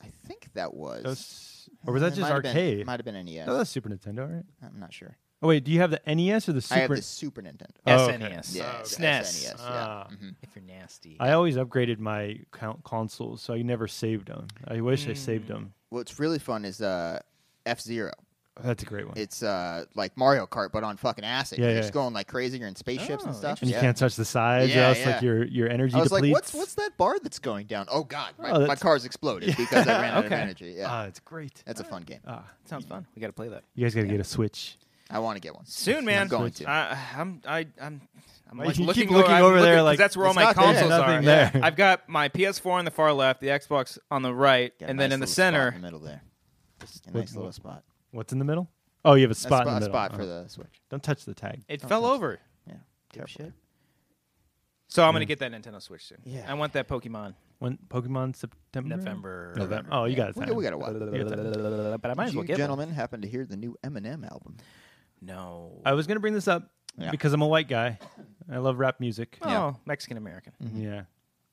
Speaker 2: I think that was.
Speaker 3: Those- or was that
Speaker 2: It
Speaker 3: just
Speaker 2: might have been-
Speaker 3: arcade?
Speaker 2: Might have been NES.
Speaker 3: No, that's Super Nintendo, right?
Speaker 2: I'm not sure.
Speaker 3: Oh wait, do you have the NES or the Super?
Speaker 2: I have the Super Nintendo.
Speaker 3: Oh, okay.
Speaker 1: SNES.
Speaker 2: Yeah, E it's
Speaker 1: SNES.
Speaker 2: SNES.
Speaker 3: Ah.
Speaker 2: Yeah. Mhm.
Speaker 1: E If you're nasty.
Speaker 3: I always upgraded my count consoles, so I never saved them. I wish I saved
Speaker 1: Hmm.
Speaker 3: them.
Speaker 2: What's really fun is uh, F Zero.
Speaker 3: That's a great one.
Speaker 2: It's uh, like Mario Kart, but on fucking acid.
Speaker 3: Yeah,
Speaker 2: You're
Speaker 3: yeah.
Speaker 2: just going like crazy. You're in spaceships and
Speaker 1: Oh,
Speaker 2: stuff.
Speaker 3: and you
Speaker 2: Yeah.
Speaker 3: can't touch the sides, or
Speaker 2: Yeah,
Speaker 3: else
Speaker 2: yeah.
Speaker 3: like your your energy
Speaker 2: I was
Speaker 3: depletes.
Speaker 2: like, what's what's that bar that's going down? Oh God, my,
Speaker 3: Oh,
Speaker 2: my
Speaker 3: that's-
Speaker 2: car's exploded because I ran out
Speaker 1: Okay.
Speaker 2: of energy. Yeah,
Speaker 3: Ah, it's great. Ah,
Speaker 2: that's a fun game.
Speaker 1: Sounds fun. We got to play that
Speaker 3: You guys gotta get a Switch.
Speaker 2: I want to get one
Speaker 1: soon, man. Uh,
Speaker 2: I'm going to.
Speaker 1: I, I'm. I, I'm. I'm
Speaker 3: Well,
Speaker 1: like
Speaker 3: you keep
Speaker 1: looking,
Speaker 3: looking
Speaker 1: I'm
Speaker 3: over there,
Speaker 1: 'cause
Speaker 3: like,
Speaker 1: that's where all
Speaker 2: it's
Speaker 1: my
Speaker 2: not there.
Speaker 1: consoles are.
Speaker 3: Nothing there.
Speaker 1: I've got my PS4 on the far left, the Xbox on the right,
Speaker 2: Got a
Speaker 1: and then
Speaker 2: nice
Speaker 1: in the
Speaker 2: little spot
Speaker 1: center,
Speaker 2: in the middle there, a
Speaker 3: What-
Speaker 2: nice little spot.
Speaker 3: What's in the middle? Oh, you have a
Speaker 2: A
Speaker 3: spot
Speaker 2: spot,
Speaker 3: in the middle.
Speaker 2: spot for
Speaker 3: Oh.
Speaker 2: the Switch.
Speaker 3: Don't touch the tag.
Speaker 1: it fell over.
Speaker 2: Yeah,
Speaker 1: So I'm
Speaker 3: Mm.
Speaker 1: gonna get that Nintendo Switch soon.
Speaker 2: Yeah.
Speaker 1: I want that Pokemon
Speaker 3: When Pokemon September,
Speaker 1: November.
Speaker 3: November. Oh, you got it.
Speaker 2: We- we got a while.
Speaker 3: You got time.
Speaker 1: But I might as
Speaker 2: Did
Speaker 1: well
Speaker 2: you
Speaker 1: get one.
Speaker 2: gentlemen happen to hear the new Eminem album?
Speaker 1: No.
Speaker 3: I was gonna bring this up
Speaker 2: Yeah.
Speaker 3: because I'm a white guy. I love rap music.
Speaker 1: oh,
Speaker 2: yeah. Mm. Mm-hmm.
Speaker 1: Mexican American,
Speaker 3: Yeah.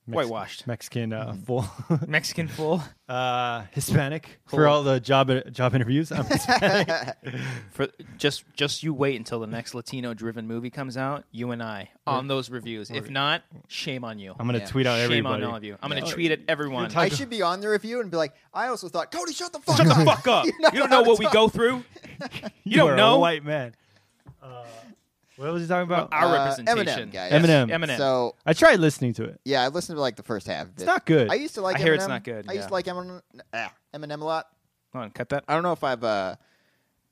Speaker 1: Whitewashed.
Speaker 3: Mexican uh, full
Speaker 1: Mexican full
Speaker 3: uh, Hispanic for all the job job interviews. I'm Hispanic.
Speaker 1: for just just you wait until the next Latino driven movie comes out. You and I on those reviews. If not, shame on you.
Speaker 3: I'm gonna
Speaker 2: Yeah.
Speaker 3: tweet out
Speaker 1: Shame
Speaker 3: everybody.
Speaker 1: on all of you. I'm gonna tweet at everyone.
Speaker 2: I should be on the review and be like, I also thought, Cody, shut the fuck
Speaker 1: Shut
Speaker 2: up.
Speaker 1: the fuck up.
Speaker 2: You're
Speaker 1: you
Speaker 2: not
Speaker 1: don't know
Speaker 2: allowed
Speaker 1: what
Speaker 2: to
Speaker 1: we
Speaker 2: talk.
Speaker 1: go through. You don't
Speaker 3: are
Speaker 1: know
Speaker 3: a white man. Uh, what was he talking about?
Speaker 1: our
Speaker 2: Uh,
Speaker 1: representation.
Speaker 2: Eminem, guys.
Speaker 3: Eminem.
Speaker 1: Eminem.
Speaker 2: So
Speaker 3: I tried listening to it.
Speaker 2: yeah, I listened to like the first half.
Speaker 3: It's not good.
Speaker 2: I used to like.
Speaker 1: I
Speaker 2: Eminem.
Speaker 1: hear it's not good,
Speaker 2: I used
Speaker 1: yeah.
Speaker 2: to like Eminem, ah, Eminem a lot.
Speaker 1: Hold on, cut that.
Speaker 2: I don't know if I've uh,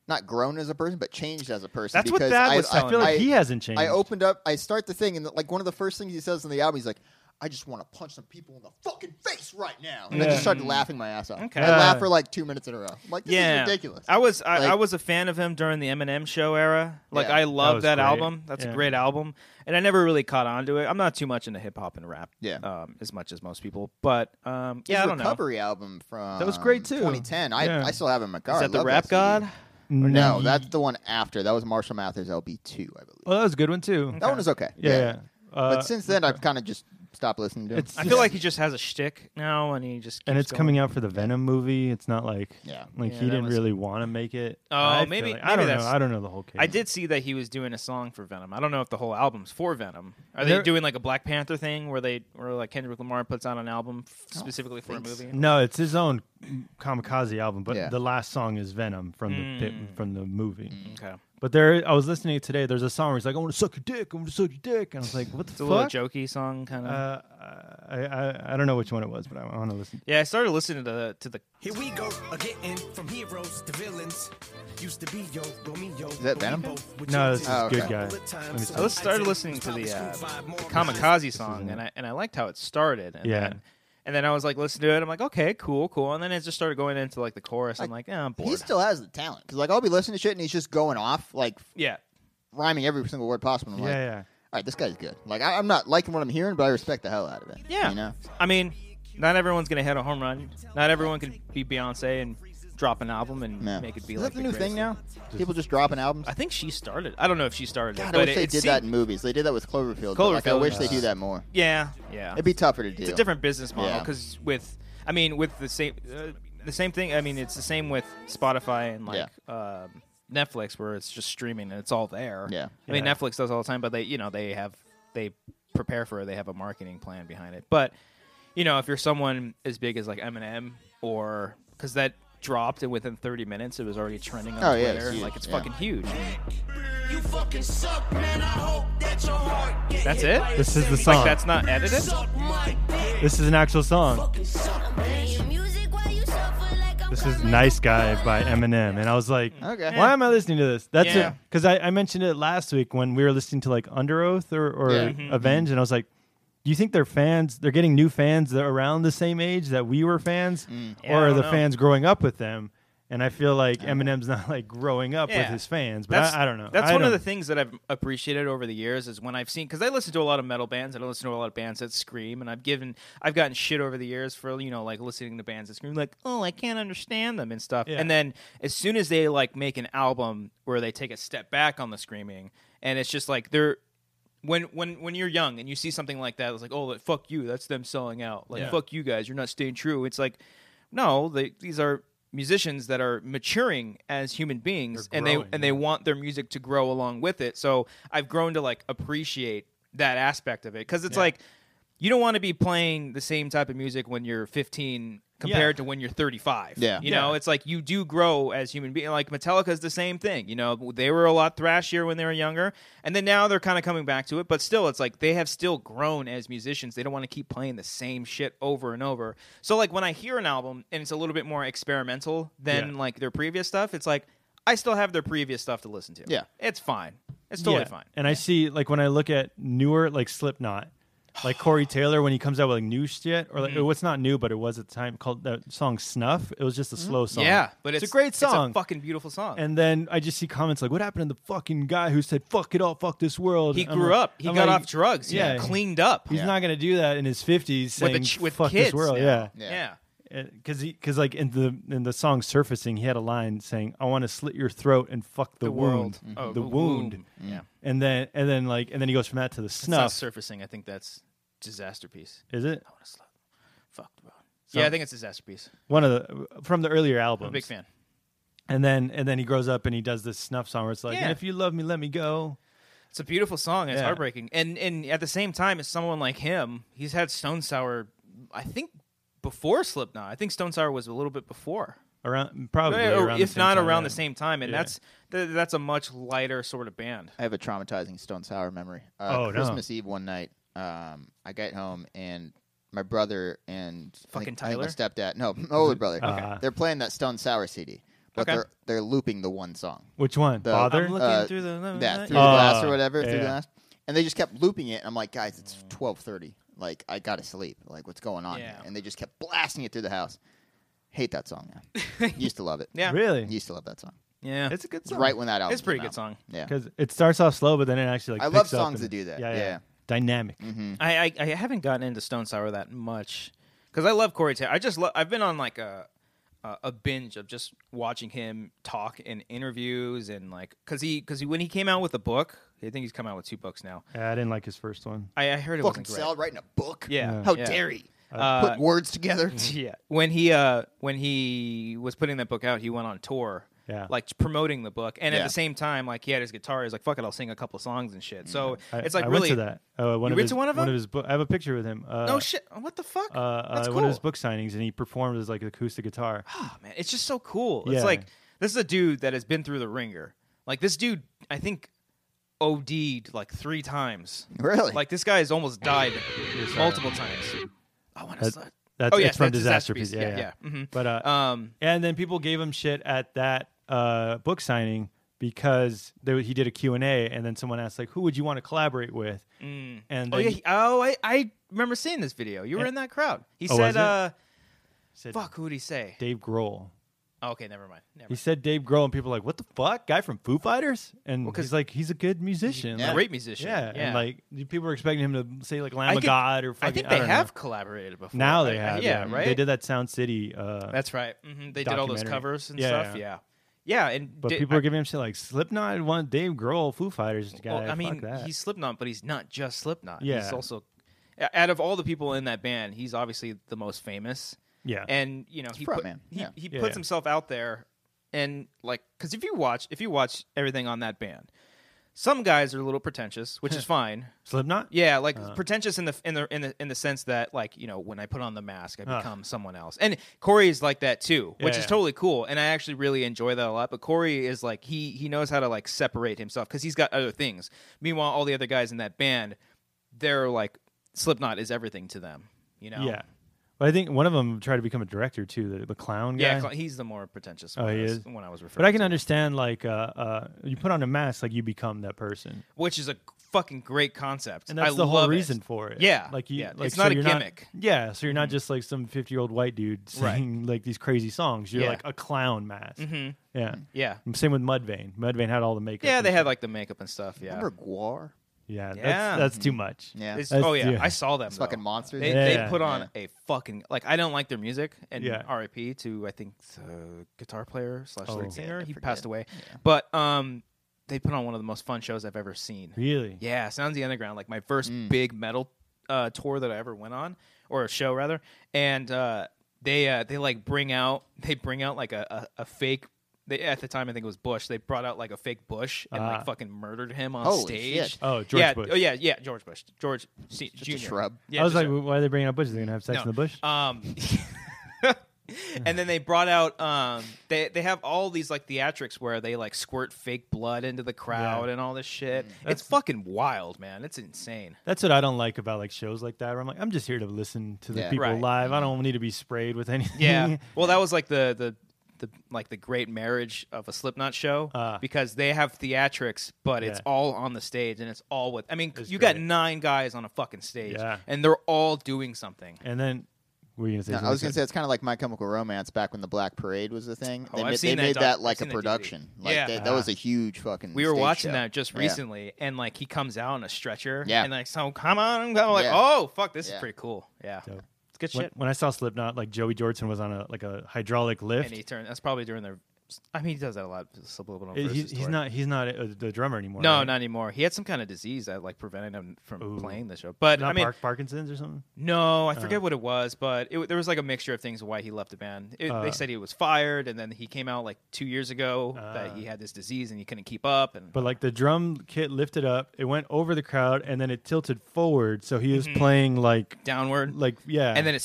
Speaker 2: not grown as a person, but changed as a person.
Speaker 1: That's what
Speaker 2: because
Speaker 1: Thad
Speaker 2: I,
Speaker 1: was
Speaker 2: I,
Speaker 1: telling
Speaker 3: I feel like
Speaker 2: I-
Speaker 3: he hasn't changed.
Speaker 2: I opened up. I start the thing, and like one of the first things he says in the album, he's like, "I just want to punch some people in the fucking face right now," and I
Speaker 3: Yeah.
Speaker 2: just started laughing my ass off.
Speaker 1: Okay.
Speaker 2: I laughed for like two minutes in a row. I'm like, this
Speaker 1: yeah,
Speaker 2: is ridiculous.
Speaker 1: I was I,
Speaker 2: Like-
Speaker 1: I was a fan of him during the Eminem show era. Like
Speaker 2: Yeah.
Speaker 1: I
Speaker 3: was
Speaker 1: love that,
Speaker 3: great.
Speaker 1: album. That's
Speaker 3: Yeah.
Speaker 1: a great album, and I never really caught on to it. I'm not too much into hip hop and rap,
Speaker 2: Yeah.
Speaker 1: um, as much as most people. But um, yeah,
Speaker 2: His
Speaker 1: I don't
Speaker 2: recovery album from
Speaker 3: That was great, too.
Speaker 2: 2010. I,
Speaker 3: Yeah.
Speaker 2: I still have it in my
Speaker 1: know.
Speaker 2: car.
Speaker 1: Is
Speaker 2: I
Speaker 1: that the
Speaker 2: love
Speaker 1: Rap
Speaker 2: CD.
Speaker 1: God?
Speaker 3: Mm-hmm.
Speaker 2: Or No, that's the one after. That was Marshall Mathers LB2, I believe.
Speaker 3: Well, that was a good one too.
Speaker 2: That one is okay.
Speaker 3: yeah, yeah. Uh,
Speaker 2: but since then, I've kind of just stopped listening to it.
Speaker 3: it's
Speaker 1: I feel like he just has a shtick now, and he just keeps
Speaker 3: and it's
Speaker 1: going.
Speaker 3: coming out for the Venom movie. It's not like
Speaker 2: Yeah.
Speaker 3: like
Speaker 1: Yeah,
Speaker 3: he
Speaker 1: that
Speaker 3: didn't
Speaker 1: was-
Speaker 3: really want to make it.
Speaker 1: Oh,
Speaker 3: I feel
Speaker 1: maybe-
Speaker 3: like-
Speaker 1: maybe
Speaker 3: I don't know.
Speaker 1: that's-
Speaker 3: I don't know the whole case.
Speaker 1: I did see that he was doing a song for Venom. I don't know if the whole album's for Venom. Are they
Speaker 3: There-
Speaker 1: doing like a Black Panther thing where they where like Kendrick Lamar puts out an album f- specifically for a
Speaker 2: think so.
Speaker 1: movie?
Speaker 3: No, it's his own kamikaze album, but
Speaker 2: Yeah. Mm.
Speaker 3: the last song is Venom from
Speaker 1: Mm.
Speaker 3: the pit, from the movie.
Speaker 1: Okay.
Speaker 3: But there, I was listening today. There's a song where he's like, "I want to suck your dick. I want to suck your dick," and I was like, "What the
Speaker 1: It's a little
Speaker 3: fuck?"
Speaker 1: jokey song kind of.
Speaker 3: Uh, I, I I don't know which one it was, but I want to listen.
Speaker 1: yeah, I started listening to the to the
Speaker 5: Here we go again, from heroes to villains. Used to be yo, Romeo. Is
Speaker 2: that Venom?
Speaker 3: No, this is
Speaker 2: Oh, okay.
Speaker 3: Good Guy. Let me see.
Speaker 1: I lis- started listening to the, uh, the kamikaze song and I and I liked how it started. And
Speaker 3: Yeah.
Speaker 1: Then, and then I was like listening to it. I'm like, okay, cool, cool. And then it just started going into like the chorus. I'm like, yeah, I'm bored.
Speaker 2: he still has the talent because like I'll be listening to shit and he's just going off like
Speaker 1: yeah.
Speaker 2: rhyming every single word possible. and I'm
Speaker 3: Yeah,
Speaker 2: like,
Speaker 3: yeah.
Speaker 2: All right, this guy's good. Like I, I'm not liking what I'm hearing, but I respect the hell out of it.
Speaker 1: Yeah.
Speaker 2: you know.
Speaker 1: I mean, not everyone's gonna hit a home run. Not everyone can be Beyonce and drop an album and
Speaker 2: Yeah.
Speaker 1: make it be
Speaker 2: Is
Speaker 1: like
Speaker 2: that the new thing
Speaker 1: greatest-
Speaker 2: now? People just dropping albums.
Speaker 1: I think she started. I don't know if she started it,
Speaker 2: God, I
Speaker 1: but
Speaker 2: wish
Speaker 1: it,
Speaker 2: they
Speaker 1: it
Speaker 2: did that in
Speaker 1: seemed-
Speaker 2: movies. They did that with Cloverfield. but, like, I
Speaker 1: Cloverfield,
Speaker 2: wish they
Speaker 1: uh,
Speaker 2: do that more.
Speaker 1: yeah, yeah.
Speaker 2: It'd be tougher to do.
Speaker 1: it's a different business model
Speaker 2: Yeah.
Speaker 1: because with i mean with the same uh, the same thing i mean it's the same with spotify and like um, Netflix where it's just streaming and it's all there.
Speaker 2: Yeah.
Speaker 1: I mean
Speaker 3: Yeah.
Speaker 1: Netflix does all the time, but they you know they have they prepare for it. They have a marketing plan behind it. But you know if you're someone as big as like Eminem or because that dropped and within 30 minutes it was already trending on
Speaker 2: Oh, yeah,
Speaker 1: Twitter.
Speaker 2: it's huge,
Speaker 1: like it's
Speaker 2: yeah.
Speaker 1: fucking huge.
Speaker 5: You fucking suck, man. I hope that your heart get
Speaker 1: That's
Speaker 5: hit
Speaker 1: it?
Speaker 5: by a
Speaker 3: This is the song.
Speaker 5: semi-
Speaker 1: Like that's not edited.
Speaker 5: Suck my dick.
Speaker 3: This is an actual song.
Speaker 5: Fucking suck,
Speaker 4: Play your music while you suffer like I'm
Speaker 3: This is
Speaker 4: coming.
Speaker 3: Nice Guy by Eminem. And I was like,
Speaker 2: Okay.
Speaker 3: why am I listening to this? That's
Speaker 1: Yeah.
Speaker 3: it. Because I, I mentioned it last week when we were listening to like Under Oath or, or
Speaker 2: Yeah.
Speaker 1: Mm-hmm.
Speaker 2: Mhm.
Speaker 3: Avenge. And I was like, do you think they're fans, they're getting new fans that are around the same age that we were fans?
Speaker 2: Mm.
Speaker 1: Yeah, I
Speaker 3: or are
Speaker 1: don't
Speaker 3: the
Speaker 1: know.
Speaker 3: fans growing up with them? And I feel like Eminem's not like growing up with
Speaker 1: Yeah.
Speaker 3: his fans, but I, I don't know.
Speaker 1: That's
Speaker 3: I
Speaker 1: one of
Speaker 3: don't-
Speaker 1: the things that I've appreciated over the years is when I've seen because I listen to a lot of metal bands. and I listen to a lot of bands that scream, and I've given I've gotten shit over the years for you know like listening to bands that scream like oh I can't understand them and stuff.
Speaker 3: Yeah.
Speaker 1: And then as soon as they like make an album where they take a step back on the screaming, and it's just like they're when when when you're young and you see something like that, it's like, oh, like, fuck you, that's them selling out. Like,
Speaker 3: Yeah.
Speaker 1: fuck you guys, you're not staying true. It's like, no, they, these are musicians that are maturing as human beings,
Speaker 3: They're
Speaker 1: and they
Speaker 3: growing,
Speaker 1: and they want their music to grow along with it. So I've grown to like appreciate that aspect of it because it's like you don't want to be playing the same type of music when you're 15 compared to when you're 35.
Speaker 2: Yeah.
Speaker 1: you know, it's like you do grow as human being. Like Metallica is the same thing. You know, they were a lot thrashier when they were younger, and then now they're kind of coming back to it. But still, it's like they have still grown as musicians. They don't want to keep playing the same shit over and over. So like when I hear an album and it's a little bit more experimental than
Speaker 3: Yeah.
Speaker 1: like their previous stuff, it's like I still have their previous stuff to listen to.
Speaker 2: Yeah.
Speaker 1: it's fine. It's totally
Speaker 3: Yeah.
Speaker 1: fine.
Speaker 3: And I see like when I look at newer like Slipknot, like Corey Taylor when he comes out with like new shit or
Speaker 1: Mm-hmm.
Speaker 3: like what's not new but it was at the time called the song Snuff. It was just a slow song.
Speaker 1: Mm-hmm. Yeah, but it's,
Speaker 3: a great song.
Speaker 1: It's a fucking beautiful song.
Speaker 3: and then I just see comments like, "What happened to the fucking guy who said fuck it all, fuck this world"?
Speaker 1: He
Speaker 3: I'm
Speaker 1: grew
Speaker 3: like-
Speaker 1: up. He
Speaker 3: I'm
Speaker 1: got
Speaker 3: like,
Speaker 1: off drugs. Yeah, cleaned up.
Speaker 3: He's not gonna do that in his fifties
Speaker 1: with
Speaker 3: saying
Speaker 1: the ch- with
Speaker 3: fuck
Speaker 1: kids.
Speaker 3: this world.
Speaker 1: now.
Speaker 3: Yeah,
Speaker 1: yeah.
Speaker 2: Yeah.
Speaker 3: because because like in the in the song surfacing he had a line saying i want to slit your throat and fuck the,
Speaker 1: The world.
Speaker 3: wound
Speaker 1: Oh,
Speaker 3: the
Speaker 1: the
Speaker 3: wound
Speaker 1: womb. Yeah.
Speaker 3: and then and then like and then he goes from that to the
Speaker 1: It's not
Speaker 3: snuff
Speaker 1: surfacing. I think that's disaster piece.
Speaker 3: is it
Speaker 1: Fuck, bro. yeah, I think it's disaster piece.
Speaker 3: one of the from the earlier albums
Speaker 1: I'm a big fan.
Speaker 3: and then and then he grows up and he does this snuff song where it's like
Speaker 1: Yeah.
Speaker 3: and if you love me let me go
Speaker 1: It's a beautiful song. And it's
Speaker 3: Yeah.
Speaker 1: heartbreaking, and and at the same time, as someone like him, he's had Stone Sour. I think before Slipknot. I think Stone Sour was a little bit before.
Speaker 3: around probably
Speaker 1: Or- or
Speaker 3: around the
Speaker 1: if
Speaker 3: same
Speaker 1: not
Speaker 3: time,
Speaker 1: around
Speaker 3: yeah.
Speaker 1: the same time, and
Speaker 3: Yeah.
Speaker 1: that's th- that's a much lighter sort of band.
Speaker 2: I have a traumatizing Stone Sour memory. Uh,
Speaker 3: Oh, no.
Speaker 2: Christmas Eve one night, um, I get home and my brother and I
Speaker 1: Fucking
Speaker 2: think- I think
Speaker 1: Tyler?
Speaker 2: my stepdad, no, my older brother,
Speaker 3: Okay.
Speaker 2: they're playing that Stone Sour CD, but
Speaker 1: Okay.
Speaker 2: they're they're looping the one song,
Speaker 3: which one
Speaker 2: The-
Speaker 3: bother
Speaker 1: I'm looking
Speaker 2: Uh,
Speaker 1: through the
Speaker 2: yeah, through
Speaker 3: Oh,
Speaker 2: the glass or whatever, through the
Speaker 3: yeah.
Speaker 2: glass, and they just kept looping it. And I'm like, guys, it's twelve thirty. Like I gotta sleep. Like what's going on?
Speaker 1: Yeah.
Speaker 2: And they just kept blasting it through the house. Hate that song now. Used to love it.
Speaker 1: yeah,
Speaker 3: really
Speaker 2: Used to love that song.
Speaker 1: yeah.
Speaker 3: it's a good
Speaker 2: It's
Speaker 3: song
Speaker 2: right when that album.
Speaker 1: It's a pretty
Speaker 2: came
Speaker 1: good
Speaker 2: out.
Speaker 1: song.
Speaker 2: Yeah.
Speaker 3: because it starts off slow but then it actually like
Speaker 2: I love
Speaker 3: picks up
Speaker 2: songs
Speaker 3: and-
Speaker 2: that do that.
Speaker 3: yeah, yeah.
Speaker 2: Yeah. Mm-hmm.
Speaker 3: dynamic
Speaker 1: I, I I haven't gotten into Stone Sour that much because I love Corey Taylor. I just love. I've been on like a a a binge of just watching him talk in interviews and like because he because he, when he came out with a book, I think he's come out with two books now.
Speaker 3: Yeah, I didn't like his first one
Speaker 1: I, I heard it
Speaker 2: Fucking
Speaker 1: wasn't great.
Speaker 2: sell writing a book.
Speaker 1: Yeah,
Speaker 2: How
Speaker 1: yeah.
Speaker 2: dare he?
Speaker 1: Uh,
Speaker 2: Put words together.
Speaker 1: yeah, when he uh when he was putting that book out, he went on tour.
Speaker 3: Yeah.
Speaker 1: like promoting the book, and at
Speaker 2: Yeah.
Speaker 1: the same time, like he had his guitar. He's like, "Fuck it, I'll sing a couple songs and shit." So
Speaker 3: I-
Speaker 1: it's like
Speaker 3: I
Speaker 1: really
Speaker 3: went to that. Uh, one
Speaker 1: You
Speaker 3: of
Speaker 1: went
Speaker 3: his,
Speaker 1: to one of them?
Speaker 3: his book. I have a picture with him. Uh,
Speaker 1: No shit. What the fuck?
Speaker 3: Uh, uh,
Speaker 1: That's cool.
Speaker 3: One of his book signings, and he performed his like acoustic guitar.
Speaker 1: oh man, it's just so cool.
Speaker 3: Yeah.
Speaker 1: It's like this is a dude that has been through the ringer. Like this dude, I think OD'd like three times.
Speaker 2: Really?
Speaker 1: Like this guy has almost died multiple times. I want to.
Speaker 3: That-
Speaker 1: slut.
Speaker 3: that's
Speaker 1: oh yeah,
Speaker 3: it's from
Speaker 1: that's disaster
Speaker 3: Disaster Piece.
Speaker 1: Piece. Yeah,
Speaker 3: Yeah, yeah.
Speaker 1: yeah. Mhm.
Speaker 3: But uh,
Speaker 1: Um,
Speaker 3: and then people gave him shit at that uh, book signing because they, he did a Q and A, and then someone asked like, "Who would you want to collaborate with?" And
Speaker 1: oh
Speaker 3: then
Speaker 1: yeah.
Speaker 3: he
Speaker 1: he- oh, I, I remember seeing this video. You were in that crowd. He
Speaker 3: Oh, was
Speaker 1: said,
Speaker 3: it?
Speaker 1: "Uh,
Speaker 3: said
Speaker 1: fuck, who would he say?"
Speaker 3: Dave Grohl.
Speaker 1: Oh, okay, never mind. Never
Speaker 3: He
Speaker 1: mind.
Speaker 3: said Dave Grohl, and people were like, "What the fuck, guy from Foo Fighters?" And
Speaker 1: 'cause-
Speaker 3: he's like, "He's a good musician,
Speaker 2: Yeah.
Speaker 3: Like,
Speaker 1: Great musician.
Speaker 3: yeah." And like people were expecting him to say like "Lamb
Speaker 1: I
Speaker 3: of
Speaker 1: could-
Speaker 3: God" or fucking.
Speaker 1: I think
Speaker 3: I
Speaker 1: they
Speaker 3: don't know.
Speaker 1: have collaborated before.
Speaker 3: Now
Speaker 1: I-
Speaker 3: they
Speaker 1: I-
Speaker 3: have,
Speaker 1: yeah, right.
Speaker 3: They did that Sound City, uh,
Speaker 1: That's right. hmm They did all those
Speaker 3: Documentary.
Speaker 1: covers and
Speaker 3: Yeah,
Speaker 1: stuff.
Speaker 3: yeah.
Speaker 1: Yeah. yeah, and
Speaker 3: but
Speaker 1: di-
Speaker 3: people
Speaker 1: I-
Speaker 3: are giving him shit like Slipknot, one Dave Grohl, Foo Fighters guy.
Speaker 1: Well, I
Speaker 3: fuck
Speaker 1: mean,
Speaker 3: that.
Speaker 1: he's Slipknot, but he's not just Slipknot.
Speaker 3: Yeah.
Speaker 1: He's also o- out of all the people in that band, he's obviously the most famous.
Speaker 3: yeah,
Speaker 1: And you know, he
Speaker 2: front
Speaker 1: put,
Speaker 2: man,
Speaker 1: he,
Speaker 2: yeah.
Speaker 1: he
Speaker 3: Yeah,
Speaker 1: puts
Speaker 3: yeah.
Speaker 1: himself out there and like because if you watch if you watch everything on that band, some guys are a little pretentious, which is fine.
Speaker 3: Slipknot?
Speaker 1: Yeah, like
Speaker 3: Uh-huh.
Speaker 1: pretentious in the in the in the in the sense that like you know when I put on the mask, I become someone else. And Corey is like that too, which
Speaker 3: Yeah,
Speaker 1: is
Speaker 3: yeah.
Speaker 1: totally cool. And I actually really enjoy that a lot. But Corey is like he he knows how to like separate himself because he's got other things. Meanwhile, all the other guys in that band, they're like Slipknot is everything to them. You know.
Speaker 3: Yeah. But I think one of them tried to become a director too, the, the clown guy.
Speaker 1: Yeah, Cl- he's the more pretentious.
Speaker 3: Oh,
Speaker 1: one
Speaker 3: he
Speaker 1: I was-
Speaker 3: is?
Speaker 1: When I was referring,
Speaker 3: But I can
Speaker 1: to.
Speaker 3: understand like uh, uh, you put on a mask, like you become that person,
Speaker 1: which is a fucking great concept.
Speaker 3: and that's
Speaker 1: I
Speaker 3: the whole
Speaker 1: love
Speaker 3: reason
Speaker 1: it.
Speaker 3: for it.
Speaker 1: Yeah,
Speaker 3: like you,
Speaker 1: yeah.
Speaker 3: like,
Speaker 1: it's
Speaker 3: so
Speaker 1: not a
Speaker 3: you're
Speaker 1: gimmick. Mm-hmm.
Speaker 3: yeah, so you're not just like some fifty year old white dude
Speaker 1: Right.
Speaker 3: singing like these crazy songs. You're
Speaker 1: Yeah. Mm-hmm.
Speaker 3: like a clown mask. Yeah.
Speaker 1: Yeah,
Speaker 3: Same with Mudvayne. Mudvayne had all the makeup.
Speaker 1: yeah,
Speaker 3: and
Speaker 1: they
Speaker 3: shit.
Speaker 1: had like the makeup and stuff. Yeah,
Speaker 2: Remember Guar?
Speaker 3: Yeah,
Speaker 1: Yeah.
Speaker 3: That's, that's too much.
Speaker 2: Yeah.
Speaker 1: It's-
Speaker 3: That's-
Speaker 1: oh yeah,
Speaker 3: yeah.
Speaker 1: I saw them.
Speaker 2: It's fucking
Speaker 1: though.
Speaker 2: monsters.
Speaker 1: They,
Speaker 3: Yeah,
Speaker 1: they
Speaker 3: yeah.
Speaker 1: put on
Speaker 2: Yeah.
Speaker 1: a fucking like I don't like their music and
Speaker 3: Yeah.
Speaker 1: RIP to I think the guitar player slash
Speaker 3: Oh. Yeah,
Speaker 1: lead singer
Speaker 2: I
Speaker 1: he
Speaker 2: forget.
Speaker 1: passed away, but um they put on one of the most fun shows I've ever seen.
Speaker 3: Really?
Speaker 1: Yeah, Sounds of the Underground, like my first
Speaker 2: Mm.
Speaker 1: big metal uh, tour that I ever went on, or a show rather. And uh, they uh, they like bring out they bring out like a, a, a fake. They, at the time, I think it was Bush. They brought out like a fake Bush and
Speaker 3: Ah.
Speaker 1: like fucking murdered him on
Speaker 2: Holy
Speaker 1: stage.
Speaker 2: shit.
Speaker 3: Oh, George
Speaker 1: yeah,
Speaker 3: Bush.
Speaker 1: Oh yeah, yeah, George Bush. George C-
Speaker 2: Just
Speaker 1: Jr.
Speaker 2: a shrub.
Speaker 1: Yeah,
Speaker 3: I was
Speaker 1: just
Speaker 3: like,
Speaker 1: a-
Speaker 3: why are they bringing up Bush? Are they gonna have sex in the bush?
Speaker 1: um, and then they brought out um, they they have all these like theatrics where they like squirt fake blood into the crowd
Speaker 3: Yeah. Mm.
Speaker 1: and all this shit. It's fucking wild, man. It's insane.
Speaker 3: That's what I don't like about like shows like that. Where I'm like, I'm just here to listen to the
Speaker 2: Yeah.
Speaker 3: people
Speaker 1: Right.
Speaker 3: live. I don't need to be sprayed with anything.
Speaker 1: Yeah. well, that was like the the. The, like the great marriage of a Slipknot show
Speaker 3: Ah.
Speaker 1: because they have theatrics, but it's
Speaker 3: Yeah.
Speaker 1: all on the stage and it's all with. I mean,
Speaker 3: It's
Speaker 1: you got
Speaker 3: great.
Speaker 1: nine guys on a fucking stage
Speaker 3: Yeah.
Speaker 1: and they're all doing something.
Speaker 3: and then what were you gonna say?
Speaker 2: No, I was gonna
Speaker 3: something?
Speaker 2: say it's kind of like My Chemical Romance back when the Black Parade was a thing.
Speaker 1: Oh,
Speaker 2: they
Speaker 1: I've
Speaker 2: made,
Speaker 1: seen
Speaker 2: they
Speaker 1: that
Speaker 2: made
Speaker 1: doc-
Speaker 2: that
Speaker 1: I've
Speaker 2: like a
Speaker 1: seen that DVD.
Speaker 2: production. Like
Speaker 1: Yeah.
Speaker 2: they, that
Speaker 3: Ah.
Speaker 2: was a huge fucking.
Speaker 1: we were
Speaker 2: stage
Speaker 1: watching
Speaker 2: show.
Speaker 1: that just
Speaker 2: Yeah.
Speaker 1: recently, and like he comes out on a stretcher,
Speaker 2: Yeah.
Speaker 1: and like so come on, I'm kinda like
Speaker 2: Yeah.
Speaker 1: oh fuck, this
Speaker 2: Yeah.
Speaker 1: is pretty cool, yeah,
Speaker 3: Dope.
Speaker 1: it's good
Speaker 3: when,
Speaker 1: shit.
Speaker 3: when I saw Slipknot, like Joey Jordan was on a like a hydraulic lift.
Speaker 1: And he turned. That's probably during their. I mean, he does that a lot. Subliminal.
Speaker 3: He-
Speaker 1: versus
Speaker 3: he's, he's
Speaker 1: tour.
Speaker 3: not he's not uh the drummer anymore.
Speaker 1: No,
Speaker 3: right?
Speaker 1: not anymore. He had some kind of disease that like prevented him from
Speaker 3: Ooh.
Speaker 1: playing the show. But
Speaker 3: Not
Speaker 1: I mean,
Speaker 3: Park- Uh-huh. Parkinson's or something.
Speaker 1: no, I forget what it was, but it, there was like a mixture of things why he left the band. It,
Speaker 3: Uh.
Speaker 1: they said he was fired, and then he came out like two years ago
Speaker 3: Ah.
Speaker 1: that he had this disease and he couldn't keep up. And
Speaker 3: But like the drum kit lifted up, it went over the crowd, and then it tilted forward. So he was playing like
Speaker 1: downward,
Speaker 3: like yeah.
Speaker 1: and then it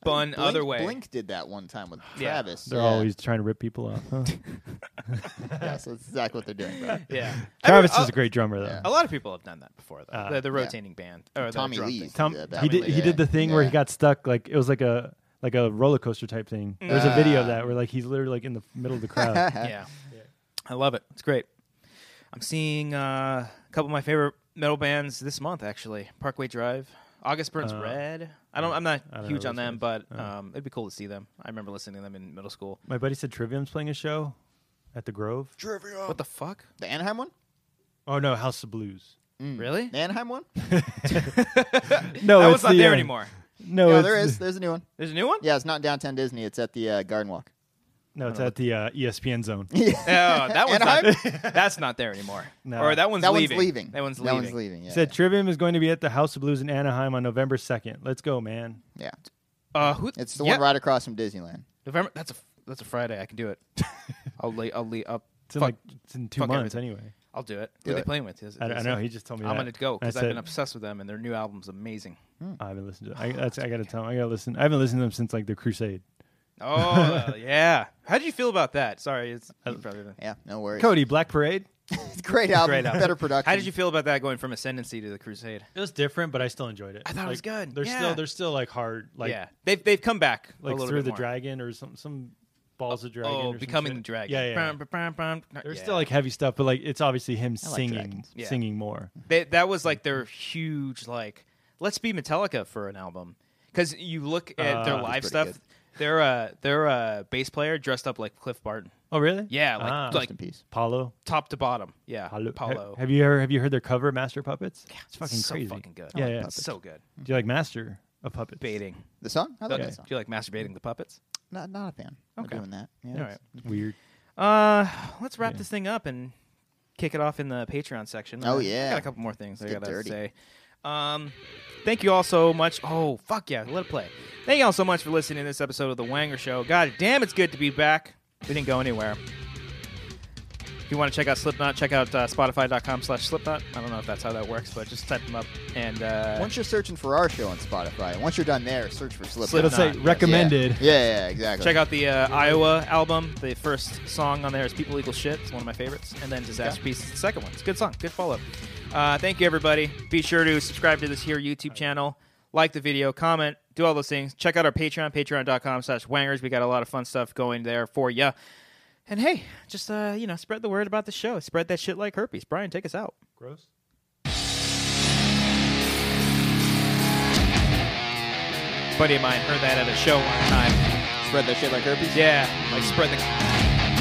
Speaker 1: spun
Speaker 2: Blink,
Speaker 1: other way.
Speaker 2: Blink did that one time with
Speaker 1: Yeah.
Speaker 2: Travis.
Speaker 3: they're
Speaker 2: yeah.
Speaker 3: always trying to rip people off. Huh?
Speaker 2: yeah, so that's exactly what they're doing. bro.
Speaker 1: Yeah, uh,
Speaker 3: Travis
Speaker 1: Everyone-
Speaker 3: is a great drummer though.
Speaker 2: Yeah.
Speaker 1: A lot of people have done that before, though.
Speaker 3: Uh,
Speaker 1: the, the rotating band or the
Speaker 2: Tommy
Speaker 1: drum
Speaker 2: Lee.
Speaker 1: thing.
Speaker 3: Tom,
Speaker 2: Yeah,
Speaker 3: he
Speaker 2: Tommy
Speaker 3: did
Speaker 2: Lee,
Speaker 3: he did the
Speaker 2: yeah.
Speaker 3: thing where he
Speaker 2: Yeah.
Speaker 3: got stuck like it was like a like a roller coaster type thing. There's a video of
Speaker 1: Mm.
Speaker 3: that where like he's literally like in the middle of the crowd.
Speaker 1: Yeah. I love it. It's great. I'm seeing uh, a couple of my favorite metal bands this month, actually. Parkway Drive, August Burns Red. I don't. I'm not
Speaker 3: Uh, I don't
Speaker 1: huge
Speaker 3: know
Speaker 1: on
Speaker 3: those Uh.
Speaker 1: them, but um, it'd be cool to see them. I remember listening to them in middle school.
Speaker 3: My buddy said Trivium's playing a show at the Grove.
Speaker 2: Oh.
Speaker 1: What the fuck?
Speaker 2: The Anaheim one.
Speaker 3: Oh no, House of Blues.
Speaker 1: Really?
Speaker 2: The Anaheim one.
Speaker 3: Oh, No,
Speaker 1: that
Speaker 3: it's
Speaker 1: was not
Speaker 3: the,
Speaker 1: there
Speaker 3: uh,
Speaker 1: anymore.
Speaker 3: No,
Speaker 2: No,
Speaker 3: it's
Speaker 2: there
Speaker 3: the-
Speaker 2: is. There's a new one.
Speaker 1: There's a new one.
Speaker 2: Yeah, it's not downtown Disney. It's at the uh, Garden Walk.
Speaker 3: No, it's at the uh, ESPN zone.
Speaker 1: Oh, that one's not, that's not there anymore.
Speaker 3: No.
Speaker 1: Or that one's
Speaker 2: that
Speaker 1: leaving.
Speaker 2: one's leaving.
Speaker 1: That one's
Speaker 2: that
Speaker 1: leaving.
Speaker 2: One's leaving. Yeah,
Speaker 3: Said Trivium is going to be at the House of Blues in Anaheim on November second. Let's go, man.
Speaker 2: yeah.
Speaker 1: Uh, who,
Speaker 2: It's the
Speaker 1: yeah,
Speaker 2: one right across from Disneyland.
Speaker 1: November. That's a that's a Friday. I can do it. I'll lay. I'll lay up.
Speaker 3: It's in
Speaker 1: fuck.
Speaker 3: like it's in two
Speaker 1: Fuck
Speaker 3: months
Speaker 1: everything.
Speaker 3: anyway.
Speaker 1: I'll do it. Who are
Speaker 2: Do
Speaker 1: they
Speaker 2: it.
Speaker 1: playing with? Is-
Speaker 3: I, I
Speaker 1: is-
Speaker 3: know. He just told me.
Speaker 1: I'm
Speaker 3: that.
Speaker 1: gonna go
Speaker 3: I
Speaker 1: because I've
Speaker 3: said-
Speaker 1: been obsessed with them, and their new album's amazing.
Speaker 2: Hmm.
Speaker 3: I haven't listened to. I, that's, I gotta tell him. I gotta listen. I haven't listened to them since like the Crusade.
Speaker 1: Oh yeah. How did you feel about that? Sorry, it's you probably didn't-
Speaker 2: Yeah, no worries.
Speaker 3: Cody Black Parade.
Speaker 2: It's a great album.
Speaker 1: Great album.
Speaker 2: Better production.
Speaker 1: How did you feel about that going from Ascendancy to the Crusade?
Speaker 3: It was different, but I still enjoyed it. I
Speaker 1: thought it was good.
Speaker 3: They're
Speaker 1: Yeah.
Speaker 3: still they're still like hard. Like
Speaker 1: yeah, they've they've come back a
Speaker 3: like
Speaker 1: little
Speaker 3: through
Speaker 1: bit
Speaker 3: the
Speaker 1: more.
Speaker 3: dragon or some some balls of dragon.
Speaker 1: Oh,
Speaker 3: or some
Speaker 1: becoming the
Speaker 3: shit.
Speaker 1: dragon.
Speaker 3: Yeah, yeah. yeah.
Speaker 1: Brum, brum, brum, brum.
Speaker 3: There's
Speaker 1: Yeah.
Speaker 3: still like heavy stuff, but like it's obviously him
Speaker 2: like
Speaker 3: singing,
Speaker 2: dragons.
Speaker 1: Yeah.
Speaker 3: singing more.
Speaker 1: They, that was like their huge like let's be Metallica for an album because you look at their
Speaker 3: Ah.
Speaker 1: live
Speaker 2: That's
Speaker 1: stuff.
Speaker 2: pretty
Speaker 1: Their uh their uh bass player dressed up like Cliff Barton.
Speaker 3: Oh, really?
Speaker 1: Yeah, like
Speaker 3: Ah.
Speaker 1: like
Speaker 2: Rest in peace.
Speaker 3: Paulo.
Speaker 1: top to bottom. Yeah,
Speaker 3: Paulo.
Speaker 1: Paulo.
Speaker 3: Ha- Have you ever have you heard their cover of Master of Puppets? it's fucking
Speaker 1: so
Speaker 3: crazy.
Speaker 1: fucking good.
Speaker 3: Yeah, yeah.
Speaker 1: It's so good.
Speaker 3: Do you like Master of Puppets?
Speaker 1: Baiting.
Speaker 2: The song? I love
Speaker 1: Okay.
Speaker 2: that
Speaker 1: Do
Speaker 2: song.
Speaker 1: you like masturbating the puppets?
Speaker 2: Not, not a fan.
Speaker 1: Okay.
Speaker 2: Of doing that. Yeah,
Speaker 1: All
Speaker 2: it's-
Speaker 1: right.
Speaker 3: Weird.
Speaker 1: Uh, let's wrap this thing up and kick it off in the Patreon section.
Speaker 2: Oh,
Speaker 1: Uh,
Speaker 2: yeah.
Speaker 1: I got a couple more things I
Speaker 2: get
Speaker 1: gotta
Speaker 2: dirty.
Speaker 1: say. Um, thank you all so much. Oh fuck yeah, let it play. Thank you all so much for listening to this episode of the Wanger Show. God damn, it's good to be back. We didn't go anywhere. If you want to check out Slipknot, check out uh, Spotify.com slash Slipknot. I don't know if that's how that works, but just type them up. And uh,
Speaker 2: Once you're searching for our show on Spotify, once you're done there, search for Slipknot.
Speaker 1: Slipknot.
Speaker 3: It'll say
Speaker 1: Not, yes.
Speaker 3: recommended.
Speaker 2: Yeah. yeah, yeah, exactly.
Speaker 1: check out the uh, Iowa album. The first song on there is People Equal Shit. It's one of my favorites. And then Disaster Piece is the second one. It's a good song. Good follow up. Uh, thank you, everybody. Be sure to subscribe to this here YouTube channel. Like the video, comment, do all those things. Check out our Patreon, patreon.com slash wangers. We got a lot of fun stuff going there for ya. And hey, just, uh, you know, spread the word about the show. Spread that shit like herpes. Brian, take us out.
Speaker 3: Gross.
Speaker 1: buddy of mine heard that at a show one time.
Speaker 2: Spread that shit like herpes.
Speaker 1: Yeah, like spread the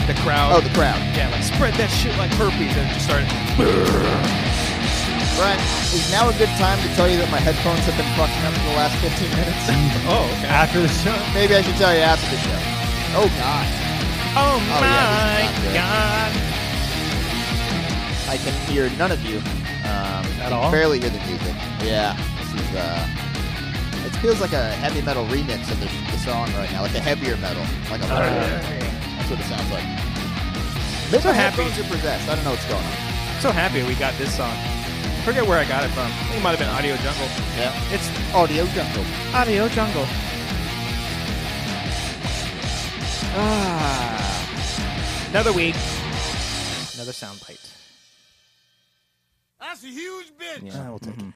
Speaker 1: the crowd.
Speaker 2: Oh, the crowd.
Speaker 1: yeah, like spread that shit like herpes, and it just started.
Speaker 2: Brian, is now a good time to tell you that my headphones have been fucking up for the last 15 minutes?
Speaker 1: Oh,
Speaker 3: After the show.
Speaker 2: Maybe I should tell you after the show. Oh, God.
Speaker 1: oh
Speaker 2: yeah,
Speaker 1: my
Speaker 2: this is not good.
Speaker 1: god!
Speaker 2: I can hear none of you. Um, At
Speaker 3: all?
Speaker 2: Barely hear the music. Yeah, this is. Uh, it feels like a heavy metal remix of the, the song right now, like a heavier metal, like a. that's what it sounds like. Maybe
Speaker 1: So
Speaker 2: my
Speaker 1: happy.
Speaker 2: headphones are possessed. I don't know what's going on.
Speaker 1: I'm so happy we got this song. I forget where I got it from. I think it might have been Audio Jungle.
Speaker 2: Yeah.
Speaker 1: It's
Speaker 2: Audio jungle.
Speaker 1: Audio Jungle.
Speaker 2: Ah.
Speaker 1: Another week, another sound bite.
Speaker 5: That's a huge bitch.
Speaker 2: Yeah, we'll take it.